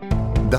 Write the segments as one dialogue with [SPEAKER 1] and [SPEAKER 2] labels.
[SPEAKER 1] The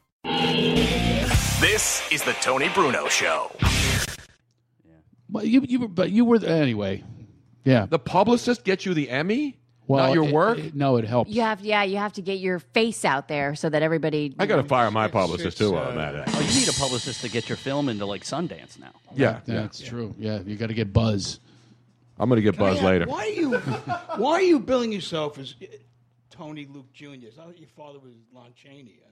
[SPEAKER 2] This is the Tony Bruno Show.
[SPEAKER 3] But you, you, were- but you were anyway. Yeah.
[SPEAKER 4] The publicist gets you the Emmy,
[SPEAKER 3] well,
[SPEAKER 4] not your
[SPEAKER 3] it-
[SPEAKER 4] work.
[SPEAKER 3] it- no, it helps.
[SPEAKER 5] You have, yeah, you have to get your face out there so that everybody.
[SPEAKER 4] I got to fire my publicist too on
[SPEAKER 6] Oh,
[SPEAKER 4] that.
[SPEAKER 6] you need a publicist to get your film into like Sundance now.
[SPEAKER 4] Yeah, yeah.
[SPEAKER 3] That's true. Yeah, you got to get buzz.
[SPEAKER 4] I'm gonna get buzzed
[SPEAKER 7] Yeah,
[SPEAKER 4] later.
[SPEAKER 7] Why are you why are you billing yourself as uh, Tony Luke Jr.? I thought your father was Lon Chaney. I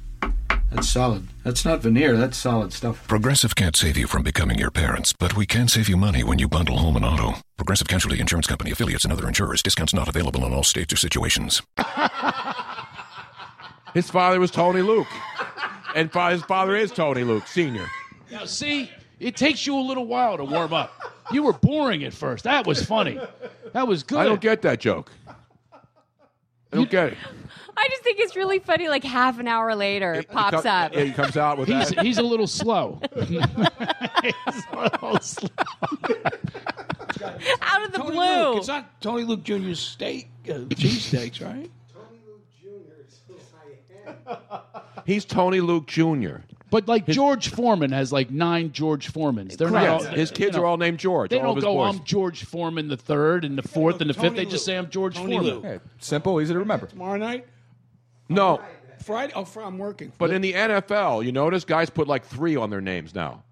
[SPEAKER 8] That's solid. That's not veneer, that's solid stuff.
[SPEAKER 9] Progressive can't save you from becoming your parents, but we can save you money when you bundle home and auto. Progressive Casualty Insurance Company affiliates and other insurers. Discounts not available in all states or situations.
[SPEAKER 4] His father was Tony Luke, and fa- his father is Tony Luke Senior.
[SPEAKER 3] Now, see, it takes you a little while to warm up. You were boring at first. That was funny. That was good.
[SPEAKER 4] I don't get that joke. I don't get it.
[SPEAKER 5] I just think it's really funny. Like half an hour later, it pops
[SPEAKER 4] He co-
[SPEAKER 5] up.
[SPEAKER 4] Yeah, he comes out with
[SPEAKER 3] He's,
[SPEAKER 4] that.
[SPEAKER 3] he's a little slow. he's a little slow.
[SPEAKER 5] out of the
[SPEAKER 7] Tony
[SPEAKER 5] blue.
[SPEAKER 7] Luke. It's not Tony Luke Jr.'s steak, uh, cheesesteaks, right?
[SPEAKER 4] He's Tony Luke Jr.
[SPEAKER 3] But like George Foreman has like nine George Foremans. They're
[SPEAKER 4] Yes,
[SPEAKER 3] not all,
[SPEAKER 4] his
[SPEAKER 3] you
[SPEAKER 4] kids
[SPEAKER 3] know,
[SPEAKER 4] are all named George.
[SPEAKER 3] They
[SPEAKER 4] all of
[SPEAKER 3] don't
[SPEAKER 4] his
[SPEAKER 3] go.
[SPEAKER 4] boys.
[SPEAKER 3] I'm George Foreman the third and the fourth and the
[SPEAKER 7] Tony
[SPEAKER 3] fifth. They just
[SPEAKER 7] Luke.
[SPEAKER 3] say I'm George
[SPEAKER 7] Tony
[SPEAKER 3] Foreman.
[SPEAKER 7] Luke.
[SPEAKER 10] Simple, easy to remember.
[SPEAKER 7] Tomorrow night?
[SPEAKER 4] No,
[SPEAKER 7] Friday? Oh, Friday, I'm working.
[SPEAKER 4] but in the NFL, you notice guys put like three on their names now.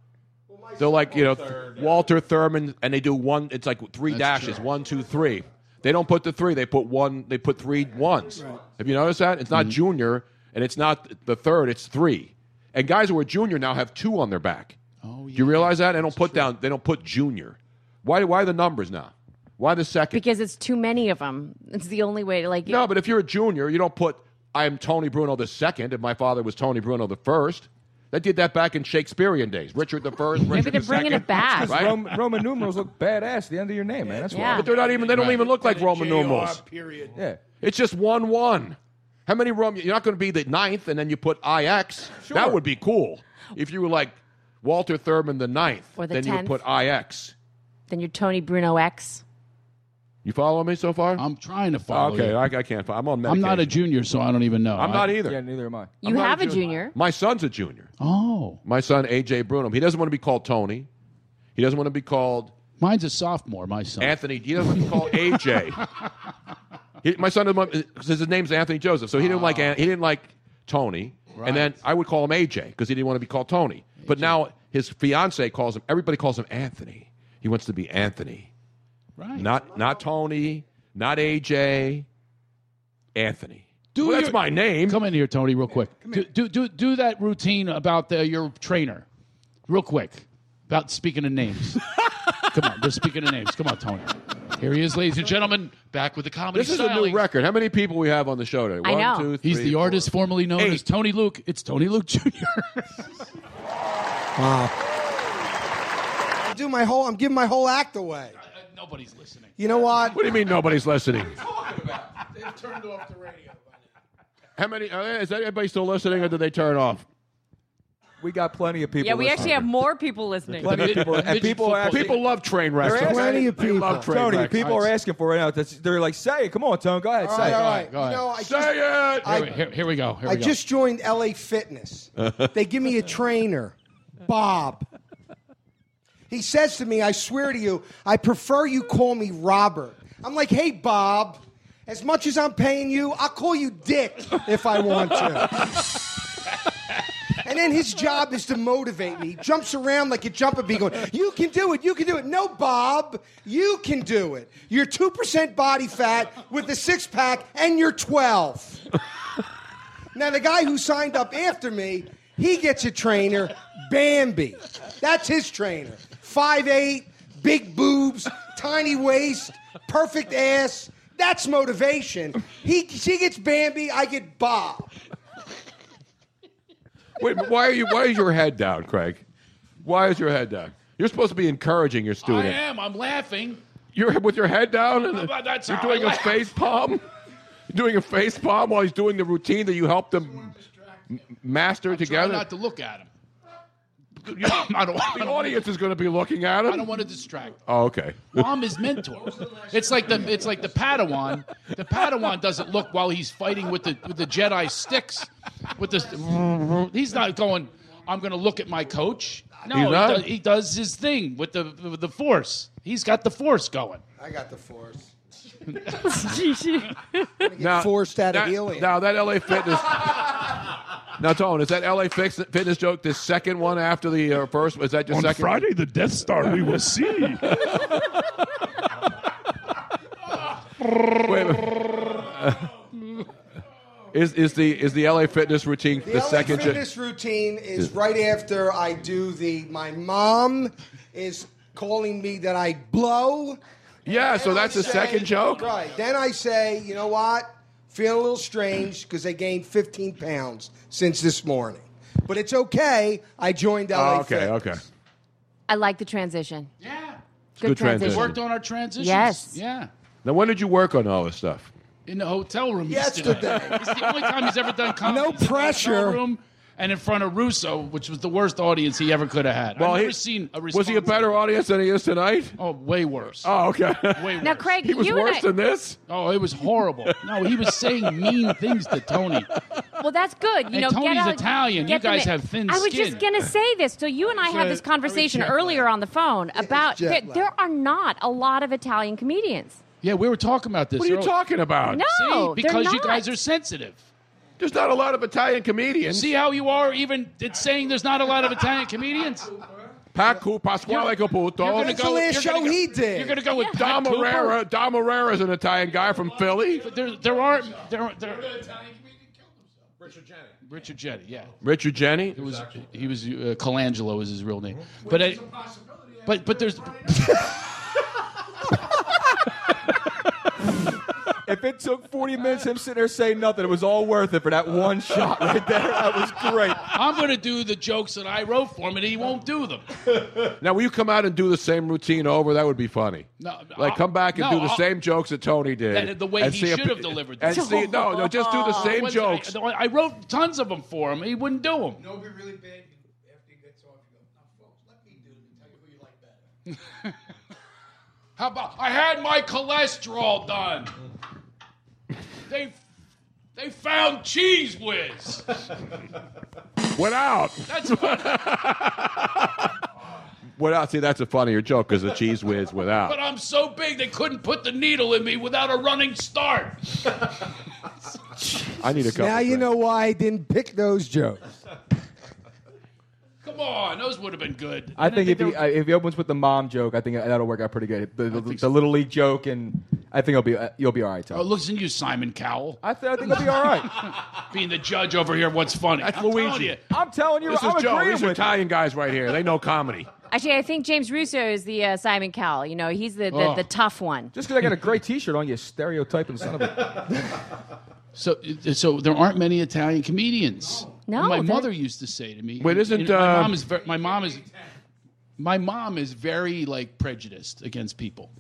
[SPEAKER 4] They're like you know Walter Thurman, and they do one. It's like three
[SPEAKER 3] That's
[SPEAKER 4] dashes:
[SPEAKER 3] true.
[SPEAKER 4] one, two, three. They don't put the three. They put one. They put three ones. Have you noticed that? It's not
[SPEAKER 3] Mm-hmm.
[SPEAKER 4] junior, and it's not the third. It's three. And guys who are junior now have two on their back. Oh, Do you realize that? They don't put down. They don't put junior. Why? Why the numbers now? Why the second?
[SPEAKER 5] because it's too many of them. It's the only way to like.
[SPEAKER 4] No, but if you're a junior, you don't put I am Tony Bruno the second. If my father was Tony Bruno the first, they did that back in Shakespearean days. Richard the first, Richard
[SPEAKER 5] maybe they're
[SPEAKER 4] the
[SPEAKER 5] bringing
[SPEAKER 4] second,
[SPEAKER 5] it back.
[SPEAKER 4] Right?
[SPEAKER 10] Rom- Roman numerals look badass at the end of your name, man. That's
[SPEAKER 5] Yeah.
[SPEAKER 4] But they're not even. They don't
[SPEAKER 3] Right.
[SPEAKER 4] even look like Roman
[SPEAKER 7] JR
[SPEAKER 11] uh,
[SPEAKER 4] numerals.
[SPEAKER 7] Period.
[SPEAKER 10] why. Yeah.
[SPEAKER 4] It's just one one. How many Roman? You're not going to be the ninth, and then you put IX. That would be cool. If you were like Walter Thurman the ninth,
[SPEAKER 5] Or the
[SPEAKER 4] then you would
[SPEAKER 5] 10th.
[SPEAKER 4] put IX.
[SPEAKER 5] Then you're Tony Bruno X.
[SPEAKER 4] You follow me so far?
[SPEAKER 3] I'm trying to follow.
[SPEAKER 4] okay,
[SPEAKER 3] you.
[SPEAKER 4] I, I can't. follow. I'm on.
[SPEAKER 3] I'm not a
[SPEAKER 4] medication.
[SPEAKER 3] junior, so I don't even know.
[SPEAKER 4] I'm
[SPEAKER 3] I-
[SPEAKER 4] not either.
[SPEAKER 10] Yeah, neither am I.
[SPEAKER 5] You have a junior.
[SPEAKER 4] My son's a junior.
[SPEAKER 3] Oh,
[SPEAKER 4] My son AJ Bruno. He doesn't want to be called Tony. He doesn't want to be called
[SPEAKER 3] mine's a sophomore. My son.
[SPEAKER 4] Anthony. He doesn't want to be called AJ. He- my son doesn't want because his name's Anthony Joseph, so he didn't
[SPEAKER 3] Ah.
[SPEAKER 4] like An- he didn't like Tony. And then I would call him AJ because he didn't want to be called Tony. But now his fiance calls him. Everybody calls him Anthony. He wants to be Anthony,
[SPEAKER 3] right.
[SPEAKER 4] not not Tony, not AJ. Anthony. Well, that's
[SPEAKER 3] your-
[SPEAKER 4] my name.
[SPEAKER 3] Come in here, Tony, real quick. Do, do do do that routine about the, your trainer, real quick. About speaking of names. Come on, we're speaking of names. Come on, Tony. Here he is, ladies and gentlemen, back with the comedy.
[SPEAKER 4] This is a
[SPEAKER 3] stylings.
[SPEAKER 4] new record. How many people we have on the show today?
[SPEAKER 3] I
[SPEAKER 4] One,
[SPEAKER 3] know.
[SPEAKER 4] two,
[SPEAKER 3] He's
[SPEAKER 4] three,
[SPEAKER 3] the
[SPEAKER 4] four.
[SPEAKER 3] artist formerly known as Tony Luke. It's Tony Luke Jr.
[SPEAKER 11] wow. I do my whole. I'm giving my whole act away.
[SPEAKER 3] Nobody's listening.
[SPEAKER 11] You know what?
[SPEAKER 4] What do you mean nobody's listening?
[SPEAKER 7] They've turned off the radio.
[SPEAKER 4] How many? uh, Is that everybody still listening, or did they turn off?
[SPEAKER 10] We got plenty of people.
[SPEAKER 5] yeah, we
[SPEAKER 10] listening.
[SPEAKER 5] actually have more people listening.
[SPEAKER 10] Plenty of people, and people, are actually-
[SPEAKER 4] People love train wrecks.
[SPEAKER 10] They're asking-
[SPEAKER 4] Plenty of
[SPEAKER 10] they
[SPEAKER 4] people.
[SPEAKER 10] love train
[SPEAKER 4] Tony,
[SPEAKER 10] wrecks.
[SPEAKER 4] people
[SPEAKER 10] All
[SPEAKER 4] are
[SPEAKER 10] right. asking for it now. That's- They're like, "Say it, come on, Tone, go ahead,
[SPEAKER 11] All
[SPEAKER 10] say
[SPEAKER 11] right,
[SPEAKER 10] it."
[SPEAKER 11] all right. You know, I just- I-
[SPEAKER 3] Here, we- here- here we go. Here
[SPEAKER 11] I
[SPEAKER 3] we go.
[SPEAKER 11] just joined LA Fitness. they give me a trainer, Bob. He says to me, I swear to you, I prefer you call me Robert. I'm like, hey, Bob, as much as I'm paying you, I'll call you Dick if I want to. And then his job is to motivate me. He jumps around like a jumper bee going, You can do it, you can do it. No, Bob, you can do it. You're 2% body fat with a six pack and you're 12. Now, the guy who signed up after me, he gets a trainer, Bambi. That's his trainer. 5'8, big boobs, tiny waist, perfect ass. That's motivation. He, she gets Bambi, I get Bob.
[SPEAKER 4] Wait, but why are you? Why is your head down, Craig? Why is your head down? You're supposed to be encouraging your
[SPEAKER 3] I
[SPEAKER 4] student.
[SPEAKER 3] am. I'm laughing.
[SPEAKER 4] You're with your head down. And
[SPEAKER 3] But that's
[SPEAKER 4] you're
[SPEAKER 3] how
[SPEAKER 4] doing
[SPEAKER 3] I
[SPEAKER 4] a
[SPEAKER 3] laugh.
[SPEAKER 4] face palm. You're doing a face palm while he's doing the routine that you helped him m- master
[SPEAKER 3] Try
[SPEAKER 4] together.
[SPEAKER 3] not to look at him. I don't, I
[SPEAKER 4] the
[SPEAKER 3] don't-
[SPEAKER 4] audience is going to be looking at him.
[SPEAKER 3] I don't want to distract.
[SPEAKER 4] Oh, okay.
[SPEAKER 3] Mom is mentor. It's like the it's like the Padawan. The Padawan doesn't look while he's fighting with the with the Jedi sticks. With the he's not going. I'm going to look at my coach. No,
[SPEAKER 4] He's
[SPEAKER 3] he
[SPEAKER 4] not?
[SPEAKER 3] does, he does his thing with the with the Force. He's got the Force going.
[SPEAKER 11] I got the force.
[SPEAKER 4] now,
[SPEAKER 11] forced out of
[SPEAKER 4] that,
[SPEAKER 11] helium.
[SPEAKER 4] Now that LA Fitness. now, Tone, is that LA fix, Fitness joke the second one after the uh, first? Was that your
[SPEAKER 12] On
[SPEAKER 4] second?
[SPEAKER 12] Friday, the Death Star we will see.
[SPEAKER 4] Wait a minute. is is the is the LA Fitness routine the,
[SPEAKER 11] The, LA
[SPEAKER 4] second? jo-
[SPEAKER 11] fitness routine is
[SPEAKER 4] Is-
[SPEAKER 11] right after I do the. My mom is calling me that I blow.
[SPEAKER 4] Yeah,
[SPEAKER 11] And
[SPEAKER 4] so
[SPEAKER 11] then I
[SPEAKER 4] that's the
[SPEAKER 11] say-
[SPEAKER 4] second joke.
[SPEAKER 11] Right. Then I say, you know what? Feeling a little strange because I gained 15 pounds since this morning. But it's okay. I joined LA.
[SPEAKER 4] Oh, okay,
[SPEAKER 11] Fitness.
[SPEAKER 4] okay.
[SPEAKER 5] I like the transition.
[SPEAKER 3] Yeah.
[SPEAKER 4] Good Good transition.
[SPEAKER 3] We
[SPEAKER 4] transition.
[SPEAKER 3] worked on our transitions.
[SPEAKER 5] Yes.
[SPEAKER 3] Yeah.
[SPEAKER 4] Now, when did you work on all this stuff?
[SPEAKER 3] In the hotel room
[SPEAKER 11] Yesterday.
[SPEAKER 3] It's the only time he's ever done comedy. No pressure. Room and in front of Russo, which was the worst audience he ever could have had.
[SPEAKER 4] Well,
[SPEAKER 3] I've never
[SPEAKER 4] he-
[SPEAKER 3] seen a
[SPEAKER 4] Was he a
[SPEAKER 3] response-
[SPEAKER 4] better audience than he is tonight?
[SPEAKER 3] Oh, way worse.
[SPEAKER 4] Oh, okay.
[SPEAKER 3] Way
[SPEAKER 5] Now, Craig,
[SPEAKER 4] He was
[SPEAKER 5] you
[SPEAKER 4] worse
[SPEAKER 5] and I,
[SPEAKER 4] than this.
[SPEAKER 3] Oh, it was horrible. No, he was saying mean things to Tony.
[SPEAKER 5] Well, that's good. You
[SPEAKER 3] And
[SPEAKER 5] know, get
[SPEAKER 3] Tony's
[SPEAKER 5] out,
[SPEAKER 3] Italian.
[SPEAKER 5] get
[SPEAKER 3] You guys
[SPEAKER 5] them in.
[SPEAKER 3] have thin
[SPEAKER 5] I was just
[SPEAKER 3] skin.
[SPEAKER 5] gonna say this. So you and I had
[SPEAKER 3] So-
[SPEAKER 5] this conversation
[SPEAKER 3] I was jet
[SPEAKER 5] earlier on the phone about
[SPEAKER 3] jet
[SPEAKER 5] there,
[SPEAKER 3] lag.
[SPEAKER 5] there are not a lot of Italian comedians.
[SPEAKER 3] Yeah, we were talking about this.
[SPEAKER 4] What are you
[SPEAKER 3] earlier.
[SPEAKER 4] talking about?
[SPEAKER 5] No, they're
[SPEAKER 3] See, because you
[SPEAKER 5] not.
[SPEAKER 3] guys are sensitive.
[SPEAKER 4] There's not a lot of Italian comedians.
[SPEAKER 3] See how you are even it's saying there's not a lot of Italian comedians?
[SPEAKER 4] Paco Pasquale Caputo.
[SPEAKER 3] You're gonna go. you're gonna go- You're gonna go with Pat
[SPEAKER 4] Dom
[SPEAKER 3] Cooper?
[SPEAKER 4] Herrera. Dom Herrera is an Italian guy from Philly.
[SPEAKER 3] But there, there aren't. There, aren't- there. Richard Jenny. Richard Jenny. Yeah.
[SPEAKER 4] Richard Jenny.
[SPEAKER 3] It was. He was. Uh, Colangelo is his real name. but I, but but there's.
[SPEAKER 10] If it took 40 minutes, him sitting there saying nothing, it was all worth it for that one shot right there. That was great.
[SPEAKER 3] I'm gonna do the jokes that I wrote for him, and he won't do them.
[SPEAKER 4] Now, will you come out and do the same routine over? That would be funny.
[SPEAKER 3] No,
[SPEAKER 4] Like, come back and
[SPEAKER 3] no,
[SPEAKER 4] do the
[SPEAKER 3] I'll-
[SPEAKER 4] same jokes that Tony did.
[SPEAKER 3] That- the way
[SPEAKER 4] and
[SPEAKER 3] he
[SPEAKER 4] see if-
[SPEAKER 3] should have delivered them.
[SPEAKER 4] And see, no, no, just do the same
[SPEAKER 3] ones that I-
[SPEAKER 4] jokes.
[SPEAKER 3] the one- I, wrote tons of them for him. He wouldn't do them.
[SPEAKER 7] No, be really bad. You- After he gets off, you go, now, folks, let me do it and tell you who you like better.
[SPEAKER 3] How about I had my cholesterol done? They they found cheese whiz.
[SPEAKER 4] Went out.
[SPEAKER 3] That's
[SPEAKER 4] Went out. See, that's a funnier joke because the cheese whiz went out.
[SPEAKER 3] But I'm so big they couldn't put the needle in me without a running start.
[SPEAKER 4] I need a couple.
[SPEAKER 11] Now you know why I didn't pick those jokes.
[SPEAKER 3] Come on, those would have been good.
[SPEAKER 10] I think if
[SPEAKER 3] they
[SPEAKER 10] he
[SPEAKER 3] were-
[SPEAKER 10] uh, if he opens with the mom joke, I think that'll work out pretty good. The, the, the little league joke, and I think it'll be uh, you'll be all right,
[SPEAKER 3] Oh,
[SPEAKER 10] Tom.
[SPEAKER 3] listen to you, Simon Cowell.
[SPEAKER 10] I, th- I think it'll be all right.
[SPEAKER 3] Being the judge over here, what's funny? That's I'm telling
[SPEAKER 4] Luigi.
[SPEAKER 3] you.
[SPEAKER 10] I'm telling you,
[SPEAKER 4] This
[SPEAKER 10] I'm
[SPEAKER 4] is Joe.
[SPEAKER 10] agreeing
[SPEAKER 4] These are
[SPEAKER 10] with.
[SPEAKER 4] Italian guys right here. They know comedy.
[SPEAKER 5] Actually, I think James Russo is the uh, Simon Cowell. You know, he's the, the,
[SPEAKER 10] Oh.
[SPEAKER 5] the tough one.
[SPEAKER 10] Just because I got a great T-shirt on, you stereotyping son of a.
[SPEAKER 3] So, so there aren't many Italian comedians.
[SPEAKER 5] No,
[SPEAKER 3] my
[SPEAKER 5] there-
[SPEAKER 3] mother used to say to me.
[SPEAKER 4] Wait,
[SPEAKER 3] and-
[SPEAKER 4] isn't,
[SPEAKER 3] and
[SPEAKER 4] uh,
[SPEAKER 3] my mom is ver- my mom is my mom is very like prejudiced against people,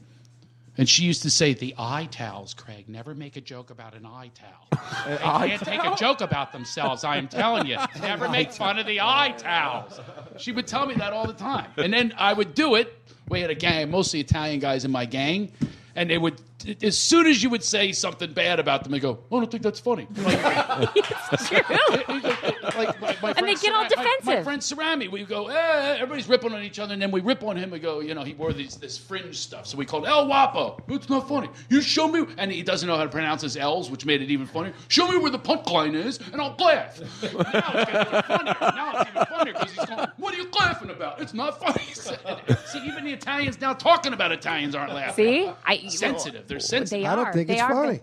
[SPEAKER 3] and she used to say the eye towels, Craig, never make a joke about an eye towel. They
[SPEAKER 13] eye
[SPEAKER 3] can't take a joke about themselves. I am telling you, never make fun of the eye towels. She would tell me that all the time, and then I would do it. We had a gang, mostly Italian guys in my gang, and they would. As soon as you would say something bad about them, they go, "Oh, "I don't think that's funny."
[SPEAKER 5] and they get all defensive.
[SPEAKER 3] My, my friend Cerami, we go, eh, everybody's ripping on each other, and then we rip on him. We go, you know, he wore these, this fringe stuff, so we called El Wapo. It's not funny. You show me, and he doesn't know how to pronounce his L's, which made it even funnier. Show me where the punchline is, and I'll laugh. What are you laughing about? It's not funny. he said. See, even the Italians now talking about Italians aren't laughing.
[SPEAKER 5] See? I-
[SPEAKER 3] sensitive. They're sensitive.
[SPEAKER 5] They I don't are. think They it's are funny.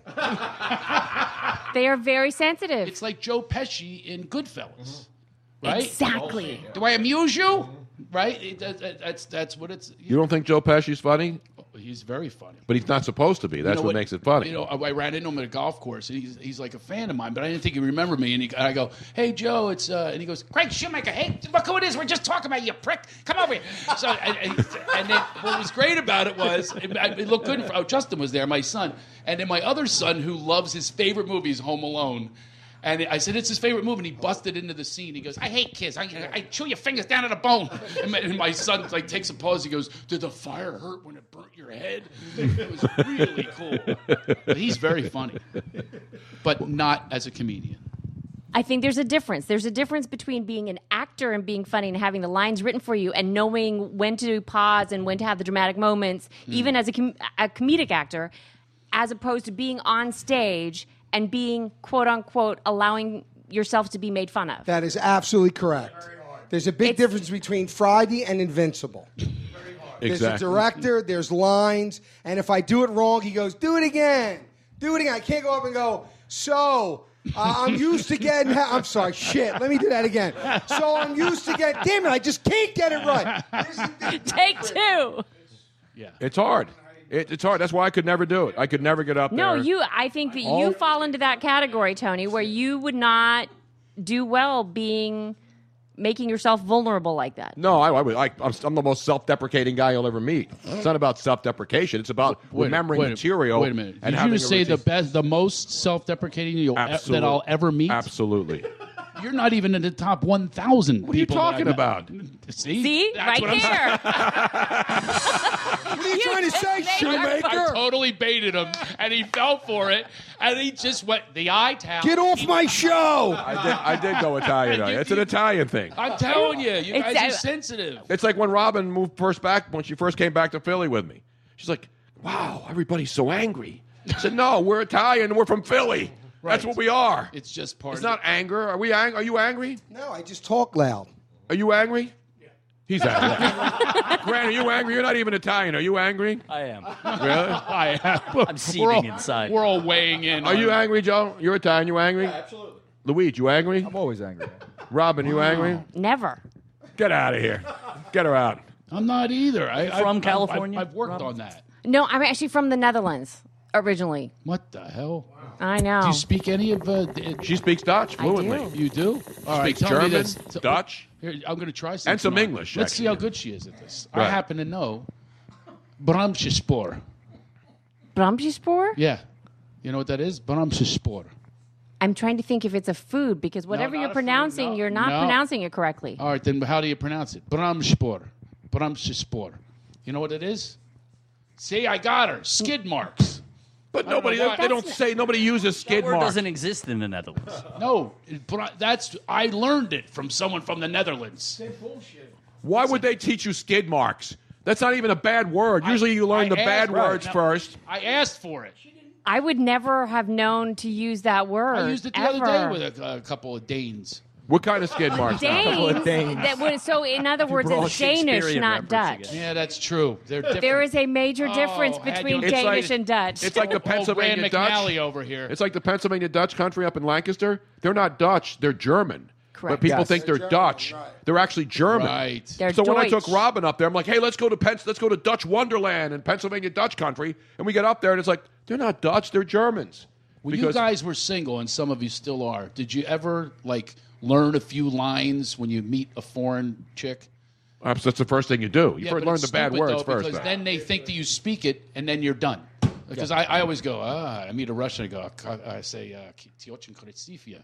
[SPEAKER 5] They are very sensitive.
[SPEAKER 3] It's like Joe Pesci in Goodfellas, right?
[SPEAKER 5] Mm-hmm. Exactly. Mm-hmm.
[SPEAKER 3] Do I amuse you? Right? It- that- that- that's that's what it's.
[SPEAKER 4] You don't think Joe Pesci's funny?
[SPEAKER 3] He's very funny.
[SPEAKER 4] But he's not supposed to be. That's
[SPEAKER 3] You know
[SPEAKER 4] what, makes it funny.
[SPEAKER 3] You know, I I ran into him at a golf course, and he's, he's like a fan of mine, but I didn't think he remembered me. And, he, and I go, "Hey, Joe," it's uh, and he goes, "Craig Schumacher." Hey, look who it is. We're just talking about you, prick. Come over here. So, and, and, and then what was great about it was it, I- it looked good. In, fr- oh, Justin was there, my son, and then my other son who loves his favorite movie is Home Alone. And I said, it's his favorite movie. And he busted into the scene. He goes, I hate kids. I, I chew your fingers down to the bone. And my, and my son like takes a pause. He goes, did the fire hurt when it burnt your head? It was really cool. But he's very funny, but not as a comedian.
[SPEAKER 5] I think there's a difference. There's a difference between being an actor and being funny and having the lines written for you and knowing when to pause and when to have the dramatic moments, even as a, com- a comedic actor, as opposed to being on stage and being quote unquote allowing yourself to be made fun of.
[SPEAKER 11] That is absolutely correct. There's a big difference between Friday and Invincible. There's a
[SPEAKER 4] Exactly.
[SPEAKER 11] director, there's lines, and if I do it wrong, he goes, do it again. Do it again. I can't go up and go, so uh, I'm used to getting, ha- I'm sorry, shit, let me do that again. So I'm used to getting, damn it, I just can't get it right.
[SPEAKER 5] Take two.
[SPEAKER 4] It's hard. It, it's hard. That's why I could never do it. I could never get up
[SPEAKER 5] No,
[SPEAKER 4] there.
[SPEAKER 5] you. I think that
[SPEAKER 4] All-
[SPEAKER 5] you fall into that category, Tony, where you would not do well being making yourself vulnerable like that.
[SPEAKER 4] No, I, I would. I, I'm, I'm the most self-deprecating guy you'll ever meet. It's not about self-deprecation. It's about remembering
[SPEAKER 3] wait a-
[SPEAKER 4] material.
[SPEAKER 3] Wait a minute.
[SPEAKER 4] And
[SPEAKER 3] Did
[SPEAKER 4] having
[SPEAKER 3] you
[SPEAKER 4] a
[SPEAKER 3] say
[SPEAKER 4] routine.
[SPEAKER 3] the best, the most self-deprecating you'll, e- that
[SPEAKER 4] Absolute-
[SPEAKER 3] I'll ever meet?
[SPEAKER 4] Absolutely.
[SPEAKER 3] You're not even in the top 1,000.
[SPEAKER 4] What are you talking about?
[SPEAKER 3] See?
[SPEAKER 5] See,
[SPEAKER 3] That's
[SPEAKER 5] right
[SPEAKER 3] what I'm
[SPEAKER 5] there.
[SPEAKER 11] What are you, trying to say, Shoemaker?
[SPEAKER 3] I totally baited him, and he fell for it, and he just went the eye towel.
[SPEAKER 11] Get off my show!
[SPEAKER 4] I did, I did go Italian. on you. It's an Italian thing.
[SPEAKER 3] I'm telling you, you guys are
[SPEAKER 5] It's-
[SPEAKER 3] sensitive.
[SPEAKER 4] It's like when Robin moved first back when she first came back to Philly with me. She's like, "Wow, everybody's so angry." I said, "No, we're Italian. We're from Philly. That's what we are."
[SPEAKER 3] It's just part.
[SPEAKER 4] It's not anger. Are we? Ang- are you angry?
[SPEAKER 11] No, I just talk loud.
[SPEAKER 4] Are you angry? He's angry. Grant, are you angry? You're not even Italian. Are you angry?
[SPEAKER 6] I am.
[SPEAKER 4] Really?
[SPEAKER 3] I am. I'm
[SPEAKER 6] seething inside.
[SPEAKER 3] We're all weighing in.
[SPEAKER 4] Are
[SPEAKER 3] on-
[SPEAKER 4] you angry, Joe? You're Italian. You angry? absolutely. Luigi, you angry? I'm
[SPEAKER 10] always angry.
[SPEAKER 4] Robin, you angry?
[SPEAKER 5] Never.
[SPEAKER 4] Get out of here. Get her out.
[SPEAKER 3] I'm not either. I,
[SPEAKER 6] You're
[SPEAKER 3] I've-
[SPEAKER 6] from
[SPEAKER 3] I've-
[SPEAKER 6] California,
[SPEAKER 3] I've, I've worked
[SPEAKER 6] Robin?
[SPEAKER 3] on that.
[SPEAKER 5] No, I'm actually from the Netherlands originally.
[SPEAKER 3] What the hell?
[SPEAKER 5] I know.
[SPEAKER 3] Do you speak any of? Uh,
[SPEAKER 4] She speaks Dutch
[SPEAKER 5] I do.
[SPEAKER 4] fluently.
[SPEAKER 3] You do? All right,
[SPEAKER 4] speaks
[SPEAKER 3] tell me
[SPEAKER 4] German,
[SPEAKER 3] this.
[SPEAKER 4] Dutch.
[SPEAKER 3] Here, I'm going to try some.
[SPEAKER 4] And some
[SPEAKER 3] tonight.
[SPEAKER 4] English,
[SPEAKER 3] Let's see how
[SPEAKER 4] actually.
[SPEAKER 3] good she is at this. I
[SPEAKER 4] Right.
[SPEAKER 3] happen to know Bramsespor.
[SPEAKER 5] Bramsespor?
[SPEAKER 3] Yeah. You know what that is? Bramsespor.
[SPEAKER 5] I'm trying to think if it's a food because whatever
[SPEAKER 3] not a
[SPEAKER 5] you're
[SPEAKER 3] food,
[SPEAKER 5] pronouncing,
[SPEAKER 3] no,
[SPEAKER 5] you're not
[SPEAKER 3] no.
[SPEAKER 5] pronouncing it correctly.
[SPEAKER 3] All right, then how do you pronounce it? Bramsespor. Bramsespor. You know what it is? See, I got her. Skid marks.
[SPEAKER 4] But
[SPEAKER 3] I don't
[SPEAKER 4] nobody,
[SPEAKER 3] know why-
[SPEAKER 4] they don't say, nobody uses skid
[SPEAKER 3] word
[SPEAKER 4] mark.
[SPEAKER 3] doesn't
[SPEAKER 4] exist in the Netherlands.
[SPEAKER 3] No, it- Bra- that's I learned it from someone from the Netherlands.
[SPEAKER 4] Why would they teach you skid marks? That's not even a bad word. Usually you learn
[SPEAKER 3] I
[SPEAKER 4] the bad
[SPEAKER 3] asked-
[SPEAKER 4] words
[SPEAKER 3] Right.
[SPEAKER 4] first.
[SPEAKER 3] I asked for it.
[SPEAKER 5] I would never have known to use that word.
[SPEAKER 3] I used it the
[SPEAKER 5] ever.
[SPEAKER 3] other day with a, a couple of Danes.
[SPEAKER 4] What kind of skid marks?
[SPEAKER 5] Danes. That would, so, in other words,
[SPEAKER 3] brought
[SPEAKER 5] it's Danish,
[SPEAKER 3] Shakespearean
[SPEAKER 5] not Dutch.
[SPEAKER 3] Yeah, that's true. They're different.
[SPEAKER 5] There is a major difference
[SPEAKER 3] Oh, had
[SPEAKER 5] between
[SPEAKER 3] you- It's like-
[SPEAKER 5] Danish and Dutch.
[SPEAKER 4] It's like the Pennsylvania
[SPEAKER 3] Rand
[SPEAKER 4] Dutch.
[SPEAKER 3] McNally over here.
[SPEAKER 4] It's like the Pennsylvania Dutch country up in Lancaster. They're not Dutch. They're German. But people
[SPEAKER 3] Yes.
[SPEAKER 4] think they're
[SPEAKER 3] They're German,
[SPEAKER 4] Dutch. They're actually German.
[SPEAKER 3] Right.
[SPEAKER 4] So
[SPEAKER 3] They're
[SPEAKER 4] when I
[SPEAKER 3] Deutsch.
[SPEAKER 4] took Robin up there, I'm like, hey, let's go to Pens- let's go to Dutch Wonderland and Pennsylvania Dutch country. And we get up there and it's like, they're not Dutch, they're Germans.
[SPEAKER 3] When you
[SPEAKER 4] Because-
[SPEAKER 3] guys were single, and some of you still are, did you ever like learn a few lines when you meet a foreign chick?
[SPEAKER 4] Uh, so That's the first thing you do. You
[SPEAKER 3] Yeah,
[SPEAKER 4] first
[SPEAKER 3] but
[SPEAKER 4] learn
[SPEAKER 3] it's
[SPEAKER 4] the bad
[SPEAKER 3] stupid,
[SPEAKER 4] words
[SPEAKER 3] though,
[SPEAKER 4] first.
[SPEAKER 3] Because
[SPEAKER 4] though.
[SPEAKER 3] then they think that you speak it, and then you're done. Because I, I always go, ah, I meet a Russian, I go, "Ah, ka- I say, uh, ki- ti очень красивая."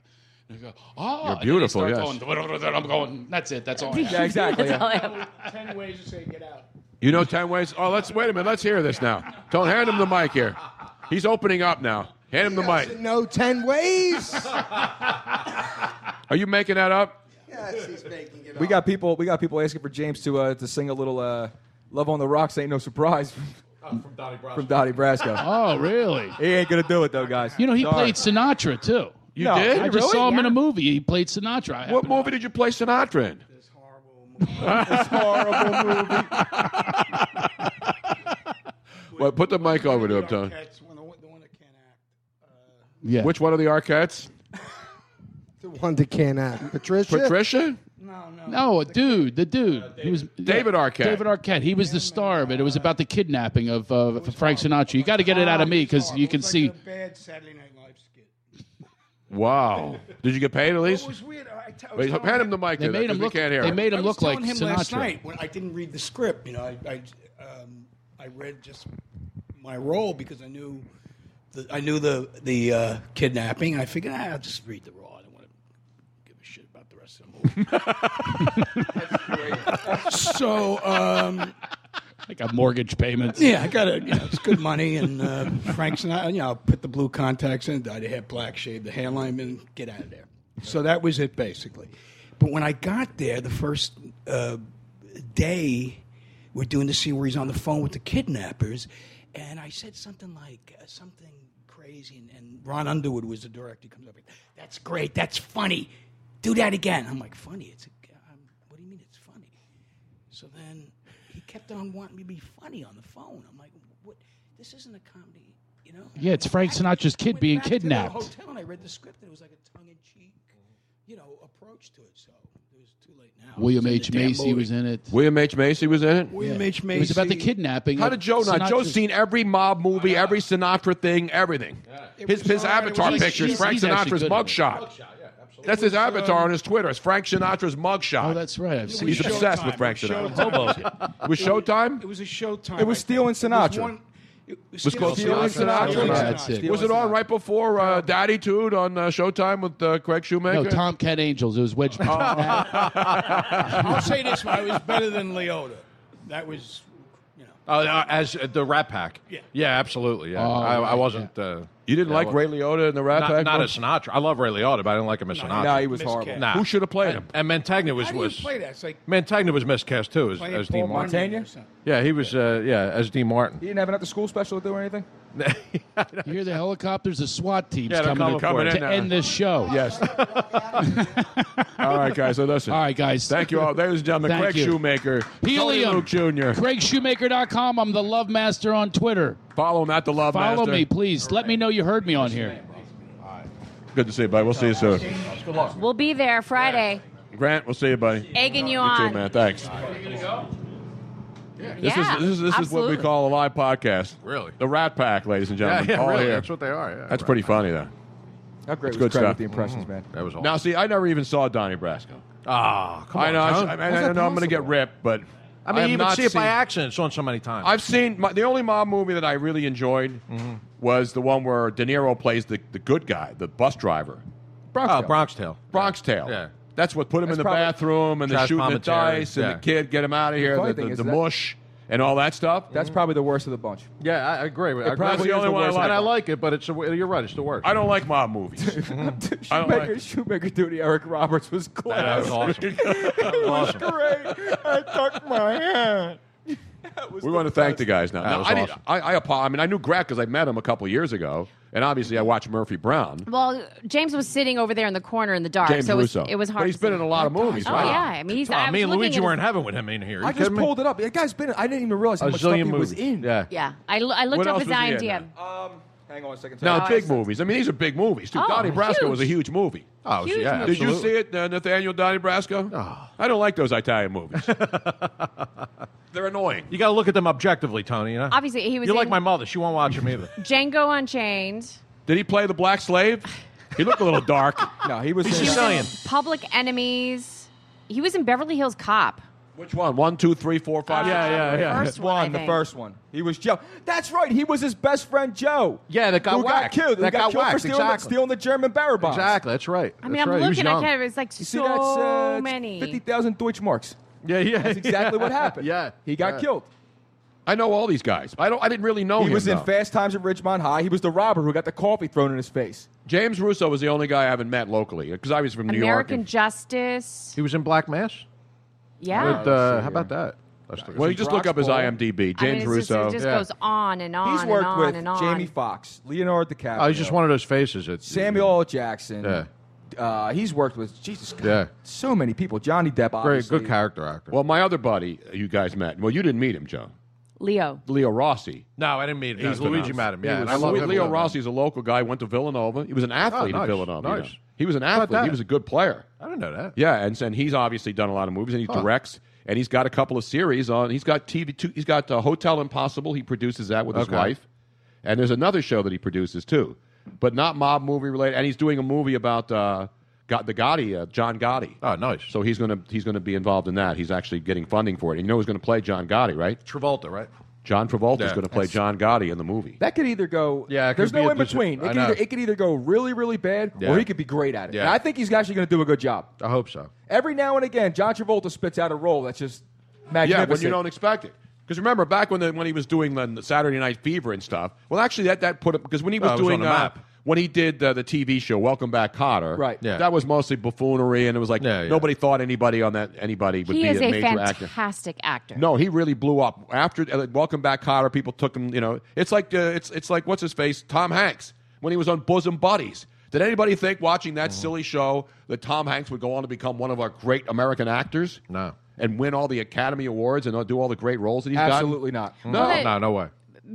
[SPEAKER 3] And they go, ah,
[SPEAKER 4] You're
[SPEAKER 3] and then they
[SPEAKER 4] beautiful,
[SPEAKER 3] start
[SPEAKER 4] yes.
[SPEAKER 3] Going, "Blah, blah, blah," I'm going, that's it, that's all. I
[SPEAKER 4] Yeah,
[SPEAKER 3] have."
[SPEAKER 4] exactly, That's yeah. all I have.
[SPEAKER 11] Ten ways to say get out.
[SPEAKER 4] You know ten ways. Oh, let's wait a minute. Let's hear this now. Don't hand him the mic here. He's opening up now. Hand him the mic.
[SPEAKER 11] No ten ways.
[SPEAKER 4] Are you making that up?
[SPEAKER 10] We got people. We got people asking for James to uh, to sing a little uh, "Love on the Rocks." Ain't no surprise
[SPEAKER 4] Oh, from Donnie Brasco.
[SPEAKER 10] from Donnie Brasco.
[SPEAKER 3] oh, really?
[SPEAKER 10] He ain't gonna do it though, guys.
[SPEAKER 3] You know, he
[SPEAKER 10] Sorry.
[SPEAKER 3] played Sinatra too.
[SPEAKER 10] You No, did?
[SPEAKER 3] I just
[SPEAKER 10] really?
[SPEAKER 3] saw him in
[SPEAKER 10] Yeah.
[SPEAKER 3] a movie. He played Sinatra. I
[SPEAKER 4] What movie did you play Sinatra in?
[SPEAKER 3] This horrible movie.
[SPEAKER 4] Well, put the mic over to him, Tony.
[SPEAKER 3] Yeah.
[SPEAKER 4] Which one of the Arquettes?
[SPEAKER 11] The one that can't act. Patricia.
[SPEAKER 4] Patricia? Uh,
[SPEAKER 3] No, a dude, the dude. he was
[SPEAKER 4] David Arquette.
[SPEAKER 3] David Arquette. He was the star of it. It was about the kidnapping of uh, Frank Sinatra. You got to get it out of me
[SPEAKER 11] Oh,
[SPEAKER 3] because you can see.
[SPEAKER 7] Bad Saturday Night Live skit.
[SPEAKER 4] Wow. Did you get paid at least?
[SPEAKER 7] It was weird. I t- I was
[SPEAKER 4] Wait,
[SPEAKER 7] telling
[SPEAKER 4] hand him the mic.
[SPEAKER 3] They
[SPEAKER 4] there,
[SPEAKER 3] made him
[SPEAKER 4] 'cause we
[SPEAKER 3] look-
[SPEAKER 4] Can't hear
[SPEAKER 3] they
[SPEAKER 4] it.
[SPEAKER 3] made him
[SPEAKER 7] I was
[SPEAKER 3] look like
[SPEAKER 7] telling him last
[SPEAKER 3] Sinatra.
[SPEAKER 7] night when I didn't read the script. You know, I I, um, I read just my role because I knew the, I knew the the uh, kidnapping. I figured ah, I'll just read the role. I don't want to give a shit about the rest of the movie. so um,
[SPEAKER 3] I got mortgage payments.
[SPEAKER 7] yeah, I got it. You know, it's good money, and uh, Frank's not. You know, put the blue contacts in, dyed the hair black, shaved the hairline, and get out of there. So that was it basically. But when I got there, the first uh, day, we're doing the scene where he's on the phone with the kidnappers, and I said something like uh, something crazy, and, and Ron Underwood was the director. He comes up, with, "That's great. That's funny. Do that again." I'm like, "Funny? It's um, what do you mean it's funny?" So then he kept on wanting me to be funny on the phone. I'm like, "What? This isn't a comedy, you know?"
[SPEAKER 3] Yeah, it's Frank Sinatra's kid
[SPEAKER 7] Went
[SPEAKER 3] being
[SPEAKER 7] back to the
[SPEAKER 3] kidnapped.
[SPEAKER 7] hotel and I read the script and it was like a tongue-in-cheek, you know, approach to it. So it was too late now.
[SPEAKER 3] William
[SPEAKER 7] It was
[SPEAKER 3] H.
[SPEAKER 7] in the damn
[SPEAKER 3] Macy
[SPEAKER 7] movie.
[SPEAKER 3] was in it.
[SPEAKER 4] William H. Macy was in it?
[SPEAKER 7] William H. Macy.
[SPEAKER 3] It was about the kidnapping.
[SPEAKER 4] How
[SPEAKER 3] of
[SPEAKER 4] did Joe not? Joe's
[SPEAKER 3] Sinatra's-
[SPEAKER 4] seen every mob movie, every Sinatra thing, everything. His, his avatar
[SPEAKER 3] He's-
[SPEAKER 4] picture is
[SPEAKER 3] he's-
[SPEAKER 4] Frank
[SPEAKER 3] he's actually
[SPEAKER 4] Sinatra's
[SPEAKER 3] good at it.
[SPEAKER 4] mugshot. That's his avatar on his Twitter. It's Frank Sinatra's mugshot. Oh,
[SPEAKER 3] that's right. I've
[SPEAKER 7] seen
[SPEAKER 4] He's
[SPEAKER 7] it.
[SPEAKER 4] obsessed
[SPEAKER 7] Showtime.
[SPEAKER 4] with Frank
[SPEAKER 7] It was
[SPEAKER 4] Sinatra.
[SPEAKER 7] Showtime.
[SPEAKER 4] It was Showtime?
[SPEAKER 7] It was a Showtime.
[SPEAKER 10] It was
[SPEAKER 7] I
[SPEAKER 10] Stealing
[SPEAKER 7] think. It was
[SPEAKER 10] Sinatra.
[SPEAKER 7] one- it was
[SPEAKER 4] was called
[SPEAKER 10] Stealing
[SPEAKER 4] Stealing
[SPEAKER 10] Sinatra.
[SPEAKER 4] Sinatra.
[SPEAKER 10] Yeah, that's it.
[SPEAKER 4] Was it on right before uh, Daddy Tude on uh, Showtime with uh, Craig Shoemaker?
[SPEAKER 3] No, Tomcat Angels. It was Wedge.
[SPEAKER 4] Oh,
[SPEAKER 7] I'll say this one. I was better than Leota. That was.
[SPEAKER 13] Oh, no, as uh, the Rat Pack. Yeah, yeah, absolutely. Yeah,
[SPEAKER 4] Oh,
[SPEAKER 13] I, I
[SPEAKER 4] right,
[SPEAKER 13] wasn't. Uh,
[SPEAKER 4] You didn't
[SPEAKER 13] yeah,
[SPEAKER 4] like
[SPEAKER 13] I
[SPEAKER 4] Ray
[SPEAKER 13] wasn't-
[SPEAKER 4] Liotta in the Rat
[SPEAKER 13] not,
[SPEAKER 4] Pack?
[SPEAKER 13] Not
[SPEAKER 4] no?
[SPEAKER 13] as Sinatra. I love Ray Liotta, but I didn't like him as Sinatra.
[SPEAKER 4] no, he was Miscast. horrible. Who should have played him?
[SPEAKER 13] And, and Montagna was
[SPEAKER 7] How do you
[SPEAKER 13] was
[SPEAKER 7] play that? It's like
[SPEAKER 13] Montagna was miscast too as,
[SPEAKER 7] playing
[SPEAKER 13] as
[SPEAKER 7] Paul
[SPEAKER 13] Dean Martin.
[SPEAKER 7] Bunyan or something.
[SPEAKER 13] Yeah, he was. Uh, yeah, as Dean Martin.
[SPEAKER 10] He didn't have an after-school special to do or anything.
[SPEAKER 3] You hear the helicopters, the SWAT teams
[SPEAKER 10] Yeah, they're
[SPEAKER 3] coming,
[SPEAKER 10] coming
[SPEAKER 3] in
[SPEAKER 10] for it.
[SPEAKER 3] to end this show.
[SPEAKER 4] Yes. all right, guys. So listen.
[SPEAKER 3] All right, guys.
[SPEAKER 4] Thank you all. Ladies and gentlemen,
[SPEAKER 3] Thank
[SPEAKER 4] Craig
[SPEAKER 3] you.
[SPEAKER 4] Shoemaker, Tony
[SPEAKER 3] Helium.
[SPEAKER 4] Luke Jr.
[SPEAKER 3] CraigShoemaker.com. I'm the Love Master on Twitter.
[SPEAKER 4] Follow him at the Love
[SPEAKER 3] Follow
[SPEAKER 4] Master.
[SPEAKER 3] me, please. Let me know you heard me on here.
[SPEAKER 4] Good to see you, buddy. We'll see you soon.
[SPEAKER 5] We'll be there Friday,
[SPEAKER 4] Grant, we'll see you, buddy.
[SPEAKER 5] egging you
[SPEAKER 4] You
[SPEAKER 5] on.
[SPEAKER 4] too, man. Thanks. This
[SPEAKER 5] Yeah,
[SPEAKER 4] is this is this is what we
[SPEAKER 5] absolutely.
[SPEAKER 4] call a live podcast.
[SPEAKER 13] Really?
[SPEAKER 4] The Rat Pack, ladies and gentlemen.
[SPEAKER 13] Yeah, yeah,
[SPEAKER 4] all
[SPEAKER 13] really,
[SPEAKER 4] here.
[SPEAKER 13] that's what they are, yeah,
[SPEAKER 4] that's
[SPEAKER 13] Rat
[SPEAKER 4] pretty funny though.
[SPEAKER 10] How great
[SPEAKER 4] It's
[SPEAKER 10] was
[SPEAKER 4] good
[SPEAKER 10] Craig
[SPEAKER 4] stuff.
[SPEAKER 10] with the impressions, man?
[SPEAKER 13] That was
[SPEAKER 4] Now, see, I never even saw Donnie Brasco.
[SPEAKER 13] Ah, come
[SPEAKER 4] I
[SPEAKER 13] on,
[SPEAKER 4] know. I,
[SPEAKER 13] Tom.
[SPEAKER 4] sh- I, mean,
[SPEAKER 13] How's
[SPEAKER 4] I
[SPEAKER 13] that
[SPEAKER 4] know I'm going to get
[SPEAKER 13] possible?
[SPEAKER 4] ripped, but
[SPEAKER 13] I mean,
[SPEAKER 4] have
[SPEAKER 13] you even
[SPEAKER 4] not
[SPEAKER 13] see it by
[SPEAKER 4] seen-
[SPEAKER 13] accident. It's on so many times. Mm-hmm.
[SPEAKER 4] I've seen my, the only mob movie that I really enjoyed was the one where De Niro plays the, the good guy, the bus driver.
[SPEAKER 10] Bronx
[SPEAKER 13] oh, Bronx Tale.
[SPEAKER 4] Bronx Tale.
[SPEAKER 13] Yeah.
[SPEAKER 4] That's what put him
[SPEAKER 13] That's
[SPEAKER 4] in the
[SPEAKER 13] probably-
[SPEAKER 4] bathroom and the
[SPEAKER 13] Trash
[SPEAKER 4] shooting the
[SPEAKER 13] commentary,
[SPEAKER 4] dice
[SPEAKER 13] yeah.
[SPEAKER 4] and the kid get him out of here,
[SPEAKER 10] Funny
[SPEAKER 4] the,
[SPEAKER 10] thing
[SPEAKER 4] the,
[SPEAKER 10] is
[SPEAKER 4] the
[SPEAKER 10] that-
[SPEAKER 4] mush and all that stuff.
[SPEAKER 10] That's
[SPEAKER 13] Mm.
[SPEAKER 10] probably the worst of the bunch.
[SPEAKER 13] Yeah, I agree. with
[SPEAKER 4] It
[SPEAKER 13] I agree
[SPEAKER 4] probably
[SPEAKER 13] with
[SPEAKER 4] is
[SPEAKER 13] you.
[SPEAKER 4] the
[SPEAKER 13] It's
[SPEAKER 4] worst one.
[SPEAKER 13] and I like it, but it's the w- you're right. It's the worst.
[SPEAKER 4] I don't like mob movies. I don't
[SPEAKER 10] Shoemaker, Shoemaker duty. Eric Roberts was class.
[SPEAKER 13] That was awesome.
[SPEAKER 10] great. I tucked my hand.
[SPEAKER 4] we want to thank the guys now.
[SPEAKER 13] That
[SPEAKER 4] Now,
[SPEAKER 13] was
[SPEAKER 4] I, didn't-
[SPEAKER 13] awesome.
[SPEAKER 4] I, I, apo- I mean, I knew Grant because I met him a couple years ago, and obviously I watched Murphy Brown.
[SPEAKER 5] Well, James was sitting over there in the corner in the dark,
[SPEAKER 4] James
[SPEAKER 5] so it was,
[SPEAKER 4] Russo.
[SPEAKER 5] it was hard.
[SPEAKER 4] But he's
[SPEAKER 5] to
[SPEAKER 4] been
[SPEAKER 5] see.
[SPEAKER 4] in a lot of movies,
[SPEAKER 5] Oh
[SPEAKER 4] right?
[SPEAKER 5] yeah, I mean, he's.
[SPEAKER 13] Tom,
[SPEAKER 5] I was
[SPEAKER 13] me and
[SPEAKER 5] looking
[SPEAKER 13] Luigi
[SPEAKER 5] at
[SPEAKER 13] were in
[SPEAKER 5] his-
[SPEAKER 13] heaven with him in here. You
[SPEAKER 10] I just
[SPEAKER 13] kidding me?
[SPEAKER 10] pulled it up. That guy's been. I didn't even realize how
[SPEAKER 13] A
[SPEAKER 10] much stuff
[SPEAKER 13] zillion
[SPEAKER 10] he was
[SPEAKER 13] movies.
[SPEAKER 10] in.
[SPEAKER 13] Yeah.
[SPEAKER 5] Yeah, I, l- I looked
[SPEAKER 4] What
[SPEAKER 5] up
[SPEAKER 4] else
[SPEAKER 5] his
[SPEAKER 4] was he in?
[SPEAKER 5] IMDb.
[SPEAKER 10] Um, Hang on a second.
[SPEAKER 4] Now, big movies. I mean, these are big movies, too.
[SPEAKER 10] Oh,
[SPEAKER 4] Donnie Brasco was a
[SPEAKER 10] huge.
[SPEAKER 4] huge movie.
[SPEAKER 10] Oh, Huge yeah, movie.
[SPEAKER 4] Did you see it, uh, Nathaniel Donnie Brasco?
[SPEAKER 13] Oh.
[SPEAKER 4] I don't like those Italian movies. They're annoying.
[SPEAKER 13] You got to look at them objectively, Tony. You know?
[SPEAKER 5] Obviously, he was
[SPEAKER 13] You're like
[SPEAKER 5] in-
[SPEAKER 13] my mother. She won't watch them either.
[SPEAKER 5] Django Unchained.
[SPEAKER 4] Did he play the black slave? He looked a little dark.
[SPEAKER 10] no, he was
[SPEAKER 4] He's
[SPEAKER 5] He was in
[SPEAKER 4] Sicilian.
[SPEAKER 5] Public Enemies. He was in Beverly Hills Cop.
[SPEAKER 4] Which one? One, two, three, four, five.
[SPEAKER 5] Uh,
[SPEAKER 4] six,
[SPEAKER 5] Yeah, yeah,
[SPEAKER 4] seven, eight.
[SPEAKER 5] yeah. First one, I
[SPEAKER 10] the
[SPEAKER 5] think.
[SPEAKER 10] first one. He was Joe. That's right. He was his best friend Joe. Yeah, that
[SPEAKER 4] got
[SPEAKER 10] who
[SPEAKER 4] whacked.
[SPEAKER 10] Got killed. who
[SPEAKER 4] That got
[SPEAKER 10] got, killed for
[SPEAKER 4] whacked,
[SPEAKER 10] stealing,
[SPEAKER 4] exactly.
[SPEAKER 10] stealing the German barrel bombs.
[SPEAKER 4] Exactly,
[SPEAKER 13] that's right.
[SPEAKER 5] I mean, I'm looking. I can't. It's like
[SPEAKER 10] You see,
[SPEAKER 5] so
[SPEAKER 10] that's, uh,
[SPEAKER 5] many.
[SPEAKER 10] fifty thousand Deutschmarks.
[SPEAKER 4] Yeah, yeah.
[SPEAKER 10] That's exactly what happened.
[SPEAKER 4] Yeah,
[SPEAKER 10] he got
[SPEAKER 4] yeah.
[SPEAKER 10] killed.
[SPEAKER 4] I know all these guys. I don't. I didn't really know
[SPEAKER 10] He
[SPEAKER 4] him,
[SPEAKER 10] was in
[SPEAKER 4] though.
[SPEAKER 10] Fast Times at Ridgemont High. He was the robber who got the coffee thrown in his face.
[SPEAKER 4] James Russo was the only guy I haven't met locally because I was from New York.
[SPEAKER 5] American
[SPEAKER 4] and-
[SPEAKER 5] Justice.
[SPEAKER 13] He was in Black Mass.
[SPEAKER 5] Yeah.
[SPEAKER 13] With, uh, how about that? Let's look at
[SPEAKER 4] Well, you
[SPEAKER 13] some
[SPEAKER 4] just look up his
[SPEAKER 13] Broxbow.
[SPEAKER 4] IMDb.
[SPEAKER 5] I mean,
[SPEAKER 4] James
[SPEAKER 5] it's just-
[SPEAKER 4] Russo.
[SPEAKER 5] it just goes on and on
[SPEAKER 10] He's
[SPEAKER 5] and
[SPEAKER 10] worked
[SPEAKER 5] on
[SPEAKER 10] with
[SPEAKER 5] and on.
[SPEAKER 10] Jamie Foxx, Leonardo DiCaprio.
[SPEAKER 13] Oh, he's just one of those faces. That,
[SPEAKER 10] Samuel L. Jackson.
[SPEAKER 13] Yeah.
[SPEAKER 10] Uh, he's worked with Jesus. God,
[SPEAKER 4] Yeah.
[SPEAKER 10] so many people. Johnny Depp. Obviously.
[SPEAKER 4] character actor. Well, my other buddy, uh, you guys met. Well, you didn't meet him, Joe.
[SPEAKER 5] Leo.
[SPEAKER 4] Leo Rossi.
[SPEAKER 13] No, I didn't meet him. He's Luigi Madam.
[SPEAKER 4] He
[SPEAKER 13] Yeah,
[SPEAKER 4] was-
[SPEAKER 13] and I love him.
[SPEAKER 4] Leo Rossi is a local guy. Went to Villanova. He was an athlete
[SPEAKER 13] Oh, nice,
[SPEAKER 4] at Villanova. you
[SPEAKER 13] nice.
[SPEAKER 4] know. He was an
[SPEAKER 13] How about
[SPEAKER 4] athlete. He
[SPEAKER 13] that?
[SPEAKER 4] was a good player.
[SPEAKER 13] I didn't know that.
[SPEAKER 4] Yeah, and and he's obviously done a lot of movies, and he
[SPEAKER 13] Huh.
[SPEAKER 4] directs, and he's got a couple of series on. He's got TV. Two, he's got uh, Hotel Impossible. He produces that with
[SPEAKER 13] Okay.
[SPEAKER 4] his wife, and there's another show that he produces too, but not mob movie related. And he's doing a movie about uh, got the Gotti, uh, John Gotti.
[SPEAKER 13] Oh, nice.
[SPEAKER 4] So he's gonna he's gonna be involved in that. He's actually getting funding for it. And you know who's gonna play John Gotti, right?
[SPEAKER 13] Travolta, right?
[SPEAKER 4] John Travolta's
[SPEAKER 13] Yeah.
[SPEAKER 4] gonna play
[SPEAKER 13] That's-
[SPEAKER 4] John Gotti in the movie.
[SPEAKER 10] That could either go.
[SPEAKER 13] Yeah, it could
[SPEAKER 10] there's
[SPEAKER 13] be
[SPEAKER 10] no
[SPEAKER 13] a
[SPEAKER 10] in between.
[SPEAKER 13] dis- I
[SPEAKER 10] It could, either,
[SPEAKER 13] know.
[SPEAKER 10] it could either go really, really bad,
[SPEAKER 13] Yeah.
[SPEAKER 10] or he could be great at it.
[SPEAKER 13] Yeah.
[SPEAKER 10] And I think he's actually going to do a good job.
[SPEAKER 13] I hope so.
[SPEAKER 10] Every now and again, John Travolta spits out a role that's just
[SPEAKER 4] Yeah,
[SPEAKER 10] magnificent.
[SPEAKER 4] when you don't expect it. Because remember back when the, when he was doing the, the Saturday Night Fever and stuff. Well, actually, that that put him because when he was
[SPEAKER 13] Oh, it was
[SPEAKER 4] doing
[SPEAKER 13] on the
[SPEAKER 4] uh,
[SPEAKER 13] map.
[SPEAKER 4] when he did uh, the TV show Welcome Back, Cotter.
[SPEAKER 13] Right. Yeah.
[SPEAKER 4] That was mostly buffoonery, and it was like nobody thought anybody on that anybody would
[SPEAKER 5] He
[SPEAKER 4] be
[SPEAKER 5] is
[SPEAKER 4] a,
[SPEAKER 5] a
[SPEAKER 4] major actor.
[SPEAKER 5] fantastic actor.
[SPEAKER 4] No, he really blew up after uh, like, Welcome Back, Cotter. People took him. You know, it's like uh, it's it's like what's his face, Tom Hanks, when he was on Bosom Buddies. Did anybody think watching that silly show that Tom Hanks would go on to become one of our great American actors? No. And win all the Academy Awards and uh, do all the great roles that he's gotten?
[SPEAKER 10] Absolutely not.
[SPEAKER 4] No,
[SPEAKER 5] Well, they-
[SPEAKER 4] no, way.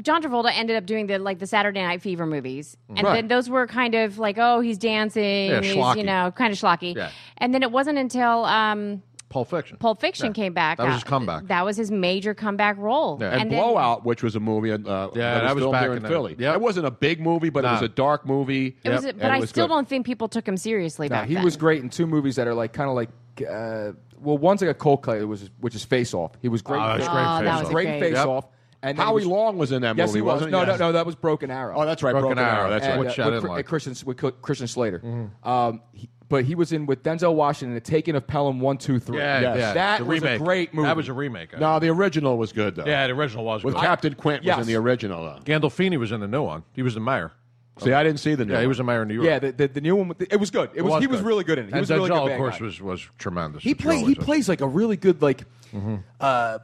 [SPEAKER 5] John Travolta ended up doing the like the Saturday Night Fever movies, and
[SPEAKER 4] Right.
[SPEAKER 5] then those were kind of like, oh, he's dancing,
[SPEAKER 13] Yeah,
[SPEAKER 5] he's
[SPEAKER 13] schlocky.
[SPEAKER 5] you know, kind of schlocky.
[SPEAKER 13] Yeah.
[SPEAKER 5] And then it wasn't until um,
[SPEAKER 13] Pulp Fiction.
[SPEAKER 5] Pulp Fiction
[SPEAKER 13] Yeah.
[SPEAKER 5] came back.
[SPEAKER 4] That was his
[SPEAKER 5] uh,
[SPEAKER 4] comeback.
[SPEAKER 5] That was his major comeback role.
[SPEAKER 4] And,
[SPEAKER 5] then-
[SPEAKER 4] Blowout, which was a movie uh, yeah, that was,
[SPEAKER 13] that was
[SPEAKER 4] filmed
[SPEAKER 13] back
[SPEAKER 4] here in
[SPEAKER 13] in the-
[SPEAKER 4] Philly. It wasn't a big movie, but it
[SPEAKER 13] No.
[SPEAKER 4] was a dark movie.
[SPEAKER 5] It was,
[SPEAKER 4] Yep.
[SPEAKER 5] but
[SPEAKER 4] And it
[SPEAKER 5] I
[SPEAKER 4] was
[SPEAKER 5] still
[SPEAKER 4] good.
[SPEAKER 5] don't think people took him seriously
[SPEAKER 10] No,
[SPEAKER 5] back
[SPEAKER 10] he
[SPEAKER 5] then.
[SPEAKER 10] was great in two movies that are like kind of like. Uh, well, one's like a cold cut, which is, which is Face Off. He Ah, was great.
[SPEAKER 4] Oh,
[SPEAKER 10] in
[SPEAKER 4] that's
[SPEAKER 10] Face-
[SPEAKER 4] great Oh, in that Face was Off. a
[SPEAKER 10] great
[SPEAKER 4] great-
[SPEAKER 10] in Face
[SPEAKER 4] Yep.
[SPEAKER 10] Off. And then
[SPEAKER 4] Howie
[SPEAKER 10] he
[SPEAKER 4] Long was in that
[SPEAKER 10] yes,
[SPEAKER 4] movie,
[SPEAKER 10] he was.
[SPEAKER 4] wasn't he?
[SPEAKER 10] No,
[SPEAKER 4] Yes.
[SPEAKER 10] no, no, that was Broken Arrow.
[SPEAKER 4] Oh, that's right, Broken Broken Arrow, Arrow. that's
[SPEAKER 10] And,
[SPEAKER 4] right.
[SPEAKER 10] uh,
[SPEAKER 4] Which I
[SPEAKER 10] with
[SPEAKER 4] didn't
[SPEAKER 10] Cr-
[SPEAKER 4] like. Mm-hmm.
[SPEAKER 10] Christian with Cr- Christian Slater. Um, he- but he was in with Denzel Washington, The Taking of Pelham One, Two, Three.
[SPEAKER 13] Yeah,
[SPEAKER 10] Yes.
[SPEAKER 13] yeah.
[SPEAKER 10] that
[SPEAKER 13] The
[SPEAKER 10] was
[SPEAKER 13] remake.
[SPEAKER 10] a great movie.
[SPEAKER 13] That was a remake. I
[SPEAKER 4] No, the original was good, though.
[SPEAKER 13] Yeah, the original was
[SPEAKER 4] With
[SPEAKER 13] good.
[SPEAKER 4] Captain Quint
[SPEAKER 13] Yes.
[SPEAKER 4] was in the original, though.
[SPEAKER 13] Gandolfini was in the new one. He was the mayor.
[SPEAKER 4] See, I didn't see the new
[SPEAKER 13] Yeah, he
[SPEAKER 4] one.
[SPEAKER 13] was the mayor in New York.
[SPEAKER 10] Yeah, the, the, the new one. with the- it was good. It, was, he was
[SPEAKER 13] good.
[SPEAKER 10] really good in it. He
[SPEAKER 13] and
[SPEAKER 10] was a really
[SPEAKER 13] Denzel,
[SPEAKER 10] good.
[SPEAKER 13] of
[SPEAKER 10] bad
[SPEAKER 13] course,
[SPEAKER 10] guy.
[SPEAKER 13] was was tremendous.
[SPEAKER 10] He
[SPEAKER 13] It sure
[SPEAKER 10] plays. He
[SPEAKER 13] was.
[SPEAKER 10] plays like a really good like.
[SPEAKER 4] Mm-hmm.
[SPEAKER 10] Uh,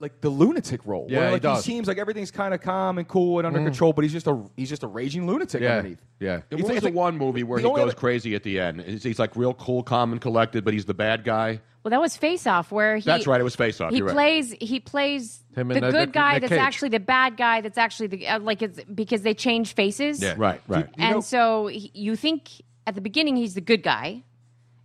[SPEAKER 10] like the lunatic role.
[SPEAKER 13] Yeah,
[SPEAKER 10] where,
[SPEAKER 13] he
[SPEAKER 10] like,
[SPEAKER 13] does.
[SPEAKER 10] seems like everything's kind of calm and cool and under
[SPEAKER 4] Mm.
[SPEAKER 10] control, but he's just a he's just a raging lunatic
[SPEAKER 4] Yeah,
[SPEAKER 10] underneath.
[SPEAKER 4] yeah.
[SPEAKER 10] It's-
[SPEAKER 4] What was
[SPEAKER 10] it's
[SPEAKER 4] the
[SPEAKER 10] like-
[SPEAKER 4] one movie where
[SPEAKER 10] the
[SPEAKER 4] he
[SPEAKER 10] only
[SPEAKER 4] goes
[SPEAKER 10] other-
[SPEAKER 4] crazy at the end? He's, he's like real cool, calm, and collected, but he's the bad guy.
[SPEAKER 5] Well, that was Face Off, where he.
[SPEAKER 4] That's right, it was Face Off,
[SPEAKER 5] He
[SPEAKER 4] you're right.
[SPEAKER 5] plays. He plays
[SPEAKER 4] Him
[SPEAKER 5] the
[SPEAKER 4] and, uh,
[SPEAKER 5] good
[SPEAKER 4] Nick-
[SPEAKER 5] guy
[SPEAKER 4] Nick
[SPEAKER 5] that's
[SPEAKER 4] Cage.
[SPEAKER 5] actually the bad guy that's actually the uh, like it's because they change faces.
[SPEAKER 4] Right, right.
[SPEAKER 5] and so he, you think at the beginning he's the good guy,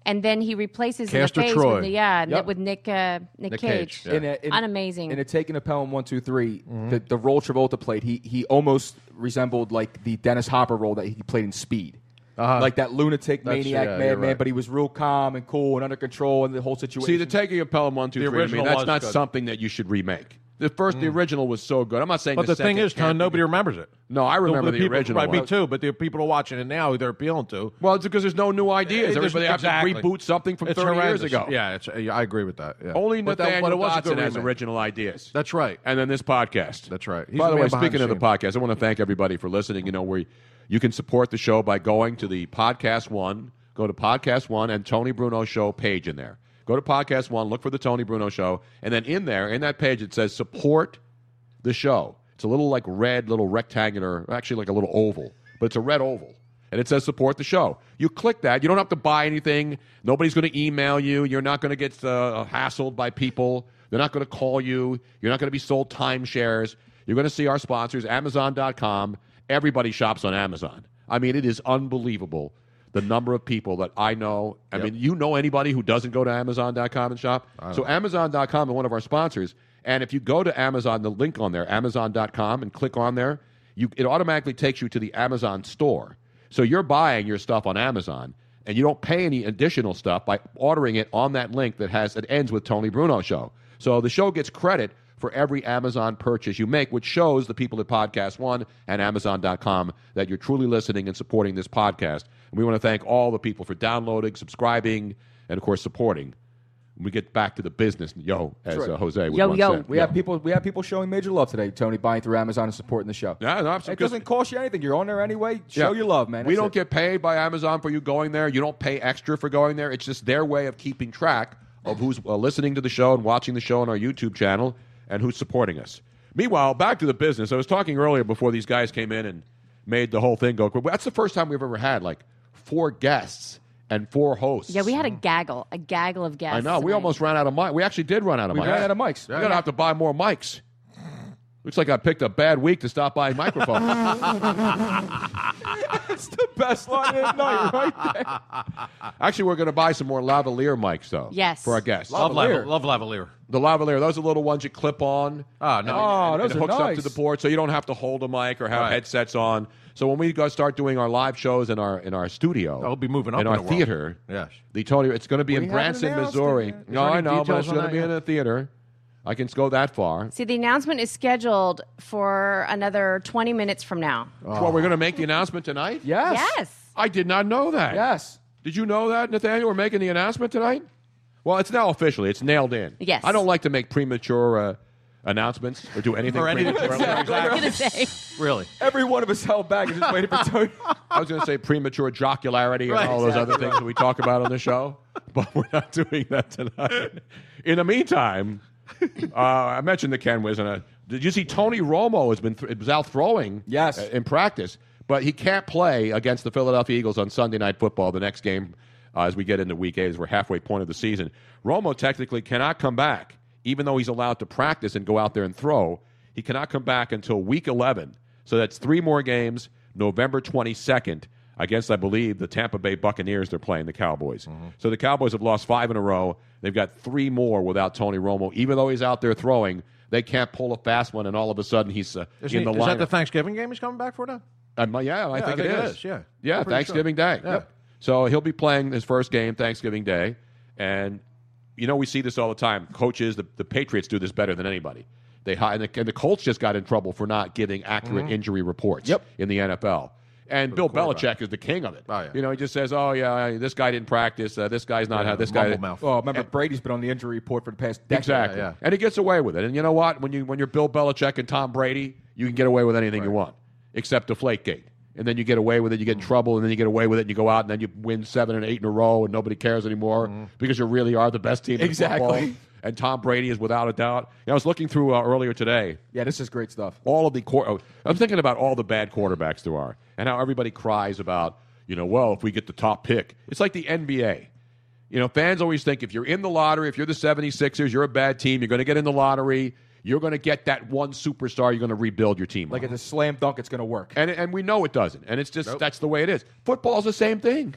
[SPEAKER 5] and then he replaces in the
[SPEAKER 10] Castor
[SPEAKER 5] face
[SPEAKER 10] Troy.
[SPEAKER 5] with the, yeah
[SPEAKER 10] Yep.
[SPEAKER 5] with Nick uh, Nick, Cage,
[SPEAKER 10] In a- in-
[SPEAKER 5] unamazing.
[SPEAKER 10] In a Taken of Pelham one two three,
[SPEAKER 4] Mm-hmm.
[SPEAKER 10] the, the role Travolta played, he he almost resembled like the Dennis Hopper role that he played in Speed. Like that lunatic
[SPEAKER 4] Uh-huh. That's-
[SPEAKER 10] maniac
[SPEAKER 4] yeah, you're
[SPEAKER 10] madman,
[SPEAKER 4] right.
[SPEAKER 10] but he was real calm and cool and under control and the whole situation.
[SPEAKER 4] See, the taking of Pelham one, two,
[SPEAKER 10] The
[SPEAKER 4] three.
[SPEAKER 10] original
[SPEAKER 4] I mean,
[SPEAKER 10] was
[SPEAKER 4] that's not
[SPEAKER 10] good.
[SPEAKER 4] something that you should remake. The first, the
[SPEAKER 13] Mm.
[SPEAKER 4] original was so good. I'm not saying.
[SPEAKER 13] But the, thing
[SPEAKER 4] second
[SPEAKER 13] is, Tom,
[SPEAKER 4] can't be
[SPEAKER 13] nobody
[SPEAKER 4] good.
[SPEAKER 13] remembers it.
[SPEAKER 4] No, I remember the
[SPEAKER 13] people,
[SPEAKER 4] original
[SPEAKER 13] Right, me
[SPEAKER 4] one.
[SPEAKER 13] too. But the people are watching it now. who They're appealing to.
[SPEAKER 4] Well, it's because there's no new ideas. Everybody have to reboot something from
[SPEAKER 13] It's
[SPEAKER 4] 30 years
[SPEAKER 13] horrendous.
[SPEAKER 4] ago.
[SPEAKER 13] Yeah, it's, yeah, I agree with that. yeah.
[SPEAKER 4] Only
[SPEAKER 13] But that-
[SPEAKER 4] Nathaniel
[SPEAKER 13] but it was a good
[SPEAKER 4] Dotson has
[SPEAKER 13] remake.
[SPEAKER 4] original ideas.
[SPEAKER 13] That's right.
[SPEAKER 4] And then this podcast.
[SPEAKER 13] That's right. He's
[SPEAKER 4] by the
[SPEAKER 13] man
[SPEAKER 4] way,
[SPEAKER 13] behind
[SPEAKER 4] speaking of the
[SPEAKER 13] scenes.
[SPEAKER 4] podcast, I want to thank everybody for listening. You know, we you can support the show by going to the Podcast One, go to Podcast One and Tony Bruno Show page in there. Go to Podcast One, look for the Tony Bruno Show, and then in there, in that page, it says support the show. It's a little like red, little rectangular, actually like a little oval, but it's a red oval. And it says support the show. You click that. You don't have to buy anything. Nobody's going to email you. You're not going to get uh, hassled by people. They're not going to call you. You're not going to be sold timeshares. You're going to see our sponsors, Amazon.com. Everybody shops on Amazon. I mean, it is unbelievable the number of people that I know. I mean, you know anybody who doesn't go to Amazon.com and shop?
[SPEAKER 13] don't
[SPEAKER 4] So,
[SPEAKER 13] know.
[SPEAKER 4] Amazon.com is one of our sponsors. And if you go to Amazon, the link on there, Amazon.com, and click on there, you, it automatically takes you to the Amazon store. So you're buying your stuff on Amazon, and you don't pay any additional stuff by ordering it on that link that has that ends with Tony Bruno Show. So the show gets credit for every Amazon purchase you make, which shows the people at Podcast One and Amazon.com that you're truly listening and supporting this podcast. And we want to thank all the people for downloading, subscribing, and of course supporting. We get back to the business, yo, as
[SPEAKER 10] That's right.
[SPEAKER 4] uh, Jose would once say.
[SPEAKER 10] We have people. We have people showing major love today. Tony buying through Amazon and supporting the show.
[SPEAKER 4] Yeah, no, absolutely.
[SPEAKER 10] It doesn't cost you anything. You're on there anyway. Show
[SPEAKER 4] Yeah.
[SPEAKER 10] your love, man.
[SPEAKER 4] We
[SPEAKER 10] That's
[SPEAKER 4] don't
[SPEAKER 10] it.
[SPEAKER 4] get paid by Amazon for you going there. You don't pay extra for going there. It's just their way of keeping track of who's uh, listening to the show and watching the show on our YouTube channel and who's supporting us. Meanwhile, back to the business. I was talking earlier before these guys came in and made the whole thing go quick. That's the first time we've ever had like four guests and four hosts.
[SPEAKER 5] Yeah, we had a gaggle, a gaggle of guests.
[SPEAKER 4] Mm-hmm. I know. We
[SPEAKER 5] tonight.
[SPEAKER 4] almost ran out of mic. We actually did run out of
[SPEAKER 10] We
[SPEAKER 4] mics.
[SPEAKER 10] ran out of mics.
[SPEAKER 4] We're gonna have to buy more mics. Looks like I picked a bad week to stop buying microphones.
[SPEAKER 10] That's the best line of the night, right there.
[SPEAKER 4] Actually, we're going to buy some more lavalier mics, though.
[SPEAKER 10] Yes.
[SPEAKER 4] For our guests.
[SPEAKER 13] Love Lavalier. Love Lavalier.
[SPEAKER 4] The lavalier. Those are little ones you clip on.
[SPEAKER 13] Ah,
[SPEAKER 4] and-
[SPEAKER 13] nice.
[SPEAKER 4] and-
[SPEAKER 13] Oh, those
[SPEAKER 4] and it
[SPEAKER 13] are
[SPEAKER 4] hooks up to
[SPEAKER 13] nice.
[SPEAKER 4] the board so you don't have to hold a mic or have
[SPEAKER 13] Right.
[SPEAKER 4] headsets on. So when we go start doing our live shows in our in our studio,
[SPEAKER 13] I'll Oh, be moving up
[SPEAKER 4] in
[SPEAKER 13] in
[SPEAKER 4] our
[SPEAKER 13] the world.
[SPEAKER 4] theater.
[SPEAKER 13] Yes.
[SPEAKER 4] The Tony, it's going to be
[SPEAKER 5] We
[SPEAKER 4] in
[SPEAKER 5] haven't
[SPEAKER 4] Branson,
[SPEAKER 5] announced
[SPEAKER 4] Missouri.
[SPEAKER 5] it yet.
[SPEAKER 4] No,
[SPEAKER 13] Is there
[SPEAKER 4] I
[SPEAKER 13] any
[SPEAKER 4] know, but
[SPEAKER 13] details
[SPEAKER 4] it's
[SPEAKER 13] on
[SPEAKER 4] going to
[SPEAKER 13] that
[SPEAKER 4] be
[SPEAKER 13] yet?
[SPEAKER 4] in a theater. I can go that far.
[SPEAKER 5] See, the announcement is scheduled for another 20 minutes from now.
[SPEAKER 4] Well, we're going to make the announcement tonight.
[SPEAKER 10] Yes.
[SPEAKER 5] Yes.
[SPEAKER 4] I did not know that.
[SPEAKER 10] Yes.
[SPEAKER 4] Did you know that, Nathaniel? We're making the announcement tonight? Well, it's now officially. It's nailed in.
[SPEAKER 5] Yes.
[SPEAKER 4] I don't like to make premature uh, announcements or do anything
[SPEAKER 13] Or anything.
[SPEAKER 4] prematurely.
[SPEAKER 13] Exactly.
[SPEAKER 5] I was gonna say.
[SPEAKER 13] Really?
[SPEAKER 10] Every one of us held back and just waited for Tony.
[SPEAKER 4] I was going to say premature jocularity and
[SPEAKER 10] Right,
[SPEAKER 4] all those
[SPEAKER 10] exactly.
[SPEAKER 4] other things that we talk about on the show, but we're not doing that tonight. In the meantime, uh, I mentioned the Ken Whiz, and uh, did you see Tony Romo has been th- was out throwing? Yes, in practice, but he can't play against the Philadelphia Eagles on Sunday Night Football. The next game, uh, as we get into Week Eight, as we're halfway point of the season, Romo technically cannot come back, even though he's allowed to practice and go out there and throw. He cannot come back until Week Eleven. So that's three more games. November 22nd against, I believe, the Tampa Bay Buccaneers. They're playing the Cowboys. So the Cowboys have lost five in a row. They've got three more without Tony Romo. Even though he's out there throwing, they can't pull a fast one, and all of a sudden he's uh, in
[SPEAKER 13] Isn't he-
[SPEAKER 4] the
[SPEAKER 13] is
[SPEAKER 4] line.
[SPEAKER 13] that the Thanksgiving game he's coming back for now?
[SPEAKER 4] Uh, yeah, I
[SPEAKER 13] Yeah,
[SPEAKER 4] think, it, is.
[SPEAKER 13] Yeah.
[SPEAKER 4] Yeah,
[SPEAKER 13] I'm pretty
[SPEAKER 4] Thanksgiving
[SPEAKER 13] sure.
[SPEAKER 4] Day. Yep. So he'll be playing his first game Thanksgiving Day, and you know we see this all the time. Coaches, the, the Patriots do this better than anybody. They hi- and the, and the Colts just got in trouble for not giving accurate
[SPEAKER 13] Mhm.
[SPEAKER 4] injury reports in the NFL. And
[SPEAKER 13] For the
[SPEAKER 4] Bill
[SPEAKER 13] quarterback.
[SPEAKER 4] Belichick is the king of it.
[SPEAKER 13] Oh, yeah.
[SPEAKER 4] You know, he just says, "Oh yeah, this guy didn't practice. Uh, this guy's not
[SPEAKER 13] Yeah,
[SPEAKER 4] how this guy."
[SPEAKER 13] mumble mouth.
[SPEAKER 10] Oh, remember Brady's been on the injury report for the past decade.
[SPEAKER 4] Exactly.
[SPEAKER 10] Yeah,
[SPEAKER 4] And he gets away with it. And you know what? When you when you're Bill Belichick and Tom Brady, you can get away with anything you want, except Deflategate. And then you get away with it. You get in trouble, and then you get away with it. And you go out, and then you win seven and eight in a row, and nobody cares anymore because you really are the best team. in
[SPEAKER 10] Exactly.
[SPEAKER 4] football. And Tom Brady is without a doubt. And I was looking through uh, earlier today.
[SPEAKER 10] Yeah, this is great stuff.
[SPEAKER 4] All of the quar- oh, I'm thinking about all the bad quarterbacks there are, and how everybody cries about you know, well, if we get the top pick, it's like the NBA. You know, fans always think if you're in the lottery, if you're the 76ers, you're a bad team, you're going to get in the lottery, you're going to get that one superstar, you're going to rebuild your team.
[SPEAKER 10] Like
[SPEAKER 4] around.
[SPEAKER 10] it's a slam dunk. It's going to work.
[SPEAKER 4] and, and we know it doesn't. And it's just that's the way it is. Football's the same thing.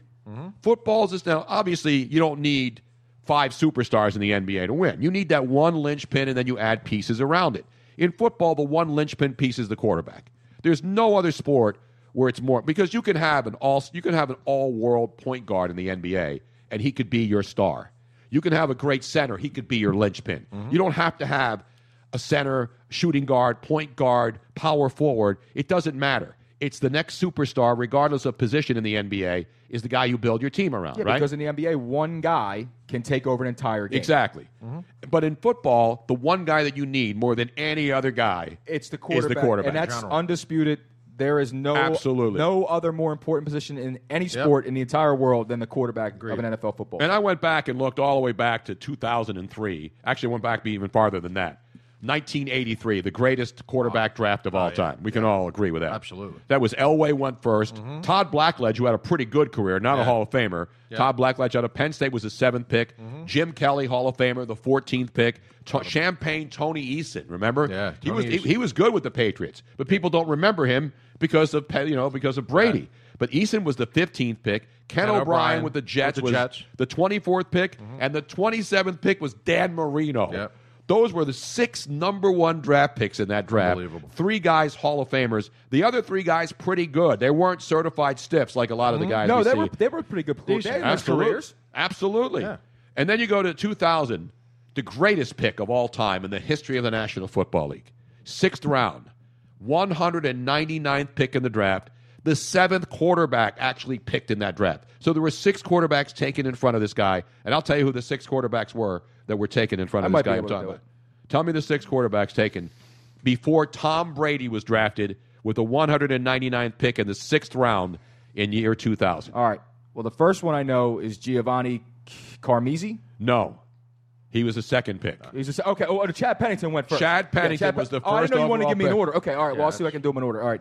[SPEAKER 4] Football's just now, obviously, you don't need five superstars in the NBA to win. You need that one linchpin, and then you add pieces around it. In football, the one linchpin piece is the quarterback. There's no other sport where it's more because you can have an all you can have an all world point guard in the NBA and he could be your star. You can have a great center, he could be your linchpin. You don't have to have a center, shooting guard, point guard, power forward. It doesn't matter. It's the next superstar, regardless of position in the NBA, is the guy you build your team around,
[SPEAKER 10] Yeah,
[SPEAKER 4] right?
[SPEAKER 10] because in the NBA, one guy can take over an entire game.
[SPEAKER 4] Exactly. But in football, the one guy that you need more than any other guy
[SPEAKER 10] It's the
[SPEAKER 4] is
[SPEAKER 10] quarterback,
[SPEAKER 4] the quarterback.
[SPEAKER 10] and that's undisputed. There is no
[SPEAKER 4] Absolutely.
[SPEAKER 10] no other more important position in any sport in the entire world than the quarterback of an NFL football.
[SPEAKER 4] And I went back and looked all the way back to 2003. Actually, I went back even farther than that. 1983, the greatest quarterback draft of all time. We can all agree with that.
[SPEAKER 13] Ah, Absolutely. Mm-hmm.
[SPEAKER 4] That was Elway went 1st Todd Blackledge, who had a pretty good career, not a
[SPEAKER 13] Yeah.
[SPEAKER 4] Hall of Famer.
[SPEAKER 13] Yeah. Mm-hmm.
[SPEAKER 4] Todd Blackledge out of Penn State was the seventh pick. Jim Kelly, Hall of Famer, the 14th pick. To- Champagne Tony Eason, remember? Yeah, he was
[SPEAKER 13] Tony
[SPEAKER 4] he,
[SPEAKER 13] Eason.
[SPEAKER 4] he was good with the Patriots, but people don't remember him because of Pe- you know because of Brady. But Eason was the 15th pick. Ken,
[SPEAKER 13] Ken
[SPEAKER 4] O'Brien,
[SPEAKER 13] O'Brien
[SPEAKER 4] with the Jets
[SPEAKER 13] with the
[SPEAKER 4] was
[SPEAKER 13] Jets.
[SPEAKER 4] the 24th pick, and the 27th pick was Dan Marino. Those were the six number one draft picks in that draft.
[SPEAKER 13] Unbelievable.
[SPEAKER 4] Three guys Hall of Famers. The other three guys pretty good. They weren't certified stiffs like a lot of the
[SPEAKER 10] Mhm.
[SPEAKER 4] guys.
[SPEAKER 10] No,
[SPEAKER 4] we
[SPEAKER 10] they
[SPEAKER 4] see.
[SPEAKER 10] were they were pretty good. They had nice
[SPEAKER 4] Absolute-
[SPEAKER 10] careers.
[SPEAKER 4] Absolutely.
[SPEAKER 10] Yeah.
[SPEAKER 4] And then you go to 2000, the greatest pick of all time in the history of the National Football League. Sixth round, 199th pick in the draft. The seventh quarterback actually picked in that draft. So there were six quarterbacks taken in front of this guy. And I'll tell you who the six quarterbacks were that were taken in front
[SPEAKER 10] I
[SPEAKER 4] of
[SPEAKER 10] might
[SPEAKER 4] this
[SPEAKER 10] be
[SPEAKER 4] guy. I'm
[SPEAKER 10] able to
[SPEAKER 4] talking
[SPEAKER 10] do
[SPEAKER 4] about. Tell me the six quarterbacks taken before Tom Brady was drafted with the 199th pick in the sixth round in year 2000.
[SPEAKER 10] All right. Well, the first one I know is Giovanni C- Carmisi.
[SPEAKER 4] No, he was the second pick.
[SPEAKER 10] He's just, okay. Oh, Chad Pennington went first.
[SPEAKER 4] Chad
[SPEAKER 10] Yeah,
[SPEAKER 4] Pennington
[SPEAKER 10] Pe-
[SPEAKER 4] was the
[SPEAKER 10] Oh, I
[SPEAKER 4] first
[SPEAKER 10] didn't know you wanted to
[SPEAKER 4] overall
[SPEAKER 10] give me an
[SPEAKER 4] pick.
[SPEAKER 10] order. Okay. All right.
[SPEAKER 4] Yeah,
[SPEAKER 10] well, I'll see if I can do them in order. All right.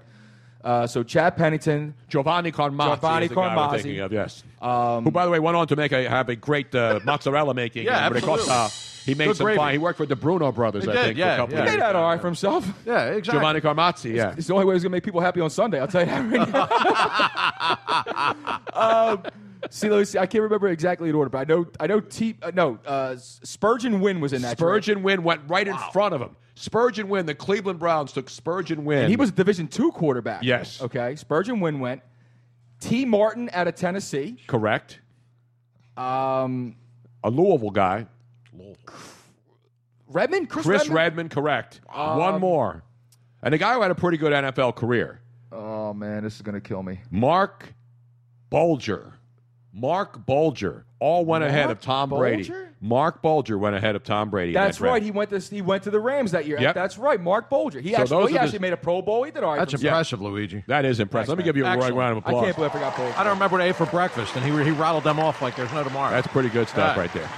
[SPEAKER 10] Uh, so Chad Pennington,
[SPEAKER 4] Giovanni Um, Carmazzi,
[SPEAKER 10] Giovanni
[SPEAKER 4] is the guy we're thinking
[SPEAKER 10] Carmazzi.
[SPEAKER 4] of, yes. Who, by the way, went on to make a, have a great uh, mozzarella making.
[SPEAKER 10] Yeah,
[SPEAKER 4] uh, what it
[SPEAKER 10] absolutely.
[SPEAKER 4] costs, uh, he made
[SPEAKER 10] Good
[SPEAKER 4] some
[SPEAKER 10] gravy.
[SPEAKER 4] fine. He worked for the Bruno brothers,
[SPEAKER 10] He
[SPEAKER 4] I
[SPEAKER 10] did,
[SPEAKER 4] think. for
[SPEAKER 10] yeah,
[SPEAKER 4] a couple
[SPEAKER 10] yeah.
[SPEAKER 4] of
[SPEAKER 10] He made
[SPEAKER 4] years.
[SPEAKER 10] out all right for himself.
[SPEAKER 4] Yeah, exactly. Giovanni Carmazzi, yeah.
[SPEAKER 10] It's, it's the only way he's gonna make people happy on Sunday. I'll tell you that right now. um, see, let me see. I can't remember exactly in order, but I know I know. T, uh, no, uh, Spurgeon Wynn was in that.
[SPEAKER 4] Spurgeon Wynn went right in front of him. Spurgeon Wynn, the Cleveland Browns took Spurgeon Wynn.
[SPEAKER 10] And he was a Division two quarterback.
[SPEAKER 4] Yes.
[SPEAKER 10] Okay. Spurgeon Wynn went. T. Martin out of Tennessee.
[SPEAKER 4] correct.
[SPEAKER 10] Um,
[SPEAKER 4] A Louisville guy.
[SPEAKER 10] Redmond. Chris,
[SPEAKER 4] Chris
[SPEAKER 10] Redmond?
[SPEAKER 4] Redmond, correct.
[SPEAKER 10] Um,
[SPEAKER 4] One more. And a guy who had a pretty good NFL career.
[SPEAKER 10] Oh man, this is gonna kill me.
[SPEAKER 4] Mark Bulger. Mark Bulger all went ahead
[SPEAKER 10] Mark
[SPEAKER 4] of Tom Brady.
[SPEAKER 10] Bulger?
[SPEAKER 4] Mark Bulger went ahead of Tom Brady. in
[SPEAKER 10] That's
[SPEAKER 4] that draft.
[SPEAKER 10] right. He went to he went to the Rams that year.
[SPEAKER 4] Yep.
[SPEAKER 10] That's right. Mark Bolger. He
[SPEAKER 4] So those
[SPEAKER 10] actually, he
[SPEAKER 4] are the-
[SPEAKER 10] actually made a Pro Bowl. He did all right. for
[SPEAKER 13] That's
[SPEAKER 10] himself.
[SPEAKER 13] impressive, Luigi.
[SPEAKER 4] That is impressive. Let me give you a roaring
[SPEAKER 13] Excellent.
[SPEAKER 4] round of applause.
[SPEAKER 10] I can't believe I forgot Bolger.
[SPEAKER 13] I don't remember what I ate for breakfast, and he, he rattled them off like there's no tomorrow.
[SPEAKER 4] That's pretty good stuff
[SPEAKER 13] Yeah.
[SPEAKER 4] right there.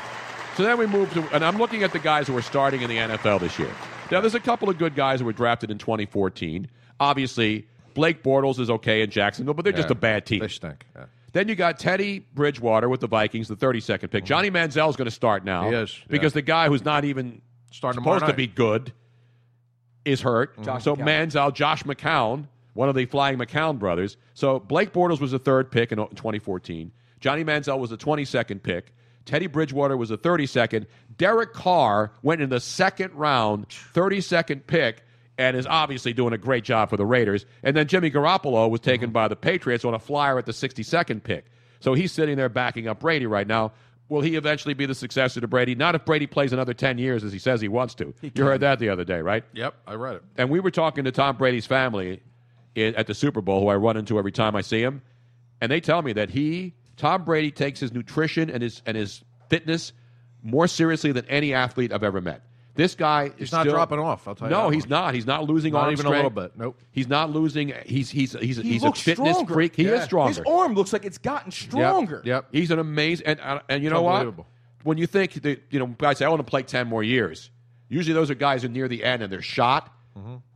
[SPEAKER 4] So then we move to, and I'm looking at the guys who are starting in the NFL this year. Now, there's a couple of good guys who were drafted in 2014. Obviously, Blake Bortles is okay in Jacksonville, but they're just
[SPEAKER 13] Yeah.
[SPEAKER 4] a bad team.
[SPEAKER 13] They stink. Yeah.
[SPEAKER 4] Then you got Teddy Bridgewater with the Vikings, the 32nd pick. Johnny Manziel's going to start now.
[SPEAKER 13] Mm-hmm. He is, yeah.
[SPEAKER 4] Because the guy who's not even
[SPEAKER 13] Starting tomorrow
[SPEAKER 4] supposed to
[SPEAKER 13] night.
[SPEAKER 4] be good is hurt. Mm-hmm.
[SPEAKER 10] Josh
[SPEAKER 4] so
[SPEAKER 10] McCown.
[SPEAKER 4] Manziel, Josh McCown, one of the flying McCown brothers. So Blake Bortles was the third pick in 2014. Johnny Manziel was the 22nd pick. Teddy Bridgewater was the 32nd. Derek Carr went in the second round, 32nd pick, and is obviously doing a great job for the Raiders. And then Jimmy Garoppolo was taken by the Patriots on a flyer at the 62nd pick. So he's sitting there backing up Brady right now. Will he eventually be the successor to Brady? Not if Brady plays another 10 years as he says he wants to. you heard that the other day, right?
[SPEAKER 13] Yep, I read it.
[SPEAKER 4] and we were talking to Tom Brady's family i at the Super Bowl, who I run into every time I see him, and they tell me that he, Tom Brady, takes his nutrition and his and his fitness more seriously than any athlete I've ever met. This guy
[SPEAKER 13] He's
[SPEAKER 4] is
[SPEAKER 13] not
[SPEAKER 4] still-
[SPEAKER 13] dropping off, I'll tell you
[SPEAKER 4] No,
[SPEAKER 13] that
[SPEAKER 4] he's
[SPEAKER 13] much.
[SPEAKER 4] not. He's not losing
[SPEAKER 13] Not
[SPEAKER 4] arm
[SPEAKER 13] even a little
[SPEAKER 4] strength.
[SPEAKER 13] bit, nope.
[SPEAKER 4] He's not losing. He's he's he's
[SPEAKER 10] He
[SPEAKER 4] he's a
[SPEAKER 10] looks
[SPEAKER 4] fitness
[SPEAKER 10] stronger.
[SPEAKER 4] freak. He
[SPEAKER 10] Yeah.
[SPEAKER 4] is stronger.
[SPEAKER 10] His arm looks like it's gotten stronger.
[SPEAKER 4] Yep. He's an amazing and uh, and you know what?
[SPEAKER 13] unbelievable.
[SPEAKER 4] When you think that you know guys say I want to play ten more years, usually those are guys who are near the end and they're shot.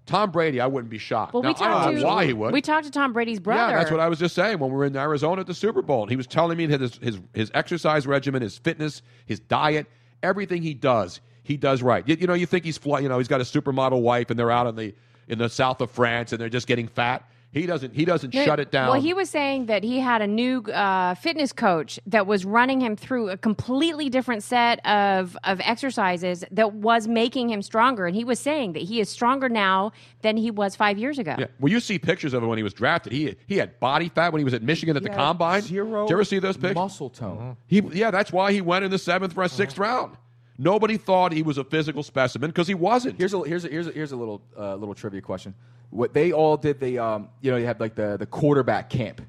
[SPEAKER 4] Tom Brady, I wouldn't be shocked.
[SPEAKER 5] Well,
[SPEAKER 4] Now,
[SPEAKER 5] we
[SPEAKER 4] I
[SPEAKER 5] talked
[SPEAKER 4] don't
[SPEAKER 5] to
[SPEAKER 4] know why he would.
[SPEAKER 5] we talked to Tom Brady's brother.
[SPEAKER 4] Yeah, that's what I was just saying when we were in Arizona at the Super Bowl. He was telling me that his, his, his exercise regimen, his fitness, his diet, everything he does, he does right. You, you know, you think he's fly, you know he's got a supermodel wife and they're out in the in the south of France and they're just getting fat. He doesn't he doesn't
[SPEAKER 5] No,
[SPEAKER 4] shut it down.
[SPEAKER 5] Well, he was saying that he had a new uh, fitness coach that was running him through a completely different set of of exercises that was making him stronger, and he was saying that he is stronger now than he was five years ago.
[SPEAKER 4] Yeah. Well, you see pictures of him when he was drafted. He he had body fat when he was at Michigan at the
[SPEAKER 10] had
[SPEAKER 4] combine.
[SPEAKER 10] zero
[SPEAKER 4] Did you ever see those pictures? Uh-huh.
[SPEAKER 10] Muscle tone. Uh-huh.
[SPEAKER 4] He yeah, that's why he went in the seventh round, sixth round. Nobody thought he was a physical specimen because he wasn't.
[SPEAKER 10] Here's a here's a, here's a, here's a little uh, little trivia question. What they all did, they um, you know, they had like the, the quarterback camp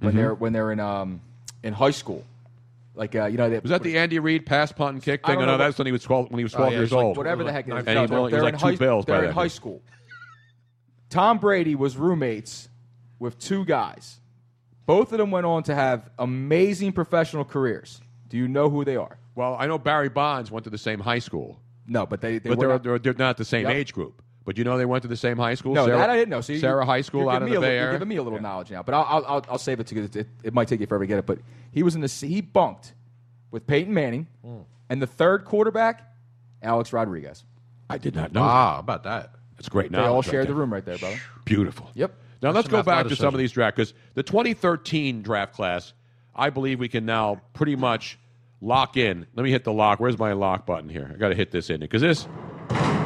[SPEAKER 10] when
[SPEAKER 4] Mhm.
[SPEAKER 10] they're when they're in um, in high school. Like uh, you know, they,
[SPEAKER 4] Was that the Andy Reid pass, punt, and kick
[SPEAKER 10] I
[SPEAKER 4] thing?
[SPEAKER 10] don't
[SPEAKER 4] No,
[SPEAKER 10] know
[SPEAKER 4] that
[SPEAKER 10] what-
[SPEAKER 4] was when he was twelve. When he was
[SPEAKER 10] Oh,
[SPEAKER 4] twelve
[SPEAKER 10] yeah, it
[SPEAKER 4] years
[SPEAKER 10] was like
[SPEAKER 4] old,
[SPEAKER 10] whatever the heck it
[SPEAKER 4] And
[SPEAKER 10] is. No,
[SPEAKER 4] he was
[SPEAKER 10] they're-
[SPEAKER 4] only- he
[SPEAKER 10] they're
[SPEAKER 4] was
[SPEAKER 10] in
[SPEAKER 4] like
[SPEAKER 10] high-
[SPEAKER 4] two bills by
[SPEAKER 10] They're in
[SPEAKER 4] then.
[SPEAKER 10] high school. Tom Brady was roommates with two guys. Both of them went on to have amazing professional careers. Do you know who they are?
[SPEAKER 4] Well, I know Barry Bonds went to the same high school.
[SPEAKER 10] No, but they, they
[SPEAKER 4] but
[SPEAKER 10] were
[SPEAKER 4] they're,
[SPEAKER 10] not-
[SPEAKER 4] they're, they're not the same
[SPEAKER 10] Yep.
[SPEAKER 4] age group. But you know they went to the same high school.
[SPEAKER 10] No,
[SPEAKER 4] Sarah,
[SPEAKER 10] that I didn't know. So you-
[SPEAKER 4] Sarah
[SPEAKER 10] you-
[SPEAKER 4] High School
[SPEAKER 10] you're
[SPEAKER 4] out
[SPEAKER 10] giving
[SPEAKER 4] of the
[SPEAKER 10] me a li-
[SPEAKER 4] Bay
[SPEAKER 10] You're
[SPEAKER 4] Area.
[SPEAKER 10] giving me a little knowledge now, but I'll, I'll, I'll, I'll
[SPEAKER 13] Hmm.
[SPEAKER 10] save it to it, it might take you forever to get it. But he was in the. He bunked with Peyton Manning, And the third quarterback, Alex Rodriguez.
[SPEAKER 4] I did not know. Wow, how about that? That's great.
[SPEAKER 10] They
[SPEAKER 4] knowledge
[SPEAKER 10] all
[SPEAKER 4] right
[SPEAKER 10] shared
[SPEAKER 4] there.
[SPEAKER 10] the room right there, brother.
[SPEAKER 4] Beautiful.
[SPEAKER 10] Yep.
[SPEAKER 4] Now
[SPEAKER 10] That's
[SPEAKER 4] let's
[SPEAKER 10] a
[SPEAKER 4] go back to
[SPEAKER 10] mathematical
[SPEAKER 4] some of these draft because the 2013 draft class, I believe we can now pretty much lock in. Let me hit the lock. Where's my lock button here? I got to hit this in because this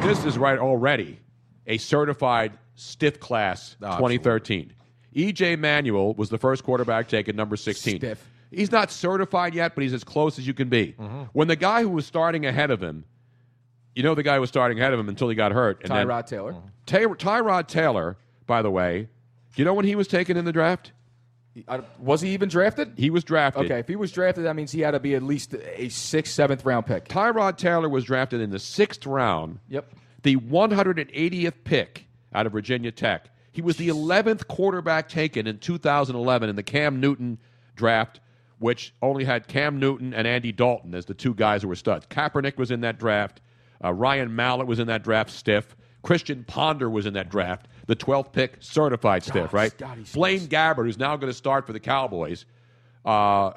[SPEAKER 4] this is right already a certified stiff class 2013. EJ Manuel was the first quarterback taken number 16. He's not certified yet, but he's as close as you can be.
[SPEAKER 10] Mm-hmm.
[SPEAKER 4] When the guy who was starting ahead of him, you know the guy who was starting ahead of him until he got hurt. and then- Oh.
[SPEAKER 10] Tyrod Taylor.
[SPEAKER 4] Tay- Tyrod Taylor, by the way, do you know when he was taken in the draft?
[SPEAKER 10] I- was he even drafted?
[SPEAKER 4] He was drafted.
[SPEAKER 10] Okay, if he was drafted, that means he had to be at least a sixth, seventh round pick.
[SPEAKER 4] Tyrod Taylor was drafted in the sixth round.
[SPEAKER 10] Yep.
[SPEAKER 4] The 180th pick out of Virginia Tech. He was the 11th quarterback taken in 2011 in the Cam Newton draft, which only had Cam Newton and Andy Dalton as the two guys who were studs. Kaepernick was in that draft. Uh, Ryan Mallett was in that draft, stiff. Christian Ponder was in that draft, the 12th pick, certified stiff, right? Blaine Gabbert, who's now going to start for the Cowboys. Uh,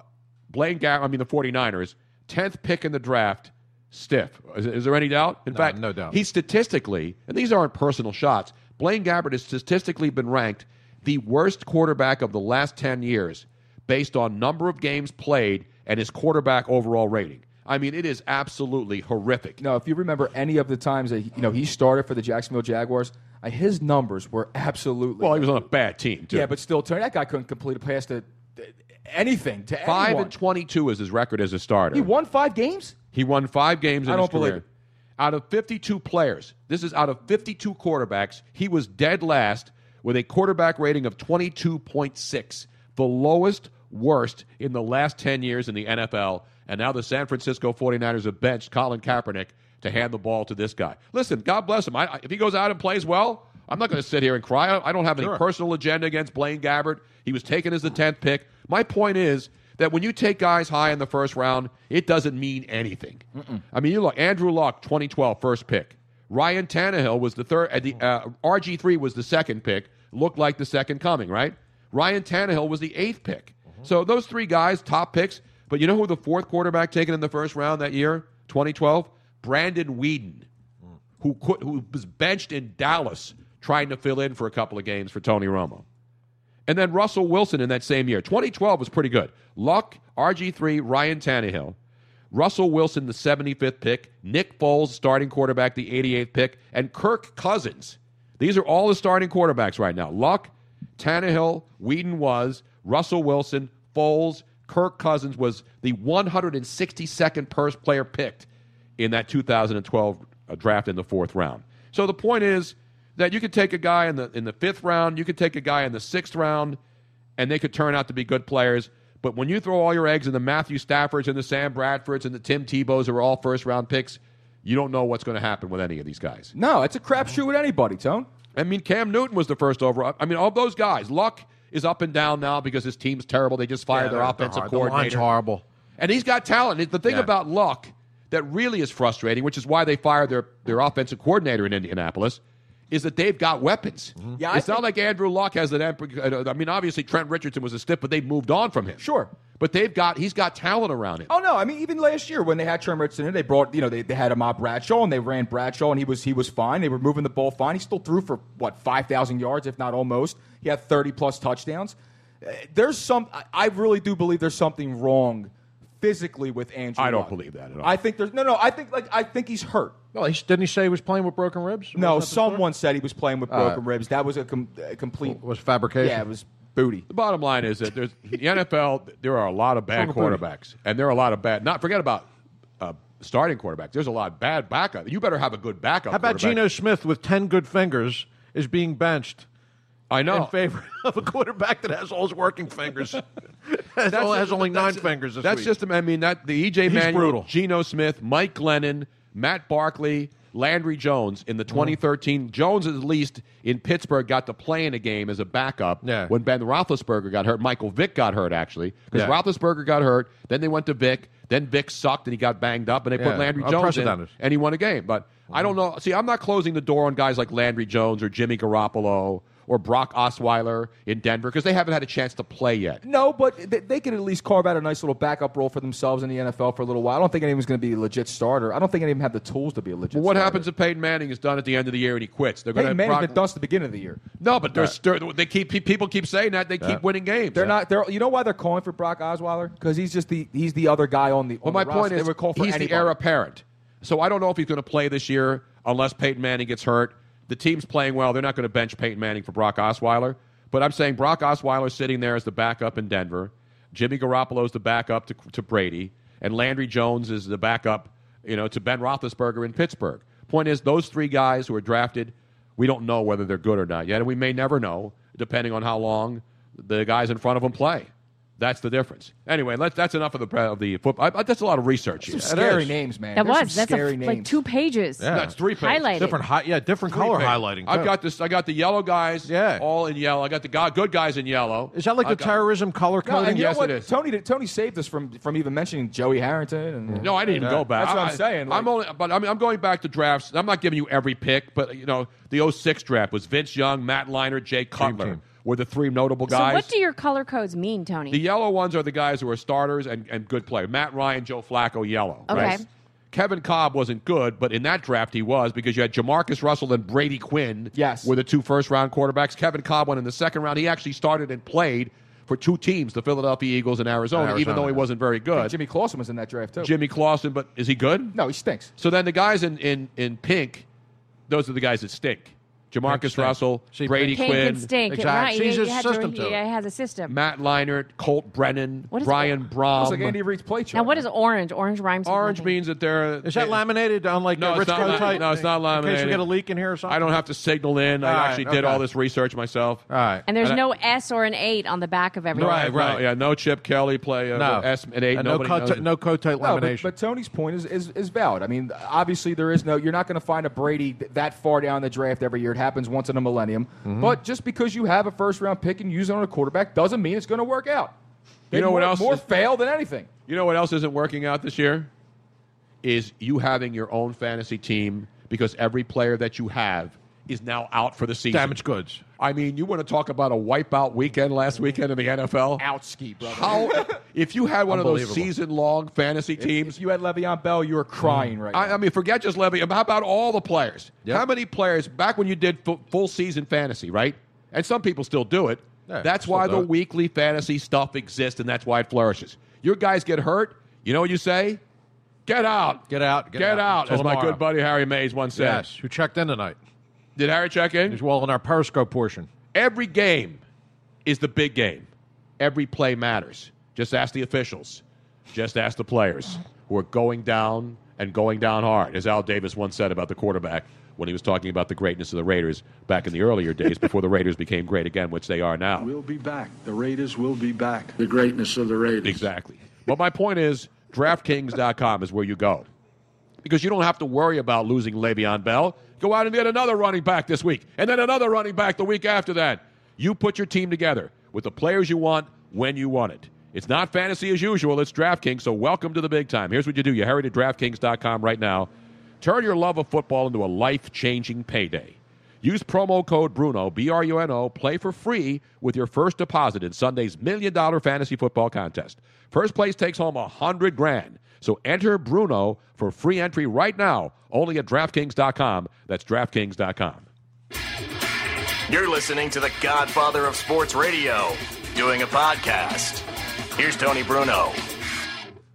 [SPEAKER 4] Blaine Gabbert, I mean the 49ers, 10th pick in the draft, stiff. Is, is there any doubt? In fact, no doubt. He's statistically, and these aren't personal shots, Blaine Gabbert has statistically been ranked the worst quarterback of the last 10 years based on number of games played and his quarterback overall rating. I mean, it is absolutely horrific.
[SPEAKER 10] No, if you remember any of the times that you know he started for the Jacksonville Jaguars, uh, his numbers were absolutely.
[SPEAKER 4] Well, he was on a bad team, too.
[SPEAKER 10] Yeah, but still, Tony, that guy couldn't complete a pass to to anything to
[SPEAKER 4] Five
[SPEAKER 10] anyone.
[SPEAKER 4] and twenty-two is his record as a starter.
[SPEAKER 10] He won five games.
[SPEAKER 4] He won five games in
[SPEAKER 10] I don't
[SPEAKER 4] his career.
[SPEAKER 10] believe it.
[SPEAKER 4] Out of 52 players, this is out of 52 quarterbacks, he was dead last with a quarterback rating of 22.6, the lowest, worst in the last 10 years in the NFL. And now the San Francisco 49ers have benched Colin Kaepernick to hand the ball to this guy. Listen, God bless him. I, I- if he goes out and plays well, I'm not going to sit here and cry. I, I don't have any
[SPEAKER 13] Sure.
[SPEAKER 4] personal agenda against Blaine Gabbert. He was taken as the 10th pick. My point is that when you take guys high in the first round, it doesn't mean anything. I mean, you look Andrew Luck, 2012 first pick. Ryan Tannehill was the third. Uh, the, uh, RG3 was the second pick. Looked like the second coming, right? Ryan Tannehill was the eighth pick. So those three guys, top picks. But you know who the fourth quarterback taken in the first round that year, 2012? Brandon Whedon, who quit, who was benched in Dallas trying to fill in for a couple of games for Tony Romo. And then Russell Wilson in that same year. 2012 was pretty good. Luck, RG3, Ryan Tannehill. Russell Wilson, the 75th pick. Nick Foles, starting quarterback, the 88th pick. And Kirk Cousins. These are all the starting quarterbacks right now. Luck, Tannehill, Whedon was, Russell Wilson, Foles, Kirk Cousins was the 162nd pers- player picked in that 2012 uh, draft in the fourth round. So the point is that you could take a guy in the in the fifth round, you could take a guy in the sixth round, and they could turn out to be good players. But when you throw all your eggs in the Matthew Staffords and the Sam Bradfords and the Tim Tebows, who are all first round picks, you don't know what's going to happen with any of these guys.
[SPEAKER 10] No, it's a crapshoot with anybody, Tone.
[SPEAKER 4] I mean, Cam Newton was the first overall. I mean, all those guys. Luck is up and down now because his team's terrible. They just fired
[SPEAKER 13] Yeah,
[SPEAKER 4] their
[SPEAKER 13] they're-
[SPEAKER 4] offensive
[SPEAKER 13] they're hard. The line's
[SPEAKER 4] coordinator.
[SPEAKER 13] horrible.
[SPEAKER 4] And he's got talent. The thing about Luck that really is frustrating, which is why they fired their, their offensive coordinator in Indianapolis, is that they've got weapons.
[SPEAKER 13] Mm-hmm.
[SPEAKER 10] Yeah, I
[SPEAKER 4] it's not like Andrew Luck has an. amp- uh, I mean, obviously Trent Richardson was a stiff, but they've moved on from him.
[SPEAKER 10] Sure,
[SPEAKER 4] but they've got he's got talent around him.
[SPEAKER 10] Oh no! I mean, even last year when they had Trent Richardson, in, they brought you know they, they had him out Bradshaw and they ran Bradshaw and he was he was fine. They were moving the ball fine. He still threw for what five thousand yards, if not almost. He had thirty plus touchdowns. Uh, There's some. I, I really do believe there's something wrong physically with Andrew.
[SPEAKER 13] I don't
[SPEAKER 10] Luck.
[SPEAKER 13] believe that at all.
[SPEAKER 10] I think there's no no. I think like I think he's hurt.
[SPEAKER 13] Well, he, didn't he say he was playing with broken ribs?
[SPEAKER 10] No, someone said he was playing with
[SPEAKER 13] All right.
[SPEAKER 10] broken
[SPEAKER 4] Uh,
[SPEAKER 10] ribs. That was a, com- a complete
[SPEAKER 13] was fabrication.
[SPEAKER 10] Yeah, it was booty.
[SPEAKER 4] The bottom line is that there's the NFL. There are a lot of bad
[SPEAKER 13] Song of booty.
[SPEAKER 4] quarterbacks, and there are a lot of bad. Not forget about uh, starting quarterbacks. There's a lot of bad backup. You better have a good backup.
[SPEAKER 13] How about
[SPEAKER 4] quarterback.
[SPEAKER 13] Geno Smith with ten good fingers is being benched?
[SPEAKER 4] I know.
[SPEAKER 13] in favor of a quarterback that has all his working fingers. has,
[SPEAKER 4] That's-
[SPEAKER 13] all- has only nine
[SPEAKER 4] that's-
[SPEAKER 13] fingers. This
[SPEAKER 4] that's
[SPEAKER 13] week.
[SPEAKER 4] just. I mean, that the EJ
[SPEAKER 13] He's
[SPEAKER 4] Manuel,
[SPEAKER 13] brutal.
[SPEAKER 4] Geno Smith, Mike Glennon, Matt Barkley, Landry Jones in the
[SPEAKER 13] Mm.
[SPEAKER 4] 2013. Jones, at least in Pittsburgh, got to play in a game as a backup.
[SPEAKER 13] Yeah.
[SPEAKER 4] When Ben Roethlisberger got hurt, Michael Vick got hurt actually because
[SPEAKER 13] Yeah.
[SPEAKER 4] Roethlisberger got hurt. Then they went to Vick. Then Vick sucked and he got banged up, and they put
[SPEAKER 13] Yeah, Uh,
[SPEAKER 4] Landry Jones in,
[SPEAKER 13] unprecedented. Mm.
[SPEAKER 4] and he won a game. But I don't know. See, I'm not closing the door on guys like Landry Jones or Jimmy Garoppolo or Brock Osweiler in Denver because they haven't had a chance to play yet.
[SPEAKER 10] No, but they, they could at least carve out a nice little backup role for themselves in the NFL for a little while. I don't think anyone's going to be a legit starter. I don't think any of them have the tools to be a legit.
[SPEAKER 4] Well, what
[SPEAKER 10] starter.
[SPEAKER 4] happens if Peyton Manning is done at the end of the year and he quits? They're going to
[SPEAKER 10] Peyton Manning's been done since the beginning of the year.
[SPEAKER 4] No, but they're
[SPEAKER 10] Right.
[SPEAKER 4] stir- they keep pe- people keep saying that they
[SPEAKER 10] Yeah.
[SPEAKER 4] keep winning games.
[SPEAKER 10] They're not. They're. You know why they're calling for Brock Osweiler? Because he's just the he's the other guy on the.
[SPEAKER 4] Well,
[SPEAKER 10] on
[SPEAKER 4] my
[SPEAKER 10] the
[SPEAKER 4] point
[SPEAKER 10] roster. They
[SPEAKER 4] is
[SPEAKER 10] would call for
[SPEAKER 4] he's the
[SPEAKER 10] anybody.
[SPEAKER 4] heir apparent. So I don't know if he's going to play this year unless Peyton Manning gets hurt. The team's playing well. They're not going to bench Peyton Manning for Brock Osweiler. But I'm saying Brock Osweiler's sitting there as the backup in Denver. Jimmy Garoppolo's the backup to, to Brady, and Landry Jones is the backup, you know, to Ben Roethlisberger in Pittsburgh. Point is, those three guys who are drafted, we don't know whether they're good or not yet, and we may never know depending on how long the guys in front of them play. That's the difference. Anyway, let, that's enough of the of the football. I, I- that's a lot of research.
[SPEAKER 10] Some
[SPEAKER 4] here.
[SPEAKER 10] scary
[SPEAKER 4] It is.
[SPEAKER 10] names, man.
[SPEAKER 5] That was that's a, like two pages.
[SPEAKER 4] Yeah. That's three pages.
[SPEAKER 5] Highlighted.
[SPEAKER 4] hi- yeah, different
[SPEAKER 13] color highlighting,
[SPEAKER 4] I've
[SPEAKER 13] too.
[SPEAKER 4] got this. I got the yellow guys. Yeah. all in yellow. I got the go- good guys in yellow.
[SPEAKER 13] Is that like
[SPEAKER 4] I've
[SPEAKER 13] the
[SPEAKER 4] got-
[SPEAKER 13] terrorism color
[SPEAKER 10] No,
[SPEAKER 13] coding?
[SPEAKER 10] and you know
[SPEAKER 4] Yes,
[SPEAKER 10] what?
[SPEAKER 4] it is.
[SPEAKER 10] Tony Tony saved us from from even mentioning Joey Harrington. And,
[SPEAKER 4] No, I didn't even
[SPEAKER 10] Yeah.
[SPEAKER 4] go back.
[SPEAKER 10] That's what
[SPEAKER 4] I,
[SPEAKER 10] I'm saying.
[SPEAKER 4] I'm only, but I mean, I'm going back to drafts. I'm not giving you every pick, but you know, the 06 draft was Vince Young, Matt Leinart, Jay Cutler were the three notable
[SPEAKER 5] So
[SPEAKER 4] guys.
[SPEAKER 5] what do your color codes mean, Tony?
[SPEAKER 4] The yellow ones are the guys who are starters and, and good players. Matt Ryan, Joe Flacco, yellow.
[SPEAKER 5] Okay.
[SPEAKER 4] right? Kevin Cobb wasn't good, but in that draft he was because you had Jamarcus Russell and Brady Quinn yes. were the two first round quarterbacks. Kevin Cobb went in the second round. He actually started and played for two teams, the Philadelphia Eagles and Arizona, even
[SPEAKER 10] Arizona,
[SPEAKER 4] though he
[SPEAKER 10] yeah.
[SPEAKER 4] wasn't very
[SPEAKER 10] I think
[SPEAKER 4] good.
[SPEAKER 10] Jimmy Clausen was in that draft too.
[SPEAKER 4] Jimmy Clausen, but is he good?
[SPEAKER 10] No, he stinks.
[SPEAKER 4] So then the guys in, in, in pink, those are the guys that stink. Jamarcus
[SPEAKER 13] stinks.
[SPEAKER 4] Russell, Brady
[SPEAKER 5] Pink
[SPEAKER 4] Quinn.
[SPEAKER 5] and stink. Right.
[SPEAKER 4] He's
[SPEAKER 5] you,
[SPEAKER 4] a
[SPEAKER 5] you had
[SPEAKER 4] system
[SPEAKER 5] to,
[SPEAKER 4] to it.
[SPEAKER 5] Yeah, it has a system.
[SPEAKER 4] Matt Leinart, Colt Brennan,
[SPEAKER 5] What is
[SPEAKER 4] Brian Brom.
[SPEAKER 5] Looks like Andy
[SPEAKER 10] Reid's play
[SPEAKER 5] now, what is orange? Orange rhymes.
[SPEAKER 4] Orange
[SPEAKER 5] with nothing.
[SPEAKER 4] means that they're.
[SPEAKER 13] Is that laminated on like
[SPEAKER 4] No,
[SPEAKER 13] a
[SPEAKER 4] it's
[SPEAKER 13] Ritz
[SPEAKER 4] not laminated.
[SPEAKER 13] type?
[SPEAKER 4] No, it's not
[SPEAKER 13] In case
[SPEAKER 4] laminated.
[SPEAKER 13] we get a leak in here or something.
[SPEAKER 4] I don't have to signal in.
[SPEAKER 13] All
[SPEAKER 4] I
[SPEAKER 13] right,
[SPEAKER 4] actually did
[SPEAKER 13] okay.
[SPEAKER 4] all this research myself. All
[SPEAKER 13] right.
[SPEAKER 5] And there's no S or an eight on the back of everything.
[SPEAKER 4] no, yeah, no Chip Kelly play uh,
[SPEAKER 13] No.
[SPEAKER 4] S and eight.
[SPEAKER 13] And no
[SPEAKER 4] nobody
[SPEAKER 13] cut-
[SPEAKER 4] knows it.
[SPEAKER 13] no coat type
[SPEAKER 10] No, but, but Tony's point is, is, is valid. I mean, obviously there is no. You're not going to find a Brady th- that far down the draft every year. It happens once in a millennium.
[SPEAKER 4] Mm-hmm.
[SPEAKER 10] But just because you have a first round pick and use it on a quarterback doesn't mean it's going to work out.
[SPEAKER 4] You
[SPEAKER 10] They
[SPEAKER 4] know what
[SPEAKER 10] more,
[SPEAKER 4] else
[SPEAKER 10] More
[SPEAKER 4] is-
[SPEAKER 10] fail than anything.
[SPEAKER 4] You know what else isn't working out this year? Is you having your own fantasy team because every player that you have is now out for the season.
[SPEAKER 13] Damaged goods.
[SPEAKER 4] I mean, you want to talk about a wipeout weekend last weekend in the NFL?
[SPEAKER 10] Outski, brother.
[SPEAKER 4] How if you had one of those
[SPEAKER 10] Unbelievable.
[SPEAKER 4] season-long fantasy teams? Mm.
[SPEAKER 10] If you had Le'Veon Bell, you were crying right
[SPEAKER 4] I, I mean, forget just Levy. How about all the players?
[SPEAKER 10] Yep.
[SPEAKER 4] How many players back when you did fu- full season fantasy, right? And some people still do it.
[SPEAKER 13] Yeah,
[SPEAKER 4] that's
[SPEAKER 13] still
[SPEAKER 4] why
[SPEAKER 13] do
[SPEAKER 4] the
[SPEAKER 13] it.
[SPEAKER 4] weekly fantasy stuff exists, and that's why it flourishes. Your guys get hurt. You know what you say? Get out.
[SPEAKER 13] Get out.
[SPEAKER 4] Get, out.
[SPEAKER 13] Till
[SPEAKER 4] As my
[SPEAKER 13] tomorrow.
[SPEAKER 4] good buddy Harry Mays once said.
[SPEAKER 13] Yes, who checked in tonight?
[SPEAKER 4] Did Harry check in?
[SPEAKER 13] He's well in our Periscope portion.
[SPEAKER 4] Every game is the big game. Every play matters. Just ask the officials. Just ask the players who are going down and going down hard, as Al Davis once said about the quarterback when he was talking about the greatness of the Raiders back in the earlier days before the Raiders became great again, which they are now.
[SPEAKER 14] We'll be back. The Raiders will be back. The greatness of the Raiders.
[SPEAKER 4] Exactly. But my point is, DraftKings.com is where you go because you don't have to worry about losing Le'Veon Bell. Go out and get another running back this week, and then another running back the week after that. You put your team together with the players you want when you want it. It's not fantasy as usual, it's DraftKings, so welcome to the big time. Here's what you do you hurry to DraftKings.com right now. Turn your love of football into a life changing payday. Use promo code Bruno, B R U N O, play for free with your first deposit in Sunday's Million Dollar Fantasy Football Contest. First place takes home a hundred grand. So enter Bruno for free entry right now, only at DraftKings.com. That's DraftKings.com.
[SPEAKER 2] You're listening to the Godfather of Sports Radio, doing a podcast. Here's Tony Bruno.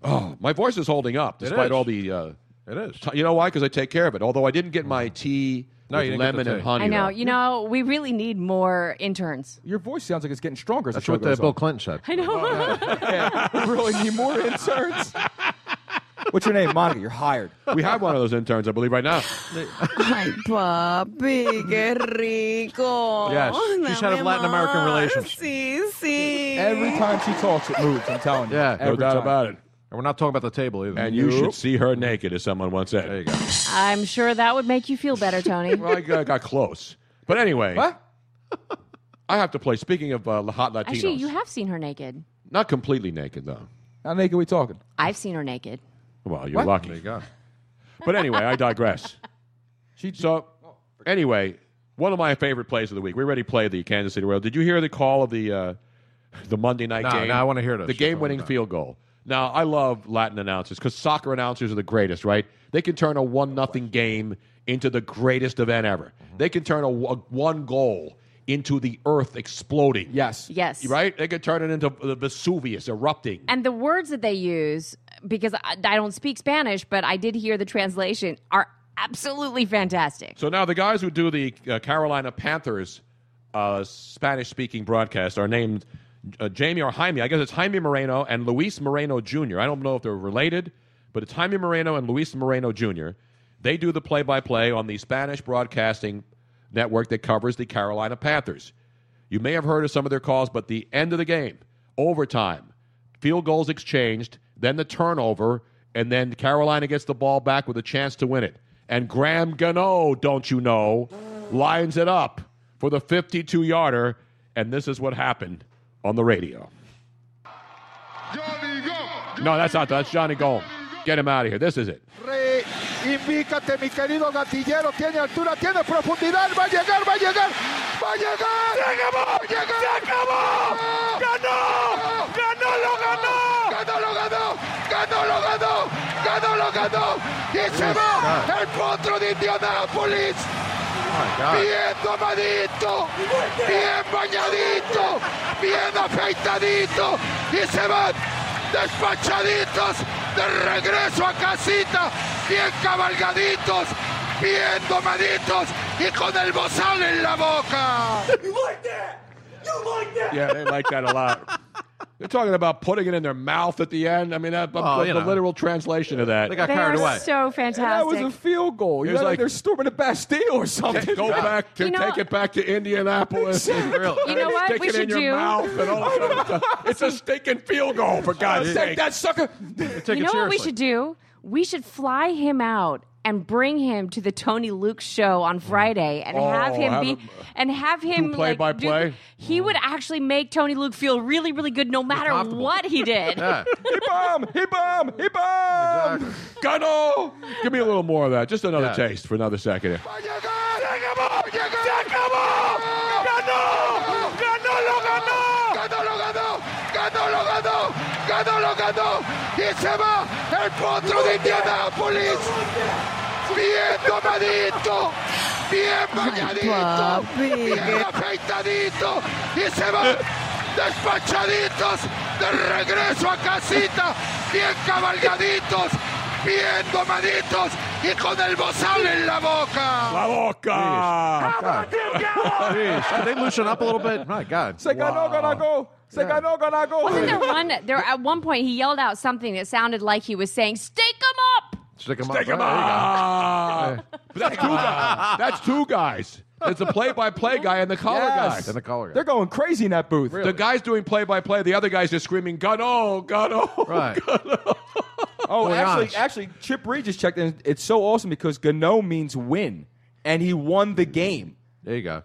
[SPEAKER 4] Oh, my voice is holding up
[SPEAKER 2] It
[SPEAKER 4] despite
[SPEAKER 2] is.
[SPEAKER 4] all the. Uh,
[SPEAKER 13] it is. Mm.
[SPEAKER 4] you know why? Because I take care of it. Although I didn't get my tea
[SPEAKER 13] No,
[SPEAKER 4] with
[SPEAKER 13] you didn't get the
[SPEAKER 4] lemon and
[SPEAKER 13] tea.
[SPEAKER 4] honey.
[SPEAKER 5] I know.
[SPEAKER 4] though.
[SPEAKER 5] You know, we really need more interns.
[SPEAKER 10] Your voice sounds like it's getting stronger. as
[SPEAKER 13] That's
[SPEAKER 10] the show
[SPEAKER 13] what uh,
[SPEAKER 10] goes
[SPEAKER 13] Bill
[SPEAKER 10] on.
[SPEAKER 13] Clinton said.
[SPEAKER 5] I know.
[SPEAKER 10] we really need more inserts. What's your name, Monica? You're hired.
[SPEAKER 4] We have one of those interns, I believe, right now.
[SPEAKER 15] Ay, papi, qué rico.
[SPEAKER 4] Yes, she's head of
[SPEAKER 15] Dame
[SPEAKER 4] Latin American
[SPEAKER 15] más.
[SPEAKER 4] relations.
[SPEAKER 15] Sí, sí.
[SPEAKER 10] Every time she talks, it moves. I'm telling you.
[SPEAKER 13] Yeah,
[SPEAKER 4] no doubt about it.
[SPEAKER 13] And we're not talking about the table either.
[SPEAKER 4] And you should see her naked, as someone once said. There you go.
[SPEAKER 5] I'm sure that would make you feel better, Tony.
[SPEAKER 4] well, I got, got close. But anyway, I have to play. Speaking of uh, hot Latinos,
[SPEAKER 5] Actually, you have seen her naked.
[SPEAKER 4] not completely naked though.
[SPEAKER 10] How naked are we talking?
[SPEAKER 5] I've seen her naked.
[SPEAKER 4] Well, you're lucky. There you go. But anyway, I digress. so anyway, One of my favorite plays of the week. We already played the Kansas City Royals. Did you hear the call of the uh, the Monday night
[SPEAKER 13] No,
[SPEAKER 4] game?
[SPEAKER 13] no, I wanna hear this.
[SPEAKER 4] The game winning field goal. Now I love Latin announcers because soccer announcers are the greatest, right? They can turn a one nothing game into the greatest event ever. They can turn a, a one goal into the earth exploding. Yes.
[SPEAKER 5] Yes.
[SPEAKER 4] Right? They could turn it into the Vesuvius erupting.
[SPEAKER 5] And the words that they use, because I, I don't speak Spanish, but I did hear the translation, are absolutely fantastic.
[SPEAKER 4] So now the guys who do the uh, Carolina Panthers uh, Spanish speaking broadcast are named uh, Jamie or Jaime. I guess it's Jaime Moreno and Luis Moreno Jr. I don't know if they're related, but it's Jaime Moreno and Luis Moreno Jr. They do the play by play on the Spanish broadcasting network that covers the Carolina Panthers. You may have heard of some of their calls, but the end of the game, overtime, field goals exchanged, then the turnover, and then Carolina gets the ball back with a chance to win it. And Graham Gano, don't you know, lines it up for the 52 yarder, and this is what happened on the radio. No, that's not that's Johnny Gold. Get him out of here. This is it.
[SPEAKER 16] Reivindícate, mi querido gatillero. Tiene altura, tiene profundidad. Va a llegar, va a llegar, va a llegar. ¡Se acabó! ¡Se acabó! ¡Ganó! ¡Ganó, lo ganó! ¡Ganó, lo ganó! ¡Ganó, lo ganó! ¡Ganó, lo ganó! ¡Y se
[SPEAKER 17] Yes,
[SPEAKER 16] va
[SPEAKER 4] Ah.
[SPEAKER 17] God.
[SPEAKER 16] el potro de Indianápolis!
[SPEAKER 17] God.
[SPEAKER 16] Bien domadito, bien bañadito, bien afeitadito y se van despachaditos de regreso a casita, bien cabalgaditos, bien domaditos y con el bozal en la boca.
[SPEAKER 4] Yeah, they like that a lot. They're talking about putting it in their mouth at the end. I mean, that,
[SPEAKER 13] Oh,
[SPEAKER 4] the,
[SPEAKER 13] you
[SPEAKER 4] the
[SPEAKER 13] know.
[SPEAKER 4] literal translation of that.
[SPEAKER 5] they are so fantastic.
[SPEAKER 10] That was a field goal. You
[SPEAKER 4] It was
[SPEAKER 10] know,
[SPEAKER 4] like-
[SPEAKER 10] they're storming the Bastille or something.
[SPEAKER 4] Go back to
[SPEAKER 5] You know-
[SPEAKER 4] take it back to Indianapolis.
[SPEAKER 10] Exactly.
[SPEAKER 5] You know what?
[SPEAKER 4] Stick
[SPEAKER 5] We
[SPEAKER 4] it in
[SPEAKER 5] should
[SPEAKER 4] your
[SPEAKER 5] do-
[SPEAKER 4] mouth and all that stuff. It's a stinking field goal for God's sake. That sucker.
[SPEAKER 5] you know what we should do? We should fly him out and bring him to the Tony Luke show on Friday and
[SPEAKER 4] Oh,
[SPEAKER 5] have him
[SPEAKER 4] have
[SPEAKER 5] be
[SPEAKER 4] him,
[SPEAKER 10] uh,
[SPEAKER 5] and have him
[SPEAKER 4] play
[SPEAKER 5] like,
[SPEAKER 4] by
[SPEAKER 5] do-
[SPEAKER 4] play?
[SPEAKER 5] he would actually make Tony Luke feel really, really good no matter what he did.
[SPEAKER 10] he bomb! He bomb! He bomb!
[SPEAKER 4] Gano! Give me a little more of that. Just another taste for another second. here.
[SPEAKER 16] ¡Se acabó! ¡Ganó! ¡Ganó, lo ganó! ¡Ganó, lo ganó! ¡Ganó, lo ganó! ¡Ganó, lo ganó! ¡Y se va el potro de Indianápolis! ¡Bien domadito! ¡Bien bañadito! ¡Bien afeitadito! ¡Y se va despachaditos de regreso a casita! ¡Bien cabalgaditos! ¡Bien domaditos! ¡Y con el bozal en la boca!
[SPEAKER 4] ¡La boca!
[SPEAKER 13] Jeez, could they loosen up a little bit? My God.
[SPEAKER 10] Se ganó, ganó. Se ganó, ganó.
[SPEAKER 5] Wasn't there one there at one point he yelled out something that sounded like he was saying, Stake him up!
[SPEAKER 13] Stick them
[SPEAKER 4] Stick
[SPEAKER 13] up.
[SPEAKER 4] 'em
[SPEAKER 13] right?
[SPEAKER 4] up. But that's two guys. That's two guys. It's the play-by-play guy and the collar
[SPEAKER 10] Yes.
[SPEAKER 4] guy.
[SPEAKER 10] And the
[SPEAKER 13] collar guy.
[SPEAKER 4] They're
[SPEAKER 10] going crazy in that booth.
[SPEAKER 4] The guy's doing play-by-play. The other guy's just screaming, "Gano, Gano!"
[SPEAKER 13] Right.
[SPEAKER 10] Oh,
[SPEAKER 4] Play
[SPEAKER 10] actually,
[SPEAKER 4] honest.
[SPEAKER 10] actually, Chip Reed just checked in. It's so awesome because Gano means win, and he won the game.
[SPEAKER 13] There you go.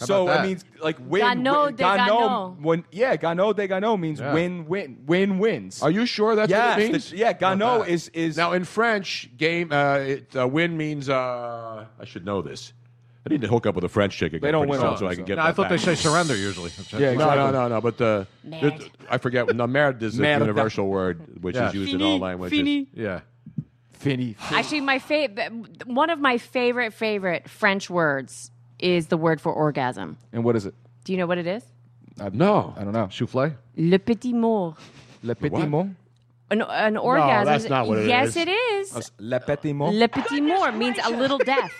[SPEAKER 13] How
[SPEAKER 10] so
[SPEAKER 13] about
[SPEAKER 10] it
[SPEAKER 13] that?
[SPEAKER 10] means like win.
[SPEAKER 5] Ganó
[SPEAKER 10] win-
[SPEAKER 5] de ganó.
[SPEAKER 10] When, yeah, Gano de Gano means
[SPEAKER 4] Yeah.
[SPEAKER 10] win, win, win wins.
[SPEAKER 4] Are you sure that's
[SPEAKER 10] yes,
[SPEAKER 4] what it means?
[SPEAKER 10] the- yeah, Gano is is
[SPEAKER 4] now in French. Game uh, it, uh, win means uh, I should know this. I need to hook up with a French chick again.
[SPEAKER 10] They don't
[SPEAKER 4] pretty
[SPEAKER 10] win
[SPEAKER 4] soon
[SPEAKER 10] all,
[SPEAKER 4] so I can
[SPEAKER 10] so-
[SPEAKER 4] get.
[SPEAKER 10] No,
[SPEAKER 4] that
[SPEAKER 10] I thought they
[SPEAKER 4] back.
[SPEAKER 10] say surrender usually.
[SPEAKER 4] yeah,
[SPEAKER 10] Yeah,
[SPEAKER 4] no,
[SPEAKER 10] exactly.
[SPEAKER 4] no, no, no. But uh,
[SPEAKER 10] Merde.
[SPEAKER 4] I forget. No, merde is a
[SPEAKER 10] Merde.
[SPEAKER 4] universal word which
[SPEAKER 10] Yeah.
[SPEAKER 4] is used in
[SPEAKER 10] Fini,
[SPEAKER 4] all languages.
[SPEAKER 5] fini.
[SPEAKER 4] Yeah,
[SPEAKER 10] Fini.
[SPEAKER 5] Actually, my favorite, one of my favorite, favorite French words is the word for orgasm.
[SPEAKER 10] And what is it?
[SPEAKER 5] Do you know what it is?
[SPEAKER 4] no,
[SPEAKER 10] I don't know.
[SPEAKER 13] Souffle.
[SPEAKER 5] Le petit mot.
[SPEAKER 10] Le petit mot.
[SPEAKER 5] An, an orgasm.
[SPEAKER 10] that's not what it
[SPEAKER 5] yes,
[SPEAKER 10] is.
[SPEAKER 5] it is.
[SPEAKER 10] Le petit mot.
[SPEAKER 5] Le petit mot means a little death.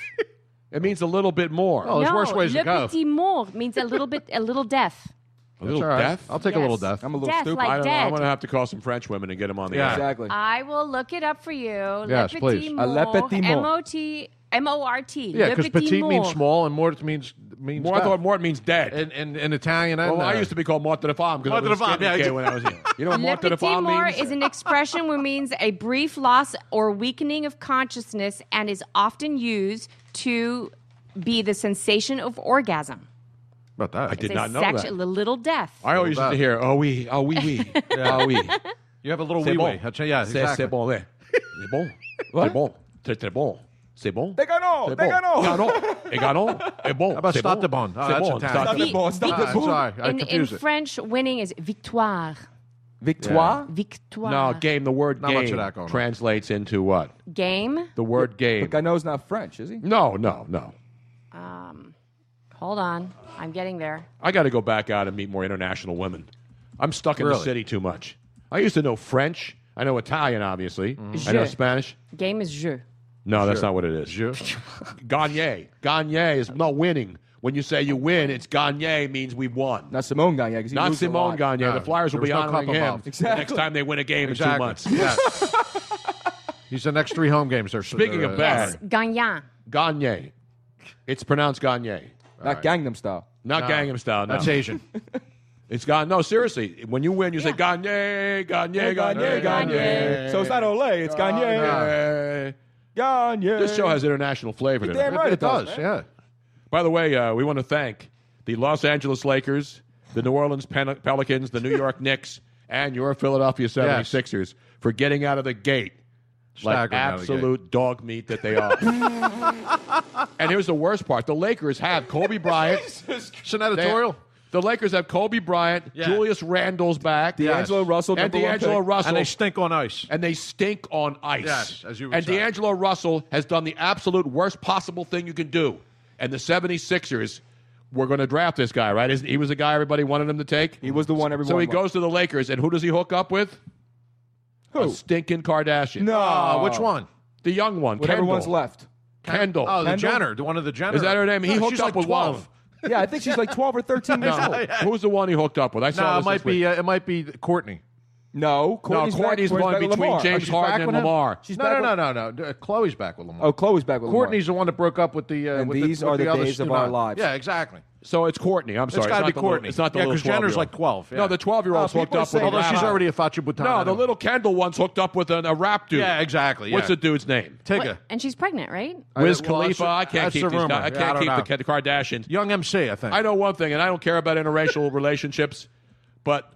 [SPEAKER 4] it means a little bit more.
[SPEAKER 13] Oh, there's
[SPEAKER 5] no,
[SPEAKER 13] worse ways
[SPEAKER 5] le
[SPEAKER 13] to go.
[SPEAKER 5] petit mot means a little bit, a little death.
[SPEAKER 4] A little
[SPEAKER 13] all right.
[SPEAKER 4] death.
[SPEAKER 13] I'll take a little Yes. death.
[SPEAKER 4] I'm a little
[SPEAKER 5] Death, Uh,
[SPEAKER 4] stupid.
[SPEAKER 5] like
[SPEAKER 4] I don't know. I'm
[SPEAKER 5] dead.
[SPEAKER 4] gonna have to call some French women and get them on the
[SPEAKER 10] Yeah.
[SPEAKER 4] air.
[SPEAKER 10] Exactly.
[SPEAKER 5] I will look it up for you.
[SPEAKER 13] Yes,
[SPEAKER 5] le
[SPEAKER 13] please.
[SPEAKER 5] petit
[SPEAKER 13] A
[SPEAKER 5] mot.
[SPEAKER 13] le petit mot.
[SPEAKER 5] M O T M O R T.
[SPEAKER 13] Yeah,
[SPEAKER 5] le
[SPEAKER 13] because petite
[SPEAKER 5] mot.
[SPEAKER 13] means small and mort means means.
[SPEAKER 4] More, I
[SPEAKER 13] death.
[SPEAKER 4] thought Mort means dead.
[SPEAKER 13] In, in, in Italian, and,
[SPEAKER 4] well, I
[SPEAKER 13] uh,
[SPEAKER 4] used to be called Mort de la Femme because I
[SPEAKER 13] Mort de
[SPEAKER 4] was
[SPEAKER 13] la
[SPEAKER 4] a
[SPEAKER 13] Femme,
[SPEAKER 4] skinny
[SPEAKER 13] yeah,
[SPEAKER 4] kid
[SPEAKER 13] I-
[SPEAKER 4] when I was young. You know what
[SPEAKER 5] Le
[SPEAKER 4] Mort de la
[SPEAKER 5] petit
[SPEAKER 4] Femme
[SPEAKER 5] mort
[SPEAKER 4] means?
[SPEAKER 5] is an expression which means a brief loss or weakening of consciousness and is often used to be the sensation of orgasm.
[SPEAKER 13] About that. I
[SPEAKER 4] did
[SPEAKER 5] It's a
[SPEAKER 4] not know
[SPEAKER 5] sexu-
[SPEAKER 4] that.
[SPEAKER 5] a little death.
[SPEAKER 4] I always used to hear, oh, we, oh, we, we, oh, we.
[SPEAKER 13] You have a little
[SPEAKER 4] C'est
[SPEAKER 13] wee
[SPEAKER 4] bon.
[SPEAKER 13] wee. That's- Yeah,
[SPEAKER 4] C'est- C'est
[SPEAKER 13] exactly.
[SPEAKER 4] bon, there. C'est bon. C'est bon. Très, très bon. C'est bon.
[SPEAKER 10] Te ganó,
[SPEAKER 4] C'est
[SPEAKER 10] te
[SPEAKER 4] bon.
[SPEAKER 10] ganó.
[SPEAKER 4] Ganó. Et ganó. Et bon.
[SPEAKER 13] How about
[SPEAKER 4] C'est
[SPEAKER 13] stop
[SPEAKER 4] bon.
[SPEAKER 13] the bond? Oh,
[SPEAKER 4] C'est
[SPEAKER 13] that's
[SPEAKER 4] bon.
[SPEAKER 13] Italian.
[SPEAKER 4] Stop the
[SPEAKER 5] Vi-
[SPEAKER 4] bond.
[SPEAKER 5] vi-
[SPEAKER 4] Stop the
[SPEAKER 13] Ah,
[SPEAKER 4] bond.
[SPEAKER 13] sorry. I
[SPEAKER 5] in, in
[SPEAKER 13] confused it.
[SPEAKER 5] French, winning is victoire.
[SPEAKER 4] Victoire?
[SPEAKER 5] Victoire.
[SPEAKER 4] No, game. The word
[SPEAKER 13] Not
[SPEAKER 4] game
[SPEAKER 13] much of that going on.
[SPEAKER 4] translates into what?
[SPEAKER 5] Game.
[SPEAKER 4] The word game.
[SPEAKER 10] But Gano's not French, is he?
[SPEAKER 4] No, no, no.
[SPEAKER 5] Um, hold on, I'm getting there.
[SPEAKER 4] I got to go back out and meet more international women. I'm stuck in the
[SPEAKER 13] Really?
[SPEAKER 4] city too much. I used to know French. I know Italian, obviously. I know
[SPEAKER 5] Sure.
[SPEAKER 4] Spanish.
[SPEAKER 5] Game is jeu.
[SPEAKER 4] No, that's
[SPEAKER 13] Sure.
[SPEAKER 4] not what it is. Gagne. Gagne is no winning. When you say you win, it's Gagne means we won.
[SPEAKER 10] Not Simone Gagne. 'cause he
[SPEAKER 4] Not
[SPEAKER 10] loses a
[SPEAKER 4] Simone
[SPEAKER 10] lot.
[SPEAKER 4] Gagne. the Flyers will
[SPEAKER 13] there
[SPEAKER 4] be
[SPEAKER 13] was no
[SPEAKER 4] honoring
[SPEAKER 13] cup
[SPEAKER 4] him
[SPEAKER 13] involved.
[SPEAKER 4] the
[SPEAKER 13] Exactly.
[SPEAKER 4] next time they win a game in two
[SPEAKER 13] Exactly.
[SPEAKER 4] months.
[SPEAKER 13] Yeah. He's the next three home games. Are,
[SPEAKER 4] Speaking
[SPEAKER 13] they're,
[SPEAKER 4] of
[SPEAKER 13] uh,
[SPEAKER 4] bad,
[SPEAKER 5] Gagnant.
[SPEAKER 4] Gagne. It's pronounced Gagne.
[SPEAKER 10] Not Gangnam Style.
[SPEAKER 4] Not
[SPEAKER 13] No.
[SPEAKER 4] Gangnam Style. No.
[SPEAKER 13] That's Asian.
[SPEAKER 4] It's gone. No, seriously. When you win, you say Gagne, Gagne, Gagne, Gagne.
[SPEAKER 10] So it's not Olay, it's Gagne.
[SPEAKER 4] Gagne.
[SPEAKER 10] Gagne.
[SPEAKER 4] This show has international flavor to
[SPEAKER 10] You're
[SPEAKER 4] it.
[SPEAKER 10] damn right it does, man.
[SPEAKER 4] yeah. By the way, uh, we want to thank the Los Angeles Lakers, the New Orleans Pen- Pelicans, the New York Knicks, and your Philadelphia 76ers for getting out of the gate like
[SPEAKER 13] Staggering out of the
[SPEAKER 4] absolute dog meat that they are. and here's the worst part the Lakers have Kobe Bryant.
[SPEAKER 13] It's an editorial.
[SPEAKER 4] They- the Lakers have Kobe Bryant,
[SPEAKER 13] Yeah.
[SPEAKER 4] Julius Randle's back,
[SPEAKER 10] D'Angelo Russell,
[SPEAKER 4] and
[SPEAKER 10] number one
[SPEAKER 4] D'Angelo
[SPEAKER 10] pick.
[SPEAKER 4] Russell,
[SPEAKER 13] And they stink on ice.
[SPEAKER 4] and they stink on ice.
[SPEAKER 13] Yes, as you were
[SPEAKER 4] and
[SPEAKER 13] saying.
[SPEAKER 4] D'Angelo Russell has done the absolute worst possible thing you can do. And the 76ers were going to draft this guy, right? Isn't, he was the guy everybody wanted him to take.
[SPEAKER 10] He was the one everyone.
[SPEAKER 4] so he
[SPEAKER 10] wanted.
[SPEAKER 4] goes to the Lakers, and who does he hook up with? A
[SPEAKER 10] Who?
[SPEAKER 4] stinking Kardashian.
[SPEAKER 10] No.
[SPEAKER 13] Uh, which one?
[SPEAKER 4] The young one.
[SPEAKER 10] Whatever
[SPEAKER 4] Kendall.
[SPEAKER 10] one's left.
[SPEAKER 4] Kendall.
[SPEAKER 13] Oh, the
[SPEAKER 10] Kendall?
[SPEAKER 13] Jenner. the One of the Jenner.
[SPEAKER 4] Is that her name? He
[SPEAKER 13] No,
[SPEAKER 4] hooked
[SPEAKER 13] she's
[SPEAKER 4] up
[SPEAKER 13] like
[SPEAKER 4] with
[SPEAKER 13] 12.
[SPEAKER 4] one.
[SPEAKER 10] Yeah, I think she's like 12 or 13 years
[SPEAKER 4] No.
[SPEAKER 10] old.
[SPEAKER 4] Who's the one he hooked up with? I saw
[SPEAKER 13] No,
[SPEAKER 4] this
[SPEAKER 13] it
[SPEAKER 4] this
[SPEAKER 13] might
[SPEAKER 4] week.
[SPEAKER 13] be. Uh, it might be Courtney.
[SPEAKER 10] No, Courtney's,
[SPEAKER 4] no, Courtney's
[SPEAKER 10] back,
[SPEAKER 4] one
[SPEAKER 10] back with
[SPEAKER 4] between
[SPEAKER 10] Lamar.
[SPEAKER 4] James
[SPEAKER 13] she's
[SPEAKER 4] Harden
[SPEAKER 13] back
[SPEAKER 4] and
[SPEAKER 13] with him?
[SPEAKER 4] Lamar.
[SPEAKER 10] She's
[SPEAKER 13] no,
[SPEAKER 10] back
[SPEAKER 13] no, no, no, no. Uh, Chloe's back with Lamar.
[SPEAKER 10] Oh, Chloe's back with
[SPEAKER 13] Courtney's the one that broke up with the. Uh,
[SPEAKER 10] Oh, And
[SPEAKER 13] with
[SPEAKER 10] these
[SPEAKER 13] the, with
[SPEAKER 10] are
[SPEAKER 13] the,
[SPEAKER 10] the
[SPEAKER 13] other
[SPEAKER 10] days of our
[SPEAKER 13] student.
[SPEAKER 10] lives.
[SPEAKER 13] Yeah, exactly.
[SPEAKER 4] So it's Courtney. I'm sorry.
[SPEAKER 13] it's got to
[SPEAKER 4] not
[SPEAKER 13] be
[SPEAKER 4] the little-
[SPEAKER 13] Courtney.
[SPEAKER 4] it's not the
[SPEAKER 13] yeah,
[SPEAKER 4] little
[SPEAKER 13] because Jenner's
[SPEAKER 4] 12-year-old.
[SPEAKER 13] like twelve. Yeah.
[SPEAKER 4] No, the 12 year old's
[SPEAKER 10] Oh,
[SPEAKER 4] hooked
[SPEAKER 10] people
[SPEAKER 4] up
[SPEAKER 10] say
[SPEAKER 4] with a
[SPEAKER 10] that.
[SPEAKER 13] although she's
[SPEAKER 4] rap.
[SPEAKER 13] already a Fachi Bhutan.
[SPEAKER 4] No, the little Kendall one's hooked up with an, a rap dude.
[SPEAKER 13] Yeah, exactly,
[SPEAKER 4] What's
[SPEAKER 13] yeah.
[SPEAKER 4] the dude's name?
[SPEAKER 13] Tigger.
[SPEAKER 5] What- And she's pregnant, right?
[SPEAKER 4] Wiz
[SPEAKER 13] I- well,
[SPEAKER 4] Khalifa.
[SPEAKER 13] that's-
[SPEAKER 4] I can't
[SPEAKER 13] that's
[SPEAKER 4] keep
[SPEAKER 13] the
[SPEAKER 4] these guys.
[SPEAKER 13] rumor.
[SPEAKER 4] I
[SPEAKER 13] Yeah, I
[SPEAKER 4] can't
[SPEAKER 13] don't know.
[SPEAKER 4] keep the K- Kardashians.
[SPEAKER 13] young MC, I think.
[SPEAKER 4] I know one thing, and I don't care about interracial relationships, but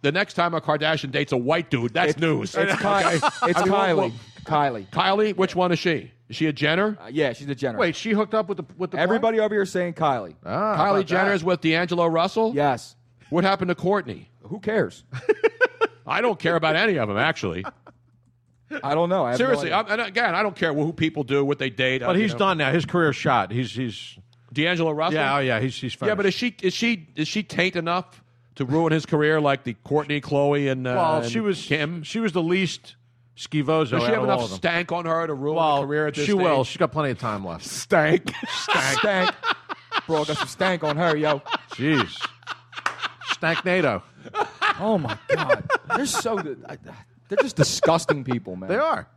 [SPEAKER 4] the next time a Kardashian dates a white dude, that's news.
[SPEAKER 10] It's, Ky- it's
[SPEAKER 4] I mean,
[SPEAKER 10] Kylie.
[SPEAKER 4] well-
[SPEAKER 10] Kylie.
[SPEAKER 4] Kylie, which one is she? Is she a Jenner?
[SPEAKER 10] Uh, yeah, she's a Jenner.
[SPEAKER 13] Wait, she hooked up with the with the
[SPEAKER 10] everybody over here is saying Kylie.
[SPEAKER 13] Boy? Ah, how
[SPEAKER 4] Kylie
[SPEAKER 13] about
[SPEAKER 4] Jenner
[SPEAKER 13] that?
[SPEAKER 4] is with D'Angelo Russell?
[SPEAKER 10] Yes.
[SPEAKER 4] What happened to Courtney?
[SPEAKER 10] Who cares?
[SPEAKER 4] I don't care about any of them, actually.
[SPEAKER 10] I don't know. I have no
[SPEAKER 4] Seriously,
[SPEAKER 10] idea.
[SPEAKER 4] I'm, and again, I don't care who people do, what they date.
[SPEAKER 13] But
[SPEAKER 4] I- you
[SPEAKER 13] he's
[SPEAKER 4] know.
[SPEAKER 13] done now. His career shot. He's he's.
[SPEAKER 4] D'Angelo Russell?
[SPEAKER 13] Yeah, oh yeah, he's he's. Finished.
[SPEAKER 4] Yeah, but is she is she is she taint enough to ruin his career like the Courtney, Chloe, and uh,
[SPEAKER 13] well,
[SPEAKER 4] and
[SPEAKER 13] she was
[SPEAKER 4] Kim?
[SPEAKER 13] She was the least
[SPEAKER 4] Does
[SPEAKER 13] schivoso.
[SPEAKER 4] she
[SPEAKER 13] out
[SPEAKER 4] have
[SPEAKER 13] of all
[SPEAKER 4] enough
[SPEAKER 13] of them.
[SPEAKER 4] stank on her to ruin
[SPEAKER 13] Well,
[SPEAKER 4] her career at this
[SPEAKER 13] she
[SPEAKER 4] stage?
[SPEAKER 13] will. She's got plenty of time left.
[SPEAKER 10] stank. Stank. stank. Bro, I got some stank on her, yo.
[SPEAKER 13] Jeez. Stank NATO.
[SPEAKER 10] Oh my god, they're so good. I, they're just disgusting people, man. Ah,
[SPEAKER 13] They are.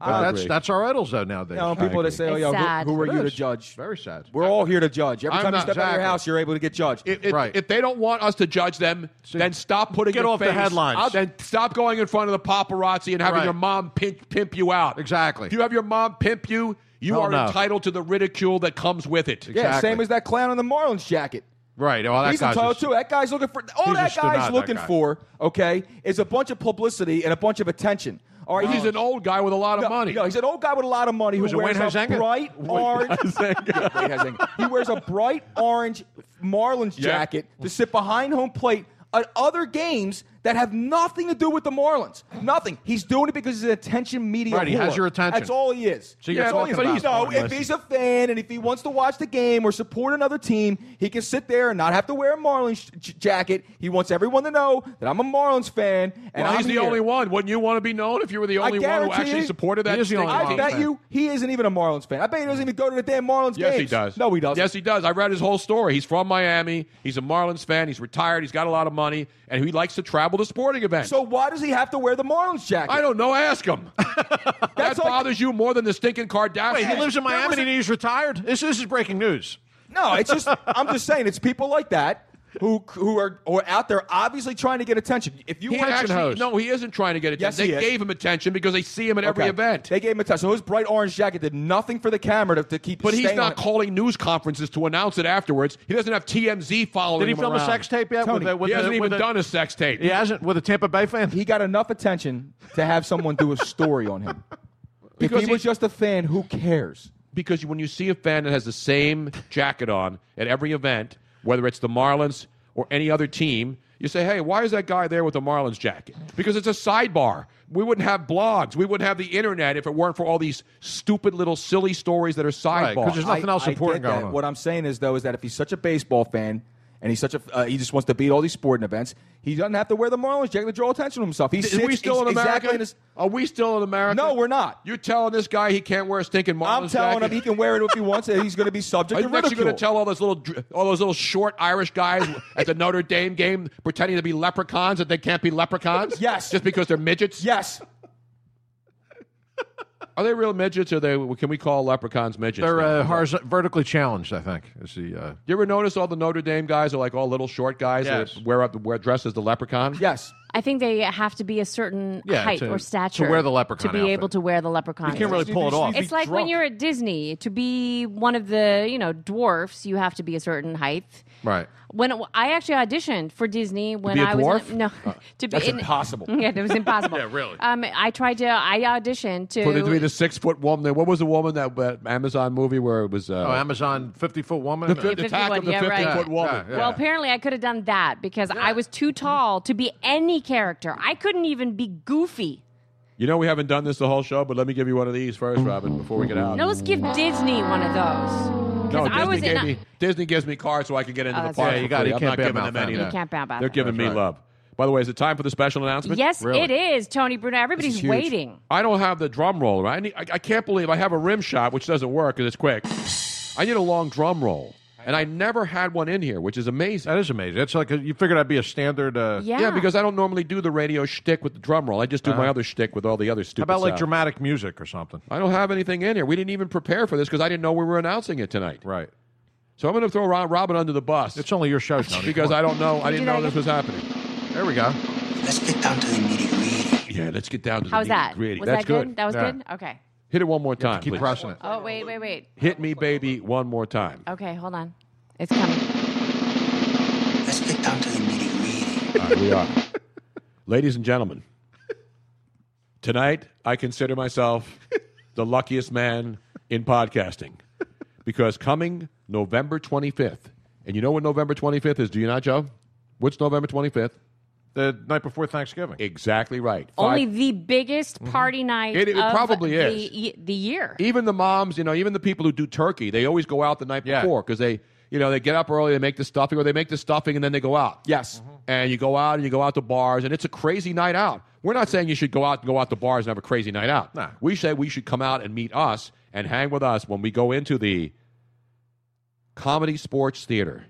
[SPEAKER 13] But
[SPEAKER 10] I
[SPEAKER 13] that's
[SPEAKER 10] agree.
[SPEAKER 13] that's our idols though nowadays.
[SPEAKER 10] You know, people that say, "Oh,
[SPEAKER 5] It's
[SPEAKER 10] yo,
[SPEAKER 5] sad.
[SPEAKER 10] who, who are
[SPEAKER 13] It
[SPEAKER 10] you to
[SPEAKER 13] is.
[SPEAKER 10] judge?"
[SPEAKER 13] Very sad.
[SPEAKER 10] We're all here to judge. Every
[SPEAKER 4] I'm
[SPEAKER 10] time you
[SPEAKER 4] not-
[SPEAKER 10] step out of
[SPEAKER 13] exactly.
[SPEAKER 10] your house, you're able to get judged.
[SPEAKER 4] If, if-
[SPEAKER 13] Right.
[SPEAKER 4] if they don't want us to judge them, then stop putting
[SPEAKER 13] Get
[SPEAKER 4] your
[SPEAKER 13] off the
[SPEAKER 4] face-
[SPEAKER 13] headlines.
[SPEAKER 4] I'll- then stop going in front of the paparazzi and having
[SPEAKER 13] Right.
[SPEAKER 4] your mom pimp, pimp you out.
[SPEAKER 13] Exactly.
[SPEAKER 4] If you have your mom pimp you, you
[SPEAKER 13] Hell
[SPEAKER 4] are
[SPEAKER 13] no.
[SPEAKER 4] entitled to the ridicule that comes with it.
[SPEAKER 10] yeah,
[SPEAKER 13] exactly.
[SPEAKER 10] same as that clown in the Marlins jacket.
[SPEAKER 13] Right. Well, that
[SPEAKER 10] he's
[SPEAKER 13] guy's
[SPEAKER 10] entitled
[SPEAKER 13] just-
[SPEAKER 10] too. That guy's looking for all
[SPEAKER 13] He's
[SPEAKER 10] that
[SPEAKER 13] just
[SPEAKER 10] guy's
[SPEAKER 13] denied that
[SPEAKER 10] looking
[SPEAKER 13] guy.
[SPEAKER 10] for. Okay, is a bunch of publicity and a bunch of attention. All right,
[SPEAKER 4] He's an old guy with a lot of
[SPEAKER 10] no,
[SPEAKER 4] money.
[SPEAKER 10] No, he's an old guy with a lot of money
[SPEAKER 13] Was
[SPEAKER 10] who
[SPEAKER 13] it
[SPEAKER 10] wears
[SPEAKER 13] Wayne
[SPEAKER 10] a
[SPEAKER 13] Huizenga?
[SPEAKER 10] bright orange. Yeah, Wayne Huizenga. he wears a bright orange Marlins
[SPEAKER 4] Yeah.
[SPEAKER 10] jacket to sit behind home plate at other games that have nothing to do with the Marlins. Nothing. He's doing it because he's an attention media.
[SPEAKER 13] Right, he has
[SPEAKER 10] whore.
[SPEAKER 13] your attention.
[SPEAKER 10] That's all he is.
[SPEAKER 13] So you're
[SPEAKER 10] That's all
[SPEAKER 13] talking
[SPEAKER 10] he is.
[SPEAKER 13] about-
[SPEAKER 10] no. If he's a fan and if he wants to watch the game or support another team, he can sit there and not have to wear a Marlins j- jacket. He wants everyone to know that I'm a Marlins fan. And
[SPEAKER 4] well,
[SPEAKER 10] I'm
[SPEAKER 4] he's the
[SPEAKER 10] here.
[SPEAKER 4] only one. Wouldn't you want to be known if you were the
[SPEAKER 10] I
[SPEAKER 4] only one who
[SPEAKER 10] guarantee
[SPEAKER 4] actually
[SPEAKER 10] you-
[SPEAKER 4] supported that?
[SPEAKER 13] He is the only
[SPEAKER 4] stinking
[SPEAKER 13] one.
[SPEAKER 10] I
[SPEAKER 4] team?
[SPEAKER 10] bet
[SPEAKER 13] fan.
[SPEAKER 10] you he isn't even a Marlins fan. I bet he doesn't even go to the damn Marlins
[SPEAKER 4] Yes,
[SPEAKER 10] games.
[SPEAKER 4] he does.
[SPEAKER 10] No, he doesn't.
[SPEAKER 4] Yes, he does. I read his whole story. He's from Miami. He's a Marlins fan. He's retired. He's got a lot of money, and he likes to travel to sporting events.
[SPEAKER 10] So why does he have to wear the Marlins jacket?
[SPEAKER 4] I don't know. Ask him. that
[SPEAKER 10] like-
[SPEAKER 4] bothers you more than the stinking Kardashian.
[SPEAKER 13] Wait, he lives in
[SPEAKER 10] There was
[SPEAKER 13] Miami
[SPEAKER 10] a-
[SPEAKER 13] and he's retired. This this is breaking news.
[SPEAKER 10] No, it's just I'm just saying it's people like that who who are or out there obviously trying to get attention. If you
[SPEAKER 4] He
[SPEAKER 10] want
[SPEAKER 4] actually,
[SPEAKER 13] hose.
[SPEAKER 4] No, he isn't trying to get
[SPEAKER 10] Yes,
[SPEAKER 4] attention.
[SPEAKER 10] he
[SPEAKER 4] they
[SPEAKER 10] is.
[SPEAKER 4] gave him attention because they see him at every
[SPEAKER 10] Okay.
[SPEAKER 4] event.
[SPEAKER 10] They gave him a touch. So his bright orange jacket did nothing for the camera to, to keep.
[SPEAKER 4] but he's
[SPEAKER 10] staying on
[SPEAKER 4] not
[SPEAKER 10] it.
[SPEAKER 4] calling news conferences to announce it afterwards. He doesn't have TMZ following
[SPEAKER 13] Did he
[SPEAKER 4] him
[SPEAKER 13] film
[SPEAKER 4] around.
[SPEAKER 13] a sex tape yet?
[SPEAKER 10] Tony,
[SPEAKER 13] with the, with
[SPEAKER 4] he hasn't
[SPEAKER 13] the,
[SPEAKER 4] even
[SPEAKER 13] with the-
[SPEAKER 4] done a sex tape.
[SPEAKER 13] He hasn't with a Tampa Bay fan.
[SPEAKER 10] He got enough attention to have someone do a story on him. If he was just a fan, who cares?
[SPEAKER 4] Because when you see a fan that has the same jacket on at every event, whether it's the Marlins or any other team, you say, "Hey, why is that guy there with the Marlins jacket?" Because it's a sidebar. We wouldn't have blogs. We wouldn't have the internet if it weren't for all these stupid little silly stories that are sidebars.
[SPEAKER 10] I- I get that. What I'm saying is though is that if he's such a baseball fan and he's such a uh, he just wants to beat all these sporting events, he doesn't have to wear the Marlins jacket to draw attention to himself. He's
[SPEAKER 4] Is we still in America?
[SPEAKER 10] Exactly in his,
[SPEAKER 4] Are we still in America?
[SPEAKER 10] No, we're not.
[SPEAKER 4] You're telling this guy he can't wear a stinking Marlins
[SPEAKER 10] I'm telling
[SPEAKER 4] jacket?
[SPEAKER 10] him he can wear it if he wants it. He's going to be subject
[SPEAKER 4] Are
[SPEAKER 10] to
[SPEAKER 4] you actually
[SPEAKER 10] ridicule.
[SPEAKER 4] going to tell all those little dr- all those little short Irish guys at the Notre Dame game pretending to be leprechauns that they can't be leprechauns? Yes, just because they're midgets.
[SPEAKER 10] Yes.
[SPEAKER 4] Are they real midgets? Or are they? Can we call leprechauns midgets?
[SPEAKER 13] They're
[SPEAKER 4] now?
[SPEAKER 13] uh, horiz- vertically challenged, I think. Is the uh,
[SPEAKER 4] you ever notice all the Notre Dame guys are like all little short guys
[SPEAKER 13] Yes.
[SPEAKER 4] that wear up wear dress as the leprechaun?
[SPEAKER 10] Yes.
[SPEAKER 5] I think they have to be a certain
[SPEAKER 4] Yeah,
[SPEAKER 5] height
[SPEAKER 4] to-
[SPEAKER 5] or
[SPEAKER 4] to
[SPEAKER 5] stature
[SPEAKER 4] wear the leprechaun
[SPEAKER 5] to be
[SPEAKER 4] outfit.
[SPEAKER 5] able to wear the leprechaun.
[SPEAKER 4] You can't really
[SPEAKER 5] outfit.
[SPEAKER 4] pull it off.
[SPEAKER 5] It's like when you're at Disney to be one of the you know dwarfs, you have to be a certain height.
[SPEAKER 4] Right.
[SPEAKER 5] When it- I actually auditioned for Disney when
[SPEAKER 4] be a
[SPEAKER 5] I was
[SPEAKER 4] dwarf?
[SPEAKER 5] in, no
[SPEAKER 4] Uh,
[SPEAKER 5] to be
[SPEAKER 4] that's
[SPEAKER 5] in-
[SPEAKER 4] impossible.
[SPEAKER 5] Yeah, it was impossible.
[SPEAKER 4] Yeah, really.
[SPEAKER 5] Um, I tried to I auditioned to
[SPEAKER 4] For the three to six foot woman, what was the woman that, that Amazon movie where it was? Uh,
[SPEAKER 13] oh, Amazon fifty foot woman.
[SPEAKER 4] The fi- the attack of the
[SPEAKER 5] yeah,
[SPEAKER 4] 50
[SPEAKER 5] right.
[SPEAKER 4] foot woman.
[SPEAKER 5] Uh, Well, apparently I could have done that because I was too tall to be any character. I couldn't even be goofy.
[SPEAKER 4] You know we haven't done this the whole show, but let me give you one of these first, Robin, before we get out.
[SPEAKER 5] Now let's give Disney one of those. 'Cause
[SPEAKER 4] No,
[SPEAKER 5] I was
[SPEAKER 4] Disney,
[SPEAKER 5] in
[SPEAKER 4] gave
[SPEAKER 5] a-
[SPEAKER 4] me, Disney gives me cards so I can get into
[SPEAKER 5] Oh,
[SPEAKER 4] the
[SPEAKER 5] that's
[SPEAKER 4] park.
[SPEAKER 5] right. Yeah, you
[SPEAKER 4] for
[SPEAKER 13] gotta-
[SPEAKER 4] free.
[SPEAKER 13] you
[SPEAKER 4] I'm
[SPEAKER 13] can't
[SPEAKER 4] not
[SPEAKER 13] bad
[SPEAKER 4] giving them
[SPEAKER 13] mouth
[SPEAKER 4] any.
[SPEAKER 13] that.
[SPEAKER 5] You can't bad mouth
[SPEAKER 4] They're
[SPEAKER 5] that.
[SPEAKER 4] giving me
[SPEAKER 5] That's right.
[SPEAKER 4] love. By the way, is it time for the special announcement?
[SPEAKER 5] Yes, it is, Tony Bruno. Everybody's waiting.
[SPEAKER 4] I don't have the drum roll. Right? I, need, I, I can't believe I have a rim shot, which doesn't work because it's quick. I need a long drum roll, and I never had one in here, which is amazing.
[SPEAKER 13] That is amazing. That's like a, you figured I'd be a standard. Uh,
[SPEAKER 4] Yeah. because I don't normally do the radio shtick with the drum roll. I just do my
[SPEAKER 13] Uh-huh.
[SPEAKER 4] other shtick with all the other
[SPEAKER 13] How
[SPEAKER 4] stupid
[SPEAKER 13] about like
[SPEAKER 4] sound.
[SPEAKER 13] dramatic music or something?
[SPEAKER 4] I don't have anything in here. We didn't even prepare for this because I didn't know we were announcing it tonight.
[SPEAKER 13] Right.
[SPEAKER 4] So I'm going to throw Ro- Robin under the bus. It's
[SPEAKER 13] only your show, Tony.
[SPEAKER 4] because
[SPEAKER 13] Come on.
[SPEAKER 4] I don't know.
[SPEAKER 13] Can
[SPEAKER 4] I
[SPEAKER 13] you
[SPEAKER 4] didn't
[SPEAKER 13] do that
[SPEAKER 4] know this was happening. There we go. Let's get down to the nitty gritty. Yeah, let's get down to
[SPEAKER 5] How
[SPEAKER 4] the
[SPEAKER 5] was that?
[SPEAKER 4] nitty-gritty.
[SPEAKER 5] Was
[SPEAKER 4] That's
[SPEAKER 5] that good? That was
[SPEAKER 4] Yeah.
[SPEAKER 5] good? Okay.
[SPEAKER 4] Hit it one more time.
[SPEAKER 13] keep
[SPEAKER 4] please.
[SPEAKER 13] pressing it.
[SPEAKER 5] Oh, wait, wait, wait.
[SPEAKER 4] Hit me, baby, one more time.
[SPEAKER 5] Okay, hold on. It's coming. Let's get down to the meeting.
[SPEAKER 4] All right, we are. Ladies and gentlemen, tonight I consider myself the luckiest man in podcasting because coming November 25th, and you know what November 25th is, do you not, Joe? What's November 25th?
[SPEAKER 13] The night before Thanksgiving.
[SPEAKER 4] Exactly right.
[SPEAKER 5] Only
[SPEAKER 4] Five- Mm-hmm.
[SPEAKER 5] the biggest party night
[SPEAKER 4] It- it
[SPEAKER 5] of
[SPEAKER 4] probably
[SPEAKER 5] the,
[SPEAKER 4] is.
[SPEAKER 5] y- the year.
[SPEAKER 4] even the moms, you know, even the people who do turkey, they always go out the night before because they, you know, they get up early, they make the stuffing, or they make the stuffing and then they go out. Mm-hmm.
[SPEAKER 10] Yes.
[SPEAKER 4] And you go out and you go out to bars, and it's a crazy night out. We're not saying you should go out and go out to bars and have a crazy night out.
[SPEAKER 13] Nah.
[SPEAKER 4] We say we should come out and meet us and hang with us when we go into the Comedy Sports Theater.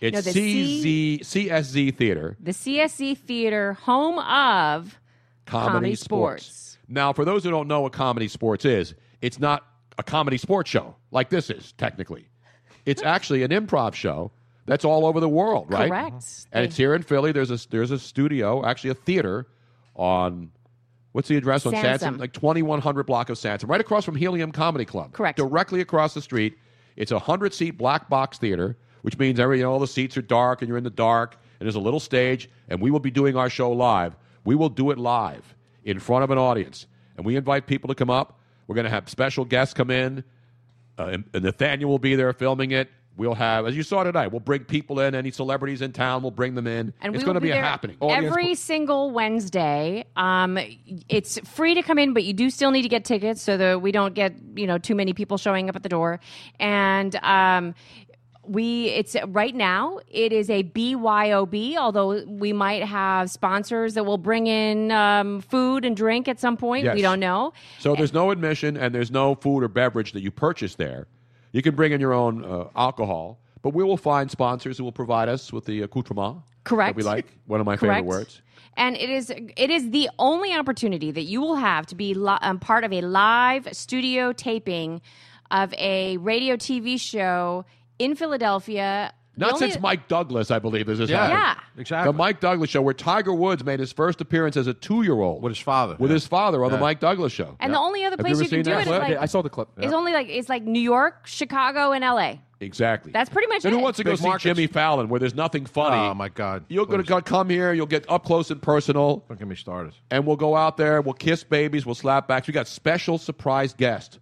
[SPEAKER 4] It's
[SPEAKER 5] No, the
[SPEAKER 4] CZ, CSZ Theater.
[SPEAKER 5] The CSC Theater, home of
[SPEAKER 4] Comedy, sports. Now, for those who don't know what comedy sports is, it's not a comedy sports show like this is technically. It's actually an improv show that's all over the world, right?
[SPEAKER 5] Correct.
[SPEAKER 4] And it's here in Philly. There's a there's a studio, actually a theater on what's the address on
[SPEAKER 5] Sansom.
[SPEAKER 4] Sansom? Like 2100 block of Sansom, right across from Helium Comedy Club. Correct. Directly across the street. It's a 100 seat black box theater, which means every you know, all the seats are dark and you're in the dark and there's a little stage and we will be doing our show live. We will do it live in front of an audience. And we invite people to come up. We're going to have special guests come in. Uh, and- and Nathaniel will be there filming it. We'll have, as you saw tonight, we'll bring people in, any celebrities in town, we'll bring them in.
[SPEAKER 5] And
[SPEAKER 4] it's
[SPEAKER 5] we
[SPEAKER 4] going
[SPEAKER 5] will
[SPEAKER 4] to
[SPEAKER 5] be,
[SPEAKER 4] be, a
[SPEAKER 5] there
[SPEAKER 4] happening.
[SPEAKER 5] every single Wednesday. Um, it's free to come in, but you do still need to get tickets so that we don't get you know too many people showing up at the door. And um, we it's right now it is a BYOB. Although we might have sponsors that will bring in um, food and drink at some point.
[SPEAKER 4] Yes.
[SPEAKER 5] We don't know.
[SPEAKER 4] So there's no admission and there's no food or beverage that you purchase there. You can bring in your own uh, alcohol, but we will find sponsors who will provide us with the accoutrement. That
[SPEAKER 5] Correct.
[SPEAKER 4] we like. One of my
[SPEAKER 5] Correct.
[SPEAKER 4] favorite words.
[SPEAKER 5] And it is it is the only opportunity that you will have to be li- um, part of a live studio taping of a radio TV show in Philadelphia. The
[SPEAKER 4] Not
[SPEAKER 5] only-
[SPEAKER 4] since Mike Douglas, I believe, this has
[SPEAKER 5] Yeah.
[SPEAKER 4] happened.
[SPEAKER 5] Yeah.
[SPEAKER 4] exactly. The Mike Douglas show, where Tiger Woods made his first appearance as a two-year-old with his father, with his father on
[SPEAKER 10] Yeah.
[SPEAKER 4] the Mike Douglas show.
[SPEAKER 5] And the only other
[SPEAKER 4] Have
[SPEAKER 5] place
[SPEAKER 4] ever
[SPEAKER 5] you can
[SPEAKER 4] seen
[SPEAKER 5] do
[SPEAKER 4] that
[SPEAKER 5] it is
[SPEAKER 4] clip?
[SPEAKER 5] like- Yeah, I
[SPEAKER 10] saw the clip.
[SPEAKER 5] It's only like it's like New York, Chicago, and L.A.
[SPEAKER 4] Exactly.
[SPEAKER 5] That's pretty much
[SPEAKER 4] Then who
[SPEAKER 5] it.
[SPEAKER 4] wants to go
[SPEAKER 5] Big
[SPEAKER 4] see
[SPEAKER 5] markets.
[SPEAKER 4] Jimmy Fallon where there's nothing funny?
[SPEAKER 13] Oh, my God.
[SPEAKER 4] You're going to come here. You'll get up close and personal.
[SPEAKER 13] Don't get me started.
[SPEAKER 4] And we'll go out there. We'll kiss babies. We'll slap backs. We got special surprise guest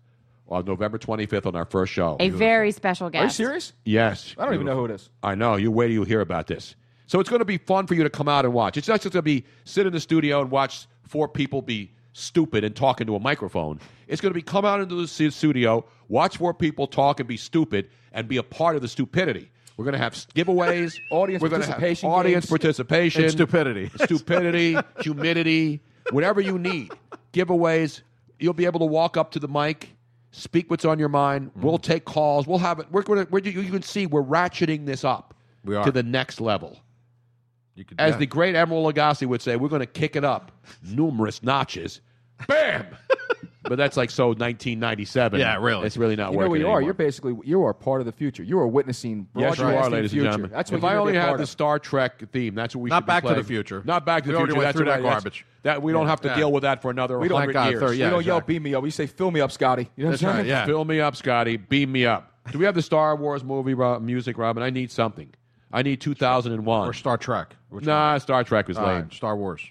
[SPEAKER 4] on November 25th on our first show.
[SPEAKER 5] a very special guest.
[SPEAKER 4] Yes.
[SPEAKER 10] I don't even know who it is.
[SPEAKER 4] I know. You wait till you hear about this. So it's going to be fun for you to come out and watch. It's not just going to be sit in the studio and watch four people be stupid and talk into a microphone. It's going to be come out into the stu- studio, watch four people talk and be stupid, and be a part of the stupidity. We're going to have s- giveaways,
[SPEAKER 10] Audience
[SPEAKER 4] We're gonna have
[SPEAKER 10] participation
[SPEAKER 4] audience
[SPEAKER 10] games.
[SPEAKER 4] participation,
[SPEAKER 10] And stupidity.
[SPEAKER 4] stupidity, humidity, whatever you need. Giveaways. You'll be able to walk up to the mic, speak what's on your mind.
[SPEAKER 10] Mm.
[SPEAKER 4] We'll take calls. We'll have it. We're going to. You you can see we're ratcheting this up
[SPEAKER 13] We are.
[SPEAKER 4] to the next level. As
[SPEAKER 13] yeah.
[SPEAKER 4] the great Emerald Lagasse would say, we're going to kick it up numerous notches. Bam! but that's like so 1997.
[SPEAKER 10] Yeah, really.
[SPEAKER 4] It's really not
[SPEAKER 10] you know
[SPEAKER 4] working.
[SPEAKER 10] who you are.
[SPEAKER 4] anymore.
[SPEAKER 10] You're basically you are part of the future. You are witnessing.
[SPEAKER 4] Yes, you are,
[SPEAKER 10] broadcasting
[SPEAKER 4] ladies
[SPEAKER 10] future.
[SPEAKER 4] and gentlemen.
[SPEAKER 10] That's what
[SPEAKER 4] if
[SPEAKER 10] you're
[SPEAKER 4] I
[SPEAKER 10] gonna
[SPEAKER 4] only
[SPEAKER 10] be a
[SPEAKER 4] had
[SPEAKER 10] part
[SPEAKER 4] the
[SPEAKER 10] of.
[SPEAKER 4] Star Trek theme, that's what we
[SPEAKER 10] Not
[SPEAKER 4] should be
[SPEAKER 10] Back to the
[SPEAKER 4] playing.
[SPEAKER 10] Future.
[SPEAKER 4] Not Back to
[SPEAKER 10] We
[SPEAKER 4] the
[SPEAKER 10] already
[SPEAKER 4] Future.
[SPEAKER 10] went
[SPEAKER 4] that's
[SPEAKER 10] through
[SPEAKER 4] what
[SPEAKER 10] that
[SPEAKER 4] I- that's-
[SPEAKER 10] garbage.
[SPEAKER 4] That we don't
[SPEAKER 10] Yeah.
[SPEAKER 4] have to
[SPEAKER 10] Yeah.
[SPEAKER 4] deal with that for another
[SPEAKER 10] We don't,
[SPEAKER 4] 100
[SPEAKER 10] God,
[SPEAKER 4] years.
[SPEAKER 10] thirty- yeah, we don't yell beat me up. We say fill me up, Scotty. You know what I'm saying?
[SPEAKER 4] Fill me up, Scotty. Beam me up. Do we have the Star Wars movie Rob, music, Robin? I need something. I need 2001 or
[SPEAKER 13] Star Trek.
[SPEAKER 4] nah, Star Trek was
[SPEAKER 13] All
[SPEAKER 4] lame.
[SPEAKER 13] right, Star Wars.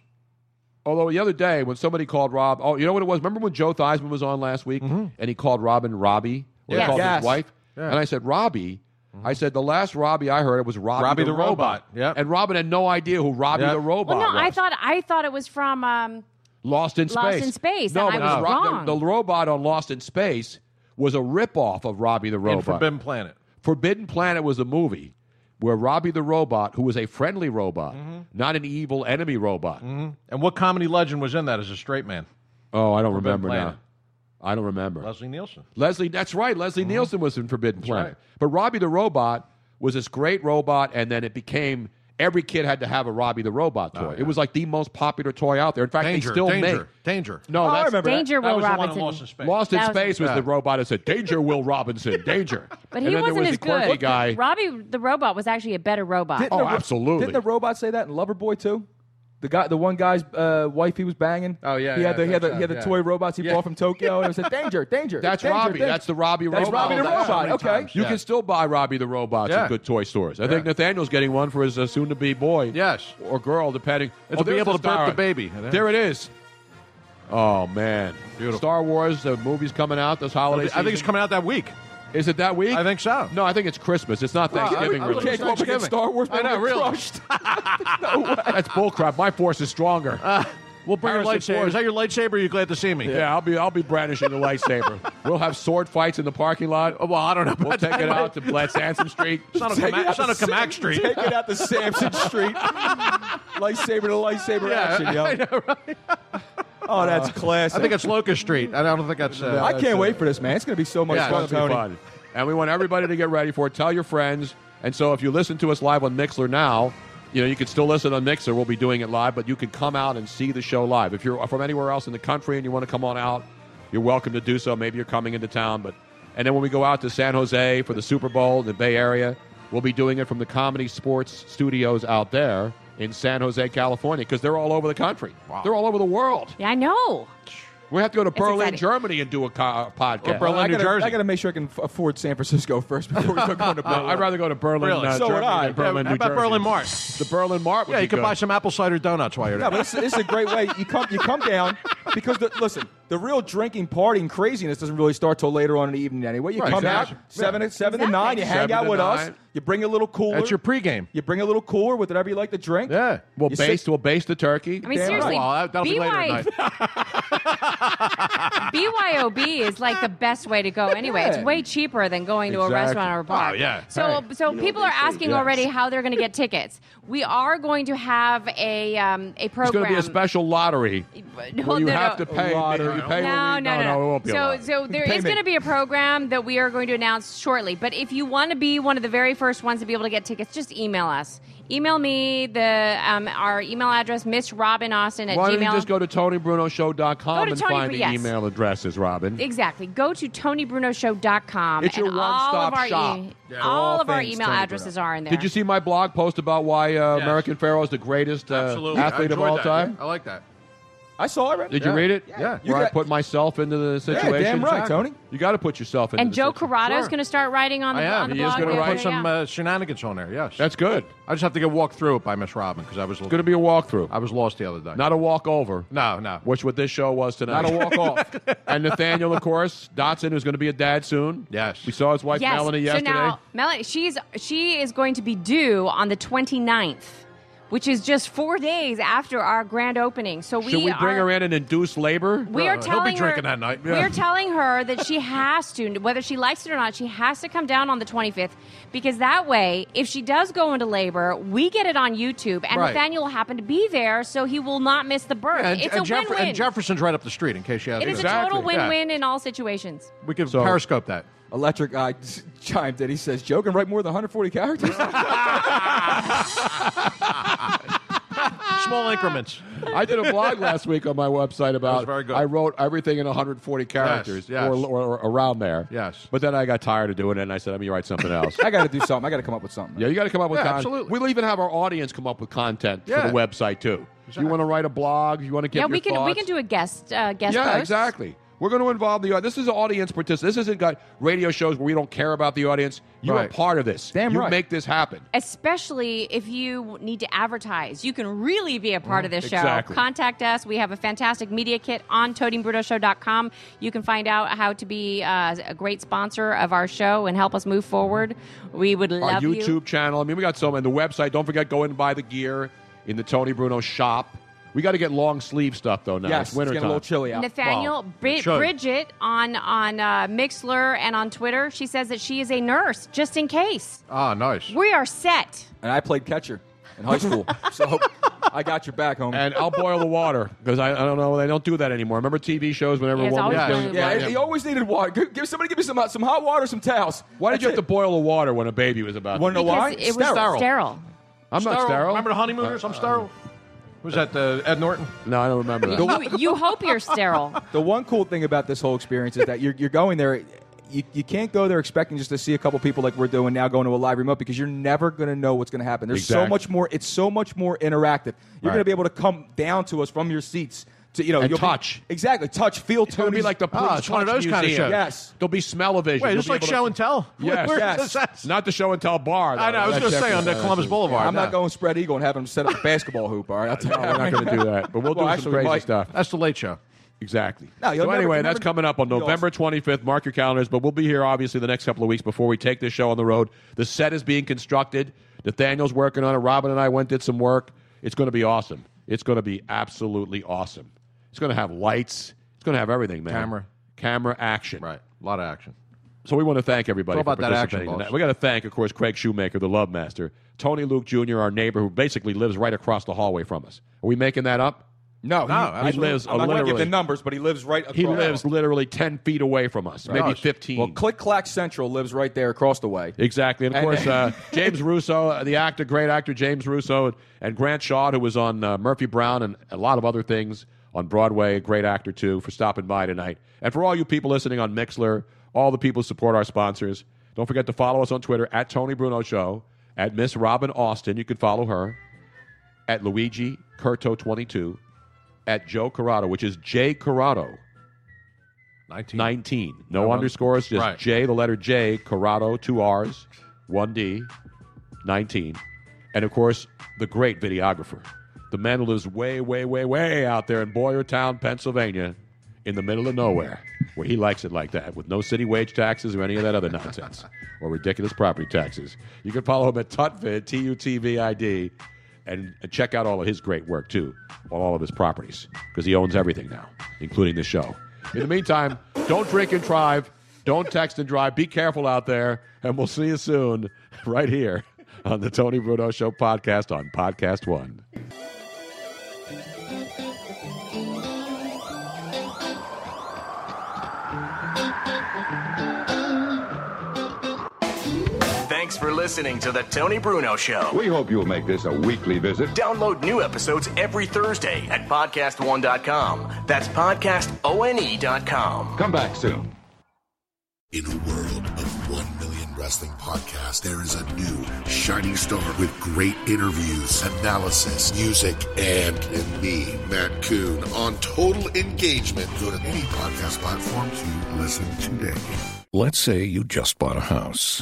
[SPEAKER 4] Although the other day when somebody called Rob, oh, you know what it was? Remember when Joe Theismann was on last week and he called Robin Robbie? Or he
[SPEAKER 13] Yes.
[SPEAKER 4] called
[SPEAKER 13] Yes.
[SPEAKER 4] his wife?
[SPEAKER 13] Yeah.
[SPEAKER 4] And I said, Robbie. I said the last Robbie I heard it was Robbie,
[SPEAKER 13] Robbie
[SPEAKER 4] the,
[SPEAKER 13] the Robot.
[SPEAKER 4] Yeah. And Robin had no idea who Robbie
[SPEAKER 13] Yep.
[SPEAKER 4] the
[SPEAKER 5] Well,
[SPEAKER 4] Robot
[SPEAKER 5] no, I
[SPEAKER 4] was.
[SPEAKER 5] thought I thought it was from. Um,
[SPEAKER 4] Lost in Space.
[SPEAKER 5] Lost in Space,
[SPEAKER 4] No,
[SPEAKER 5] and I
[SPEAKER 4] but
[SPEAKER 5] was
[SPEAKER 4] Ro- the-
[SPEAKER 5] wrong.
[SPEAKER 4] The, robot on Lost in Space was a ripoff of Robbie the Robot.
[SPEAKER 13] And Forbidden Planet.
[SPEAKER 4] Forbidden Planet was a movie where Robbie the Robot, who was a friendly robot, not an evil enemy robot.
[SPEAKER 13] And what comedy legend was in that as a straight man?
[SPEAKER 4] Oh, I don't
[SPEAKER 13] Forbidden
[SPEAKER 4] remember
[SPEAKER 13] Planet.
[SPEAKER 4] now. I don't remember.
[SPEAKER 13] Leslie Nielsen.
[SPEAKER 4] Leslie, that's right. Leslie
[SPEAKER 13] Mm-hmm.
[SPEAKER 4] Nielsen was in Forbidden Planet. But Robbie the Robot was this great robot, and then it became every kid had to have a Robbie the Robot toy. It was like the most popular toy out there. In fact,
[SPEAKER 13] Oh, Danger,
[SPEAKER 4] they still
[SPEAKER 13] danger,
[SPEAKER 4] make
[SPEAKER 13] danger.
[SPEAKER 5] Oh,
[SPEAKER 4] No, that's
[SPEAKER 5] Danger Will
[SPEAKER 13] was the one in
[SPEAKER 5] Robinson.
[SPEAKER 13] Lost in Space.
[SPEAKER 4] Lost in
[SPEAKER 5] That was-
[SPEAKER 4] Space was the robot that said, "Danger, Will Robinson, danger."
[SPEAKER 5] but
[SPEAKER 4] And
[SPEAKER 5] he
[SPEAKER 4] then
[SPEAKER 5] wasn't
[SPEAKER 4] there was
[SPEAKER 5] as
[SPEAKER 4] the quirky
[SPEAKER 5] good.
[SPEAKER 4] guy. Oh,
[SPEAKER 5] Robbie the robot was actually a better robot.
[SPEAKER 10] Didn't the ro-
[SPEAKER 4] absolutely.
[SPEAKER 10] Didn't the robot say that in Loverboy too? The guy, the one guy's uh, wife he was banging. Oh
[SPEAKER 13] yeah,
[SPEAKER 10] he
[SPEAKER 13] yeah,
[SPEAKER 10] had the, he had the,
[SPEAKER 13] that's
[SPEAKER 10] he had the
[SPEAKER 13] right,
[SPEAKER 10] toy
[SPEAKER 13] yeah.
[SPEAKER 10] robots he
[SPEAKER 13] Yeah.
[SPEAKER 10] bought from Tokyo, and it said danger, danger.
[SPEAKER 4] That's
[SPEAKER 10] danger,
[SPEAKER 4] Robbie.
[SPEAKER 10] danger."
[SPEAKER 4] That's the Robbie
[SPEAKER 10] That's
[SPEAKER 4] robot.
[SPEAKER 10] Robbie the robot. Okay,
[SPEAKER 4] You can still buy Robbie the robots
[SPEAKER 10] Yeah.
[SPEAKER 4] in good toy stores. I think Nathaniel's getting one for his uh, soon-to-be boy. Yes, or girl, depending. Oh,
[SPEAKER 13] It'll be
[SPEAKER 4] there's
[SPEAKER 13] able to birth
[SPEAKER 4] Star-
[SPEAKER 13] the baby.
[SPEAKER 4] There it is. Oh man,
[SPEAKER 13] Beautiful.
[SPEAKER 4] Star Wars. The movie's coming out this holiday.
[SPEAKER 13] I think it's coming out that week.
[SPEAKER 4] Is it that week? I think
[SPEAKER 13] so.
[SPEAKER 4] No, I think it's Christmas. It's not
[SPEAKER 13] Wow, I would-
[SPEAKER 4] Thanksgiving.
[SPEAKER 13] I would-
[SPEAKER 4] really.
[SPEAKER 13] can't go up against Star Wars,
[SPEAKER 4] I
[SPEAKER 13] man,
[SPEAKER 4] know,
[SPEAKER 13] we'll get
[SPEAKER 4] really.
[SPEAKER 13] crushed.
[SPEAKER 4] That's bullcrap. My force is stronger.
[SPEAKER 13] Uh, We'll bring
[SPEAKER 4] Our
[SPEAKER 13] our lightsaber.
[SPEAKER 4] lightsabers.
[SPEAKER 13] Is that your lightsaber? Are you glad to see me?
[SPEAKER 4] Yeah, I'll be I'll be brandishing the lightsaber. we'll have sword fights in the parking lot. well,
[SPEAKER 13] I don't know.
[SPEAKER 4] We'll take it out to Bled Sansom Street.
[SPEAKER 13] It's not a
[SPEAKER 10] Take
[SPEAKER 13] Kamak-
[SPEAKER 10] it out
[SPEAKER 13] it's not
[SPEAKER 10] the
[SPEAKER 13] a Kamak
[SPEAKER 10] Sam-
[SPEAKER 13] Street.
[SPEAKER 10] Take it out the Samson Street. lightsaber to lightsaber
[SPEAKER 13] Yeah,
[SPEAKER 10] action, yo.
[SPEAKER 13] I
[SPEAKER 10] Oh, that's
[SPEAKER 13] Uh,
[SPEAKER 10] classic.
[SPEAKER 13] I think it's Locust Street. I don't think that's. Uh,
[SPEAKER 10] I can't wait for this, man. It's going to be so much
[SPEAKER 4] Yeah,
[SPEAKER 10] fun,
[SPEAKER 4] it's gonna be
[SPEAKER 10] Tony.
[SPEAKER 4] fun. And we want everybody to get ready for it. Tell your friends. And so if you listen to us live on Mixler now, you know, you can still listen on Mixer. We'll be doing it live, but you can come out and see the show live. If you're from anywhere else in the country and you want to come on out, you're welcome to do so. Maybe you're coming into town, but and then when we go out to San Jose for the Super Bowl in the Bay Area, we'll be doing it from the Comedy Sports Studios out there in San Jose, California, because they're all over the country. They're all over the world.
[SPEAKER 5] Yeah, I know.
[SPEAKER 4] We have to go to
[SPEAKER 5] It's
[SPEAKER 4] Berlin,
[SPEAKER 5] exciting.
[SPEAKER 4] Germany, and do a co- uh, podcast.
[SPEAKER 10] Well, I gotta, I got to make sure I can f- afford San Francisco first before we go going to
[SPEAKER 4] No,
[SPEAKER 10] Berlin.
[SPEAKER 4] I'd rather go to Berlin,
[SPEAKER 10] Really?
[SPEAKER 4] uh,
[SPEAKER 10] So would
[SPEAKER 4] Germany
[SPEAKER 10] I.
[SPEAKER 4] than Berlin, New
[SPEAKER 10] Yeah, how about
[SPEAKER 4] Jersey.
[SPEAKER 10] Berlin Mart?
[SPEAKER 4] The Berlin Mart would
[SPEAKER 13] Yeah,
[SPEAKER 4] be
[SPEAKER 13] you can
[SPEAKER 4] good.
[SPEAKER 13] buy some apple cider donuts while you're
[SPEAKER 10] No,
[SPEAKER 13] there.
[SPEAKER 10] but this, this is a great way. You come, you come down because the, listen, the real drinking, partying, craziness doesn't really start till later on in the evening anyway. You
[SPEAKER 13] Right,
[SPEAKER 10] come
[SPEAKER 13] exactly.
[SPEAKER 10] out seven,
[SPEAKER 13] Yeah.
[SPEAKER 10] seven to
[SPEAKER 13] Exactly.
[SPEAKER 10] nine. You hang
[SPEAKER 13] Seven
[SPEAKER 10] out
[SPEAKER 13] to
[SPEAKER 10] with us.
[SPEAKER 13] nine.
[SPEAKER 10] You bring a little cooler.
[SPEAKER 13] That's your pregame.
[SPEAKER 10] You bring a little cooler with whatever you like to drink. Yeah,
[SPEAKER 4] We'll
[SPEAKER 10] You
[SPEAKER 4] baste,
[SPEAKER 10] sit-
[SPEAKER 4] we'll baste the turkey.
[SPEAKER 5] I mean, seriously, BY BYOB is like the best way to go anyway. It's
[SPEAKER 4] Yeah.
[SPEAKER 5] way cheaper than going to a
[SPEAKER 4] Exactly.
[SPEAKER 5] restaurant or a bar.
[SPEAKER 4] Oh, yeah.
[SPEAKER 5] So
[SPEAKER 4] Right.
[SPEAKER 5] so
[SPEAKER 4] You know
[SPEAKER 5] people
[SPEAKER 4] what
[SPEAKER 5] are
[SPEAKER 4] they say.
[SPEAKER 5] asking
[SPEAKER 4] Yes.
[SPEAKER 5] already how they're going to get tickets. We are going to have a um, a
[SPEAKER 4] It's
[SPEAKER 5] program.
[SPEAKER 4] going to be a special lottery
[SPEAKER 5] no,
[SPEAKER 4] where you
[SPEAKER 5] no,
[SPEAKER 4] have
[SPEAKER 5] no.
[SPEAKER 4] to pay.
[SPEAKER 5] A
[SPEAKER 4] You pay
[SPEAKER 5] no, no,
[SPEAKER 4] no,
[SPEAKER 5] no,
[SPEAKER 4] it won't be a
[SPEAKER 5] so,
[SPEAKER 4] lottery.
[SPEAKER 5] so there
[SPEAKER 4] Pay
[SPEAKER 5] is
[SPEAKER 4] me.
[SPEAKER 5] going to be a program that we are going to announce shortly. But if you want to be one of the very first ones to be able to get tickets, just email us. Email me the um, our email address, Miss Robin Austin at
[SPEAKER 4] Why don't
[SPEAKER 5] Gmail.
[SPEAKER 4] you just go to TonyBrunoShow.com
[SPEAKER 5] Go to
[SPEAKER 4] and
[SPEAKER 5] Tony
[SPEAKER 4] find
[SPEAKER 5] Bru-
[SPEAKER 4] the
[SPEAKER 5] yes.
[SPEAKER 4] email addresses, Robin?
[SPEAKER 5] Exactly. Go to TonyBrunoShow.com.
[SPEAKER 4] It's your
[SPEAKER 5] and all
[SPEAKER 4] one-stop
[SPEAKER 5] of our
[SPEAKER 4] shop.
[SPEAKER 5] E-
[SPEAKER 4] Yeah.
[SPEAKER 5] all,
[SPEAKER 4] All
[SPEAKER 5] of our
[SPEAKER 4] things
[SPEAKER 5] email
[SPEAKER 4] Tony Bruno.
[SPEAKER 5] addresses are in there.
[SPEAKER 4] Did you see my blog post about why uh, American Pharaoh is the greatest uh,
[SPEAKER 13] Absolutely. I
[SPEAKER 4] athlete of
[SPEAKER 13] enjoyed
[SPEAKER 4] all
[SPEAKER 13] that.
[SPEAKER 4] time?
[SPEAKER 13] I like that.
[SPEAKER 10] I saw it. Right?
[SPEAKER 4] Did you read it?
[SPEAKER 10] You
[SPEAKER 4] Where I
[SPEAKER 10] got-
[SPEAKER 4] put myself into the situation.
[SPEAKER 10] damn right, Tony.
[SPEAKER 4] You got to put yourself into
[SPEAKER 5] And
[SPEAKER 4] the
[SPEAKER 5] Joe
[SPEAKER 4] situation.
[SPEAKER 5] Corrado is going to start writing on the,
[SPEAKER 4] I
[SPEAKER 5] on
[SPEAKER 4] am.
[SPEAKER 5] the
[SPEAKER 4] He
[SPEAKER 5] blog.
[SPEAKER 4] is gonna
[SPEAKER 5] there,
[SPEAKER 4] write
[SPEAKER 5] yeah.
[SPEAKER 13] Some uh, shenanigans on there, yes.
[SPEAKER 4] That's good.
[SPEAKER 13] I just have to get walk through it by Miss Robin because I was. It's
[SPEAKER 4] going to be a walkthrough.
[SPEAKER 13] I was lost the other day.
[SPEAKER 4] Not a walkover.
[SPEAKER 13] No, no.
[SPEAKER 4] Which what this show was tonight.
[SPEAKER 13] Not a walk
[SPEAKER 4] off. and Nathaniel, of course, Dotson is going to be a dad soon. Yes. We saw his wife
[SPEAKER 5] yes.
[SPEAKER 4] Melanie yesterday.
[SPEAKER 5] So now, Melanie, she's she is going to be due on the 29th, which is just four days after our grand opening. So we
[SPEAKER 4] Should we bring
[SPEAKER 5] are,
[SPEAKER 4] her in and induce labor?
[SPEAKER 5] We are telling her, We're telling her that she has to, whether she likes it or not, she has to come down on the 25th because that way, if she does go into labor, we get it on YouTube, and
[SPEAKER 13] Right.
[SPEAKER 5] Nathaniel will happen to be there, so he will not miss the birth.
[SPEAKER 13] and,
[SPEAKER 5] it's
[SPEAKER 13] and
[SPEAKER 5] a
[SPEAKER 13] Jeff-
[SPEAKER 5] win-win.
[SPEAKER 13] and Jefferson's right up the street in case you have
[SPEAKER 5] it is a total win-win in all situations.
[SPEAKER 13] We can periscope that.
[SPEAKER 10] Electric Eye chimed in. He says, Joe can write more than 140 characters.
[SPEAKER 13] Small increments.
[SPEAKER 4] I did a blog last week on my website about.
[SPEAKER 13] very good.
[SPEAKER 4] I wrote everything in 140 characters,
[SPEAKER 13] yes.
[SPEAKER 4] Or, or, or around there.
[SPEAKER 13] Yes.
[SPEAKER 4] But then I got tired of doing it, and I said, "Let me write something else."
[SPEAKER 10] I got to do something. I got to come up with something.
[SPEAKER 4] yeah, you got to come up with
[SPEAKER 13] Yeah,
[SPEAKER 4] content.
[SPEAKER 13] absolutely.
[SPEAKER 4] We'll even have our audience come up with content for
[SPEAKER 13] Yeah.
[SPEAKER 4] the website too. You want to write a blog? You want to get
[SPEAKER 5] yeah,
[SPEAKER 4] your
[SPEAKER 5] we can we
[SPEAKER 4] thoughts?
[SPEAKER 5] can do a guest uh, guest
[SPEAKER 4] yeah,
[SPEAKER 5] post.
[SPEAKER 4] exactly. We're going to involve the audience. This is audience participation. This isn't got radio shows where we don't care about the audience. You are
[SPEAKER 10] Right.
[SPEAKER 4] part of this.
[SPEAKER 10] Damn
[SPEAKER 4] you
[SPEAKER 10] right.
[SPEAKER 4] make this happen.
[SPEAKER 5] Especially if you need to advertise, you can really be a part of this show.
[SPEAKER 4] Exactly.
[SPEAKER 5] Contact us. We have a fantastic media kit on totingbrunoshow.com. You can find out how to be uh, a great sponsor of our show and help us move forward. We would
[SPEAKER 4] Our
[SPEAKER 5] love
[SPEAKER 4] YouTube
[SPEAKER 5] you.
[SPEAKER 4] channel. I mean, we got so many. The website. Don't forget, go in and buy the gear in the Tony Bruno shop. We got to get long sleeve stuff though. Now
[SPEAKER 10] Yes,
[SPEAKER 4] it's
[SPEAKER 10] it's getting
[SPEAKER 4] winter
[SPEAKER 10] a little chilly out.
[SPEAKER 5] Nathaniel
[SPEAKER 4] Wow.
[SPEAKER 5] Bri-
[SPEAKER 4] Oh, It should.
[SPEAKER 5] Bridget on on uh, Mixler and on Twitter. She says that she is a nurse, just in case.
[SPEAKER 10] Ah, nice.
[SPEAKER 5] We are set.
[SPEAKER 10] And I played catcher in high school. so I got your back, homie.
[SPEAKER 4] And I'll boil the water because I, I don't know. They don't do that anymore. Remember TV shows when
[SPEAKER 5] it's
[SPEAKER 4] everyone
[SPEAKER 5] always
[SPEAKER 4] was
[SPEAKER 10] Yeah,
[SPEAKER 4] doing-
[SPEAKER 10] yeah, he always needed water. Give, give somebody, give me some hot- some hot water, some towels.
[SPEAKER 4] Why did you have to boil the water when a baby was about?
[SPEAKER 10] Want to know
[SPEAKER 5] Because
[SPEAKER 10] why?
[SPEAKER 5] it was sterile.
[SPEAKER 4] I'm not
[SPEAKER 13] Sterile.
[SPEAKER 4] sterile. Uh,
[SPEAKER 13] Remember the honeymooners? I'm sterile.
[SPEAKER 4] Was that uh, Ed Norton? No, I don't remember that.
[SPEAKER 5] You, you hope you're sterile.
[SPEAKER 10] The one cool thing about this whole experience is that you're, you're going there. You, you can't go there expecting just to see a couple people like we're doing now going to a live remote because you're never going to know what's going to happen. There's so
[SPEAKER 4] Exactly.
[SPEAKER 10] much more. It's so much more interactive. You're
[SPEAKER 4] Right.
[SPEAKER 10] going to be able to come down to us from your seats to you know
[SPEAKER 4] And
[SPEAKER 10] you'll be-
[SPEAKER 4] touch.
[SPEAKER 10] exactly touch feel. It's
[SPEAKER 4] It'll be like the police
[SPEAKER 10] Ah, it's one of
[SPEAKER 4] touch
[SPEAKER 10] those kinda
[SPEAKER 4] museum.
[SPEAKER 10] shows. Yes.
[SPEAKER 4] there'll be smell of vision.
[SPEAKER 13] Wait, just like show and tell?
[SPEAKER 4] Yes,
[SPEAKER 13] Where- where's that?
[SPEAKER 4] not the show and tell bar.
[SPEAKER 13] I know, I was
[SPEAKER 4] That's
[SPEAKER 13] gonna say, on the
[SPEAKER 4] different.
[SPEAKER 13] Columbus Boulevard,
[SPEAKER 10] I'm not going spread eagle and have them set up a basketball hoop. All right, I'll tell
[SPEAKER 4] No, we're not going to do that, but we'll
[SPEAKER 10] Well,
[SPEAKER 4] do
[SPEAKER 10] actually,
[SPEAKER 4] some
[SPEAKER 10] we
[SPEAKER 4] crazy
[SPEAKER 10] might.
[SPEAKER 4] stuff.
[SPEAKER 13] That's the late show.
[SPEAKER 4] Exactly.
[SPEAKER 10] No, you'll
[SPEAKER 4] so
[SPEAKER 10] never-
[SPEAKER 4] anyway,
[SPEAKER 10] you'll
[SPEAKER 4] that's
[SPEAKER 10] never-
[SPEAKER 4] coming up on
[SPEAKER 10] you'll
[SPEAKER 4] November 25th. Mark your calendars, but we'll be here obviously the next couple of weeks before we take this show on the road. The set is being constructed. Nathaniel's working on it. Robin and I went did some work. It's going to be awesome. It's going to be absolutely awesome. It's going to have lights. It's going to have everything, man.
[SPEAKER 13] Camera.
[SPEAKER 4] camera action.
[SPEAKER 13] Right. A lot of action.
[SPEAKER 4] So we want to thank everybody
[SPEAKER 13] It's all
[SPEAKER 4] for
[SPEAKER 13] about that action,
[SPEAKER 4] participating
[SPEAKER 13] boss.
[SPEAKER 4] tonight. We got to thank, of course, Craig Shoemaker, the Love Master, Tony Luke Jr., our neighbor who basically lives right across the hallway from us. Are we making that up?
[SPEAKER 10] No,
[SPEAKER 4] he
[SPEAKER 10] absolutely.
[SPEAKER 4] lives
[SPEAKER 10] I'm not gonna give
[SPEAKER 4] literally.
[SPEAKER 10] the numbers, but he lives right. Across
[SPEAKER 4] He lives literally ten feet away from us,
[SPEAKER 10] Right.
[SPEAKER 4] maybe
[SPEAKER 10] Gosh.
[SPEAKER 4] fifteen.
[SPEAKER 10] Well, Click Clack Central lives right there across the way.
[SPEAKER 4] Exactly, and of
[SPEAKER 10] And-
[SPEAKER 4] course uh, James Russo, uh, the actor, great actor James Russo, and, and Grant Shaw, who was on uh, Murphy Brown and a lot of other things on Broadway, great actor too, for stopping by tonight, and for all you people listening on Mixler, all the people who support our sponsors. Don't forget to follow us on Twitter at Tony Bruno Show, at Miss Robin Austin. You can follow her at Luigi Curto twenty two, at Joe Corrado, which is J Corrado.
[SPEAKER 13] 19.
[SPEAKER 4] 19. No,
[SPEAKER 13] No
[SPEAKER 4] underscores, just
[SPEAKER 13] right.
[SPEAKER 4] J, the letter J, Corrado, two R's, one D, 19. And of course, the great videographer, the man who lives way, way, way, way out there in Boyertown, Pennsylvania, in the middle of nowhere, where he likes it like that, with no city wage taxes or any of that other nonsense, or ridiculous property taxes. You can follow him at TUTVID, T U T V I D, and and check out all of his great work too on all of his properties because he owns everything now, including the show. In the meantime, don't drink and drive. Don't text and drive. Be careful out there, and we'll see you soon right here on the Tony Bruno Show podcast on Podcast One.
[SPEAKER 2] Thanks for listening to the Tony Bruno Show.
[SPEAKER 17] We hope you'll make this a weekly visit.
[SPEAKER 2] Download new episodes every Thursday at podcastone.com. That's E podcastone.com.
[SPEAKER 17] Come back soon.
[SPEAKER 18] In a world of 1 million Wrestling Podcast, there is a new shining star with great interviews, analysis, music, and, and me, Matt Coon, on total engagement. Go to any podcast platform to listen today.
[SPEAKER 9] Let's say you just bought a house.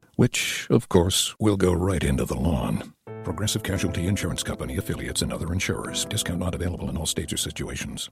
[SPEAKER 9] which, of course, will go right into the lawn. Progressive Casualty Insurance Company, affiliates, and other insurers. Discount not available in all states or situations.